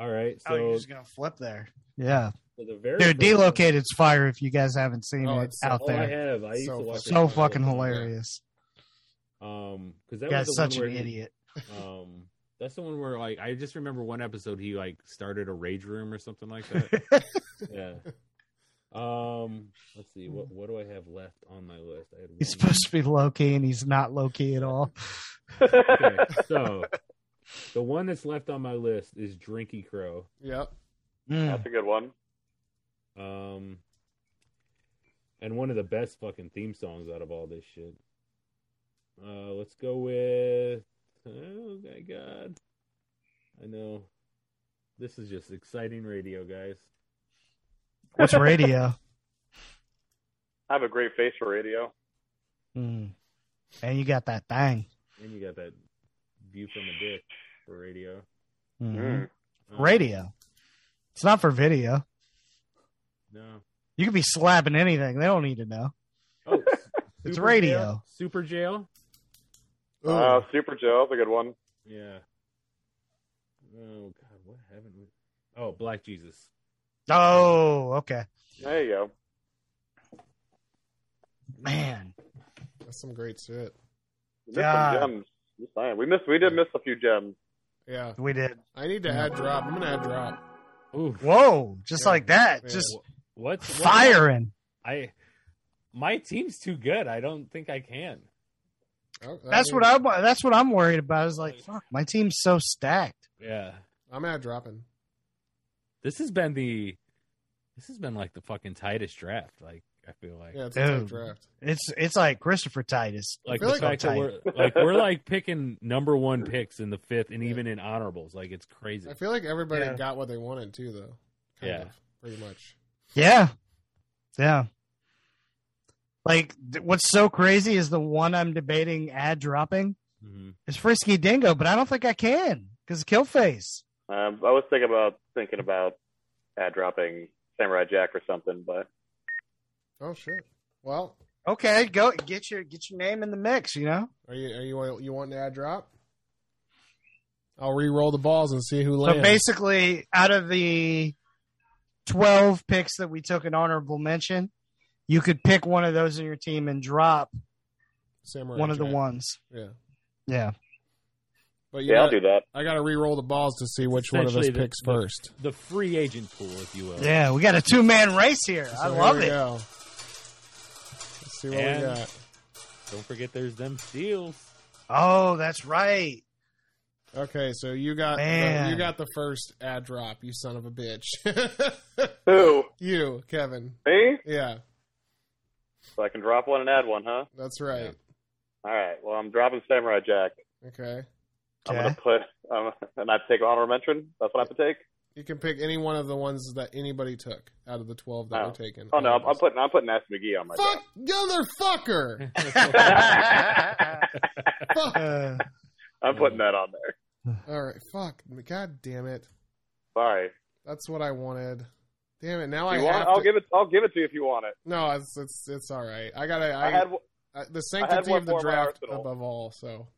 S3: all right
S2: oh,
S3: so,
S2: you're just gonna flip there. Yeah,
S3: so the very
S2: dude,
S3: first one-
S2: Delocated's fire. If you guys haven't seen
S5: Oh,
S2: it
S5: it's so-
S2: out
S3: all I
S2: there,
S3: have I used
S5: So
S3: to watch
S5: fucking
S3: it all
S2: so
S3: the
S2: fucking
S3: time.
S2: hilarious.
S3: um because that
S2: You guys,
S3: was the
S2: such
S3: one
S2: an
S3: where he-
S2: idiot.
S3: Um, that's the one where like I just remember one episode he like started a rage room or something like that.
S2: <laughs>
S3: yeah. Um, let's see what what do I have left on my list? I had
S2: He's
S3: one-
S2: supposed to be low key, and he's not low key at
S3: <laughs>
S2: all. <laughs>
S3: Okay, so the one that's left on my list is Drinky Crow.
S5: Yep.
S2: Mm.
S4: that's a good one.
S3: Um, and one of the best fucking theme songs out of all this shit. Uh, let's go with. Oh my god! I know. This is just exciting radio, guys.
S2: What's radio?
S4: I have a great face for radio.
S2: Mm. And you got that thing.
S3: And you got that view from a dick for radio.
S2: Mhm.
S4: Mm.
S3: Um,
S2: Radio. It's not for video.
S3: No.
S2: You could be slapping anything. They don't need to know.
S5: <laughs>
S3: Oh,
S2: It's
S3: Super
S2: radio.
S3: Jail? Super jail.
S5: Ooh.
S4: Uh, Super Joe, that's a good one.
S3: Yeah. Oh god, what haven't we? Oh, Black Jesus.
S2: Oh, okay.
S4: There you go.
S2: Man,
S5: That's some great shit.
S4: We missed
S2: God.
S4: some gems. Just saying. We missed. We did miss a few gems.
S5: Yeah.
S2: we did.
S5: I need to add drop. I'm gonna add drop.
S3: Ooh.
S2: Whoa, just
S5: Yeah.
S2: like that.
S5: Yeah.
S2: Just
S3: What's what-
S2: firing.
S3: I my team's too good. I don't think I can.
S5: Oh, I
S2: That's
S5: mean,
S2: what I'm. That's what I'm worried about. Is like, fuck, my team's so stacked.
S3: Yeah.
S5: I'm at dropping.
S3: This has been the this has been like the fucking tightest draft, like I feel like.
S5: Yeah, it's a tight
S2: Dude.
S5: draft.
S2: It's it's like Christopher Titus.
S3: Like
S5: I
S3: the
S5: feel like
S3: fact that we're like
S5: <laughs>
S3: we're like picking number one picks in the fifth and
S5: Yeah.
S3: even in honorables. Like it's crazy.
S5: I feel like everybody
S2: Yeah.
S5: got what they wanted too, though. Kind
S3: Yeah.
S5: of, pretty much.
S2: Yeah, yeah. Like th- what's so crazy is the one I'm debating ad dropping
S3: Mhm.
S2: is Frisky Dingo, but I don't think I can because Killface.
S4: Um, I was thinking about thinking about ad dropping Samurai Jack or something, but
S5: Oh shit. Well,
S2: Okay, go get your get your name in the mix. You know,
S5: are you are you you wanting to add drop? I'll re-roll the balls and see who
S2: so
S5: lands.
S2: basically, out of the twelve picks that we took an honorable mention, you could pick one of those in your team and drop
S5: Samurai
S2: one of the
S5: Jack.
S2: ones.
S5: Yeah,
S2: Yeah.
S5: but
S4: yeah,
S5: yeah,
S4: I'll do that.
S5: I got to re-roll the balls to see which one of us
S3: Essentially the-
S5: picks
S3: the-
S5: first.
S3: The free agent pool, if you will.
S2: Yeah, we got a two man race here. I
S5: So here
S2: love
S5: we
S2: it.
S5: go. Let's see what
S3: And-
S5: we got.
S3: Don't forget there's them steals.
S2: Oh, that's right.
S5: Okay, so you got the,
S2: Man.
S5: you got the first ad drop. You son of a bitch. <laughs>
S4: Who?
S5: you, Kevin.
S4: Me?
S5: Yeah,
S4: So I can drop one and add one, huh?
S5: that's right.
S4: All right. Well, I'm dropping Samurai Jack.
S5: Okay,
S4: I'm
S2: Okay.
S4: gonna put, um, <laughs> and I take honorable mention. That's what I have to take.
S5: you can pick any one of the ones that anybody took out of the twelve that
S4: Oh.
S5: were taken.
S4: Oh no, I'm, I'm putting I'm putting Ask McGee on my
S5: Fuck,
S2: <laughs>
S5: motherfucker! fuck.
S2: Uh,
S4: I'm putting that on there.
S5: All right, fuck. God damn it.
S4: Sorry.
S5: That's what I wanted. Damn it. Now
S4: You
S5: Oh, I
S4: want,
S5: have
S4: I'll
S5: to-
S4: give it. I'll give it to you if you want it.
S5: No, it's it's it's all right. I gotta.
S4: I,
S5: I,
S4: had one-
S5: I- the
S4: had
S5: sanctity
S4: one
S5: of the
S4: more in my
S5: draft
S4: arsenal.
S5: above all. So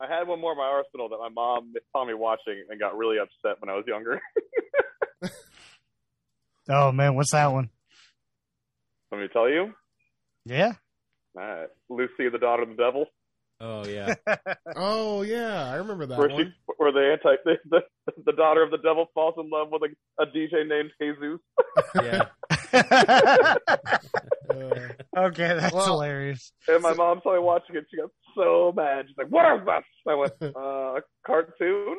S4: I had one more in my arsenal that my mom saw me watching and got really upset when I was younger. <laughs>
S2: oh man, what's that one?
S4: Let me to tell you.
S2: Yeah. <laughs>
S4: All right. Lucy, the daughter of the devil.
S3: oh yeah.
S5: oh yeah, I remember that
S4: where
S5: one.
S4: she, where the anti, the, the, the daughter of the devil falls in love with a, a DJ named Jesus.
S3: Yeah.
S5: Uh,
S2: okay, that's
S5: Well-
S2: hilarious. <laughs>
S4: And my mom saw me watching it. She got so mad. She's like, "What is this?"
S2: <laughs>
S4: I went, "Uh, cartoon."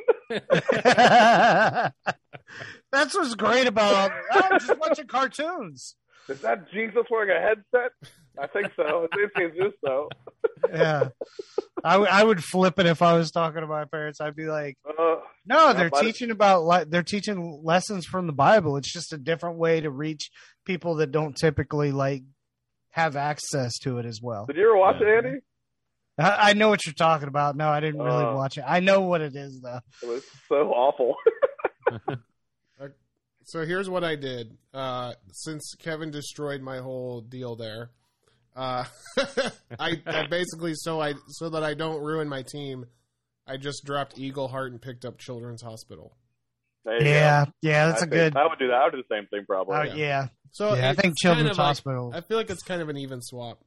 S2: that's what's great about all this. I'm just watching cartoons.
S4: Is that Jesus wearing a headset? I think so. It's Jesus though.
S2: Yeah. I, w- I would flip it if I was talking to my parents. I'd be like,
S4: Uh,
S2: no,
S4: Yeah,
S2: they're
S4: but-
S2: teaching about li- they're teaching lessons from the Bible. It's just a different way to reach people that don't typically like have access to it as well.
S4: did you ever watch
S3: Yeah.
S4: it, Andy?
S2: I I know what you're talking about. No, I didn't really
S4: Uh.
S2: watch it. I know what it is though.
S4: It was so awful. <laughs>
S5: so here's what I did. Uh, since Kevin destroyed my whole deal there, uh, <laughs> I, I basically so I so that I don't ruin my team, I just dropped Eagle Heart and picked up Children's Hospital.
S4: There you go.
S2: Yeah, yeah,
S4: I
S2: that's a
S4: think-
S2: good.
S4: I would do that. I would do the same thing probably.
S2: uh, yeah,
S5: So
S2: yeah. I
S5: it's
S2: think
S5: kind
S2: Children's
S5: of like-
S2: Hospital.
S5: I feel like it's kind of an even swap.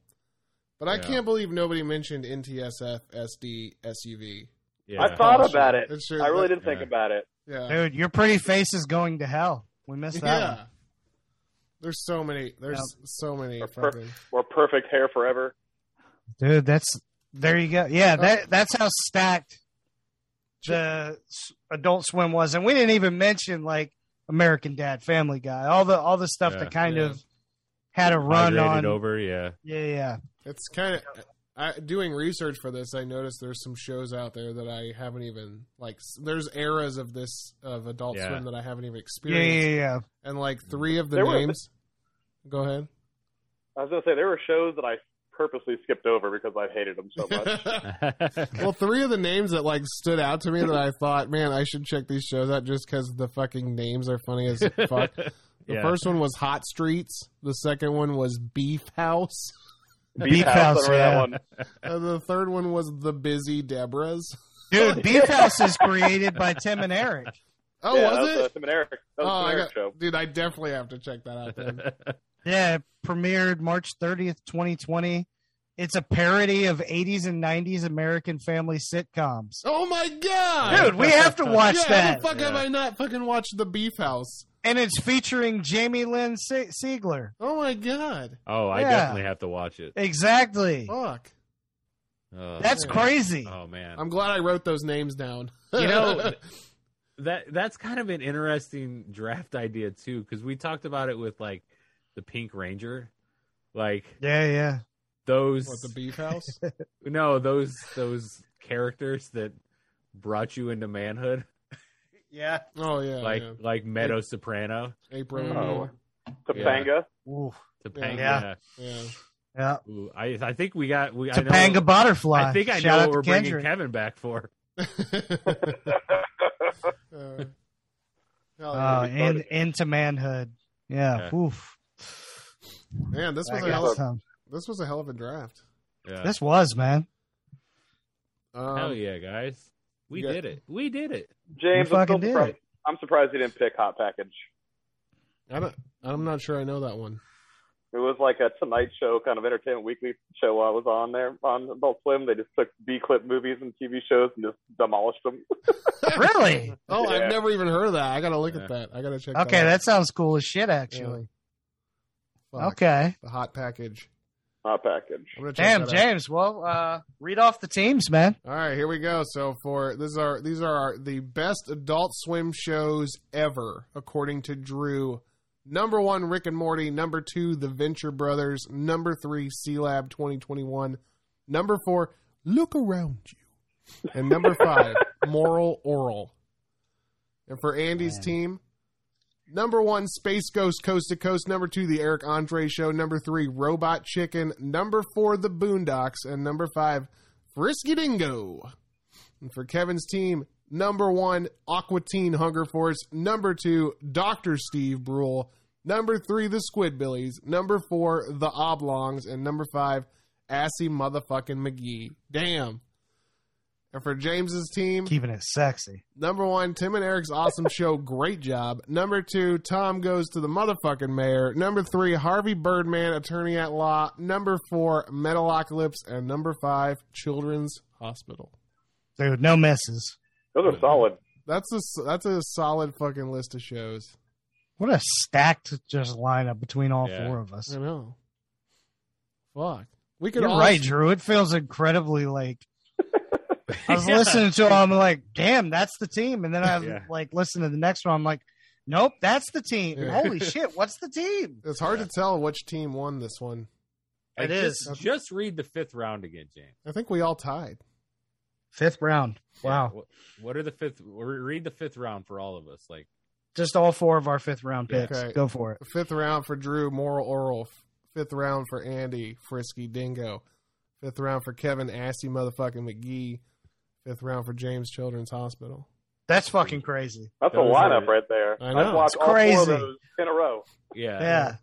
S5: But I
S3: Yeah.
S5: can't believe nobody mentioned NTSF, SD, SUV.
S3: yeah.
S4: I thought
S5: Bullshit.
S4: about it.
S5: It's true.
S4: I really did think
S3: Yeah.
S4: about it.
S5: Yeah.
S2: Dude, your pretty face is going to hell. We missed that.
S5: Yeah. There's so many. There's so many.
S4: Or per-
S5: Fucking,
S4: Or perfect hair forever.
S2: One. Dude, that's there. You go. Yeah, that that's how stacked the s- Adult Swim was, and we didn't even mention like American Dad, Family Guy, all the all the stuff
S3: Yeah.
S2: that kind
S5: Yeah.
S2: of had a run on.
S3: Migrated over. Yeah.
S2: Yeah, yeah.
S5: it's kind of. I, doing research for this, I noticed there's some shows out there that I haven't even like. s- There's eras of this of Adult
S3: Yeah.
S5: Swim that I haven't even
S2: yeah,
S5: experienced,
S2: yeah, yeah.
S5: and like three of the
S4: There were-
S5: names. Go ahead.
S4: I was gonna say there were shows that I purposely skipped over because I hated them so
S2: <laughs>
S4: much.
S5: <laughs> well, three of <laughs> the names that like stood out to me that I thought, man, I should check these shows out just because the fucking names are funny as
S2: <laughs>
S5: fuck. The
S3: Yeah. <laughs>
S5: first one was Hot Streets. The second one was Beef House.
S2: Beef House,
S4: I remember that
S2: yeah.
S4: one.
S5: And the third one was The Busy Debras.
S2: Dude, Beef House is created by Tim and Eric.
S5: Oh,
S4: yeah,
S5: was
S4: that was
S5: it?
S4: a Tim and Eric. That was a
S5: Oh,
S4: Tim
S5: I
S4: and Eric
S5: got-
S4: show.
S5: Dude, I definitely have to check that out then. <laughs>
S2: Yeah, it premiered March 30th, 2020. It's a parody of 80s and 90s American family sitcoms.
S5: oh my god!
S2: Dude, we have to watch
S5: yeah,
S2: that.
S5: How the fuck have
S3: Yeah.
S5: I not fucking watched The Beef House?
S2: and it's featuring Jamie Lynn Se- Siegler.
S5: Oh my god!
S3: Oh, I
S2: Yeah.
S3: definitely have to watch it.
S2: Exactly.
S5: Fuck!
S3: Oh,
S2: That's
S3: man.
S2: crazy.
S3: Oh man,
S5: I'm glad I wrote those names down.
S3: you
S5: <laughs>
S3: know that that's kind of an interesting draft idea too because we talked about it with like the Pink Ranger, like
S2: Yeah, yeah.
S3: those
S5: what the beef
S3: <laughs>
S5: house?
S3: no those those characters that brought you into manhood,
S2: Yeah.
S5: Oh yeah,
S3: like
S5: yeah.
S3: like Meadow Soprano,
S5: April.
S4: Oh.
S3: Yeah.
S4: Topanga.
S2: Ooh.
S3: Topanga.
S2: Yeah.
S5: Yeah. <laughs>
S2: Yeah.
S3: Ooh, I I think we got we I
S2: Topanga
S3: know,
S2: Butterfly.
S3: I think I
S2: Shout
S3: know
S2: out
S3: what we're
S2: to
S3: bringing
S2: Kendrick.
S3: Kevin back for.
S5: Uh, hell yeah.
S3: Oh,
S2: Uh, and into manhood. Yeah. Oof.
S5: Man, this was
S2: That
S5: a hell
S2: was
S5: of,
S2: tough.
S5: this was a hell of a draft.
S3: Yeah.
S2: This was
S3: <laughs>
S2: man.
S5: Um,
S3: Hell yeah, guys. We
S5: yeah.
S3: did it. We did it.
S4: James,
S2: You
S4: I'm,
S2: fucking
S4: still
S2: did
S4: surprised.
S2: it.
S4: I'm surprised he didn't pick Hot Package.
S5: I don't, I'm not sure I know that one.
S4: It was like a Tonight Show kind of Entertainment Weekly show I was on there on Adult Swim. They just took B clip movies and TV shows and just demolished them.
S2: Really?
S5: Oh,
S4: Yeah.
S5: I've never even heard of that. I gotta look
S3: Yeah.
S5: at that. I gotta check.
S2: Okay,
S5: that
S2: that sounds cool as shit. Actually.
S5: out. Fuck,
S2: Okay.
S5: The hot package.
S4: Hot Package.
S5: I'm gonna check
S2: Damn,
S5: that out.
S2: James. Well, uh, read off the teams, man.
S5: All right, here we go. So for this is our these are our, the best Adult Swim shows ever, according to Drew. Number one, Rick and Morty. Number two, The Venture Brothers. Number three, C Lab 2021. Number four, Look Around You. And number five, Moral Oral. And for Andy's team, number one, Space Ghost Coast to Coast. Number two, The Eric Andre Show. Number three, Robot Chicken. Number four, The Boondocks. And number five, Frisky Dingo. And for Kevin's team, number one, Aqua Teen Hunger Force. Number two, Dr. Steve Brule. Number three, the Squidbillies. Number four, the Oblongs. And number five, Assy Motherfucking McGee. Damn. And for James's team,
S2: Keeping it sexy.
S5: Number one, Tim and Eric's awesome show. Great job. Number two, Tom goes to the motherfucking mayor. Number three, Harvey Birdman, attorney at law. Number four, Metalocalypse. And number five, Children's Hospital.
S2: Dude, no misses.
S4: Those are solid.
S5: That's a that's a solid fucking list of shows.
S2: What a stacked just lineup between all
S3: Yeah.
S2: four of us.
S5: I know. Fuck. We could
S2: You're
S5: all
S2: right, Drew. It feels incredibly like I was
S3: <laughs> Yeah.
S2: listening to him. I'm like, damn, that's the team. And then I
S3: Yeah.
S2: like listen to the next one. I'm like, nope, that's the team.
S3: <laughs>
S5: Yeah.
S2: Holy shit, what's the team?
S5: It's hard to tell which team won this one.
S3: Like,
S2: It is.
S3: Just, just read the fifth round again, James.
S5: I think we all tied.
S2: Fifth round.
S3: Yeah,
S2: Wow.
S3: What, what are the fifth? re- Read the fifth round for all of us. Like,
S2: Just all four of our fifth round picks.
S5: Okay.
S2: Go for it.
S5: Fifth round for Drew, Moral Oral. Fifth round for Andy, Frisky Dingo. Fifth round for Kevin, Assy Motherfucking McGee. Fifth round for James Children's Hospital.
S2: That's fucking crazy.
S4: That's
S3: Those
S4: a lineup
S3: are-
S4: right there.
S5: I know.
S4: I'd watch
S2: It's
S4: all four of
S2: crazy.
S4: those in a row.
S3: yeah,
S2: Yeah.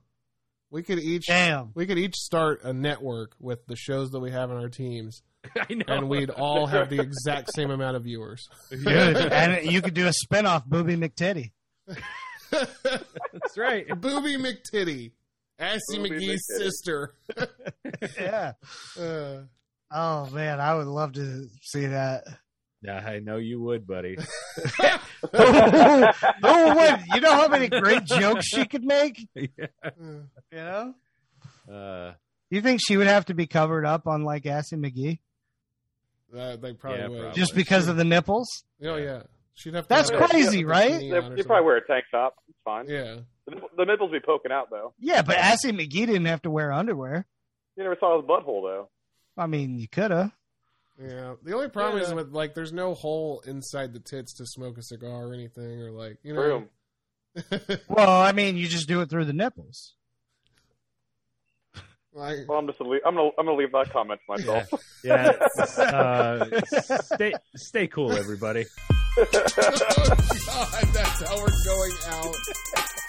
S5: We could
S3: <laughs>
S5: each
S2: Damn.
S5: we could each start a network with the shows that we have in our teams,
S3: <laughs> I know.
S5: and we'd all have the exact same amount of <laughs> viewers.
S2: Dude, and you could do a spinoff, Booby McTitty.
S3: That's right.
S5: Booby McTitty, Assy
S4: Booby
S5: McGee's
S4: McTitty. <laughs>
S5: sister.
S2: Yeah.
S5: Uh,
S2: Oh man, I would love to see that.
S3: Nah, I know you
S2: <laughs>
S3: would, <laughs> buddy.
S2: oh, what? You know how many great jokes she could make?
S5: uh,
S2: You know?
S3: Uh,
S2: You think she would have to be covered up on like Assy McGee
S5: they probably
S3: Yeah,
S5: would.
S3: probably.
S2: just because of the nipples?
S5: Oh yeah, she'd have. To
S2: That's
S5: have a-
S2: crazy, right?
S5: bikini
S4: They,
S5: on or
S4: they
S5: something.
S4: probably wear a tank top. It's fine.
S5: Yeah.
S4: The, nipple- the nipples be poking out though.
S2: Yeah, but Assy McGee didn't have to wear underwear.
S4: You never saw his butthole though.
S2: I mean, you could have.
S5: Yeah. The only problem is
S4: Yeah.
S5: with like there's no hole inside the tits to smoke a cigar or anything or like you know
S4: Room.
S2: Well, I mean, you just do it through the nipples.
S5: like
S4: <laughs>
S5: <laughs>
S4: Well, I'm just gonna leave, I'm gonna I'm gonna leave that comment to myself.
S3: yeah. Uh, stay, stay cool, everybody.
S5: oh god, that's how we're going out.
S4: <laughs>
S5: Uh,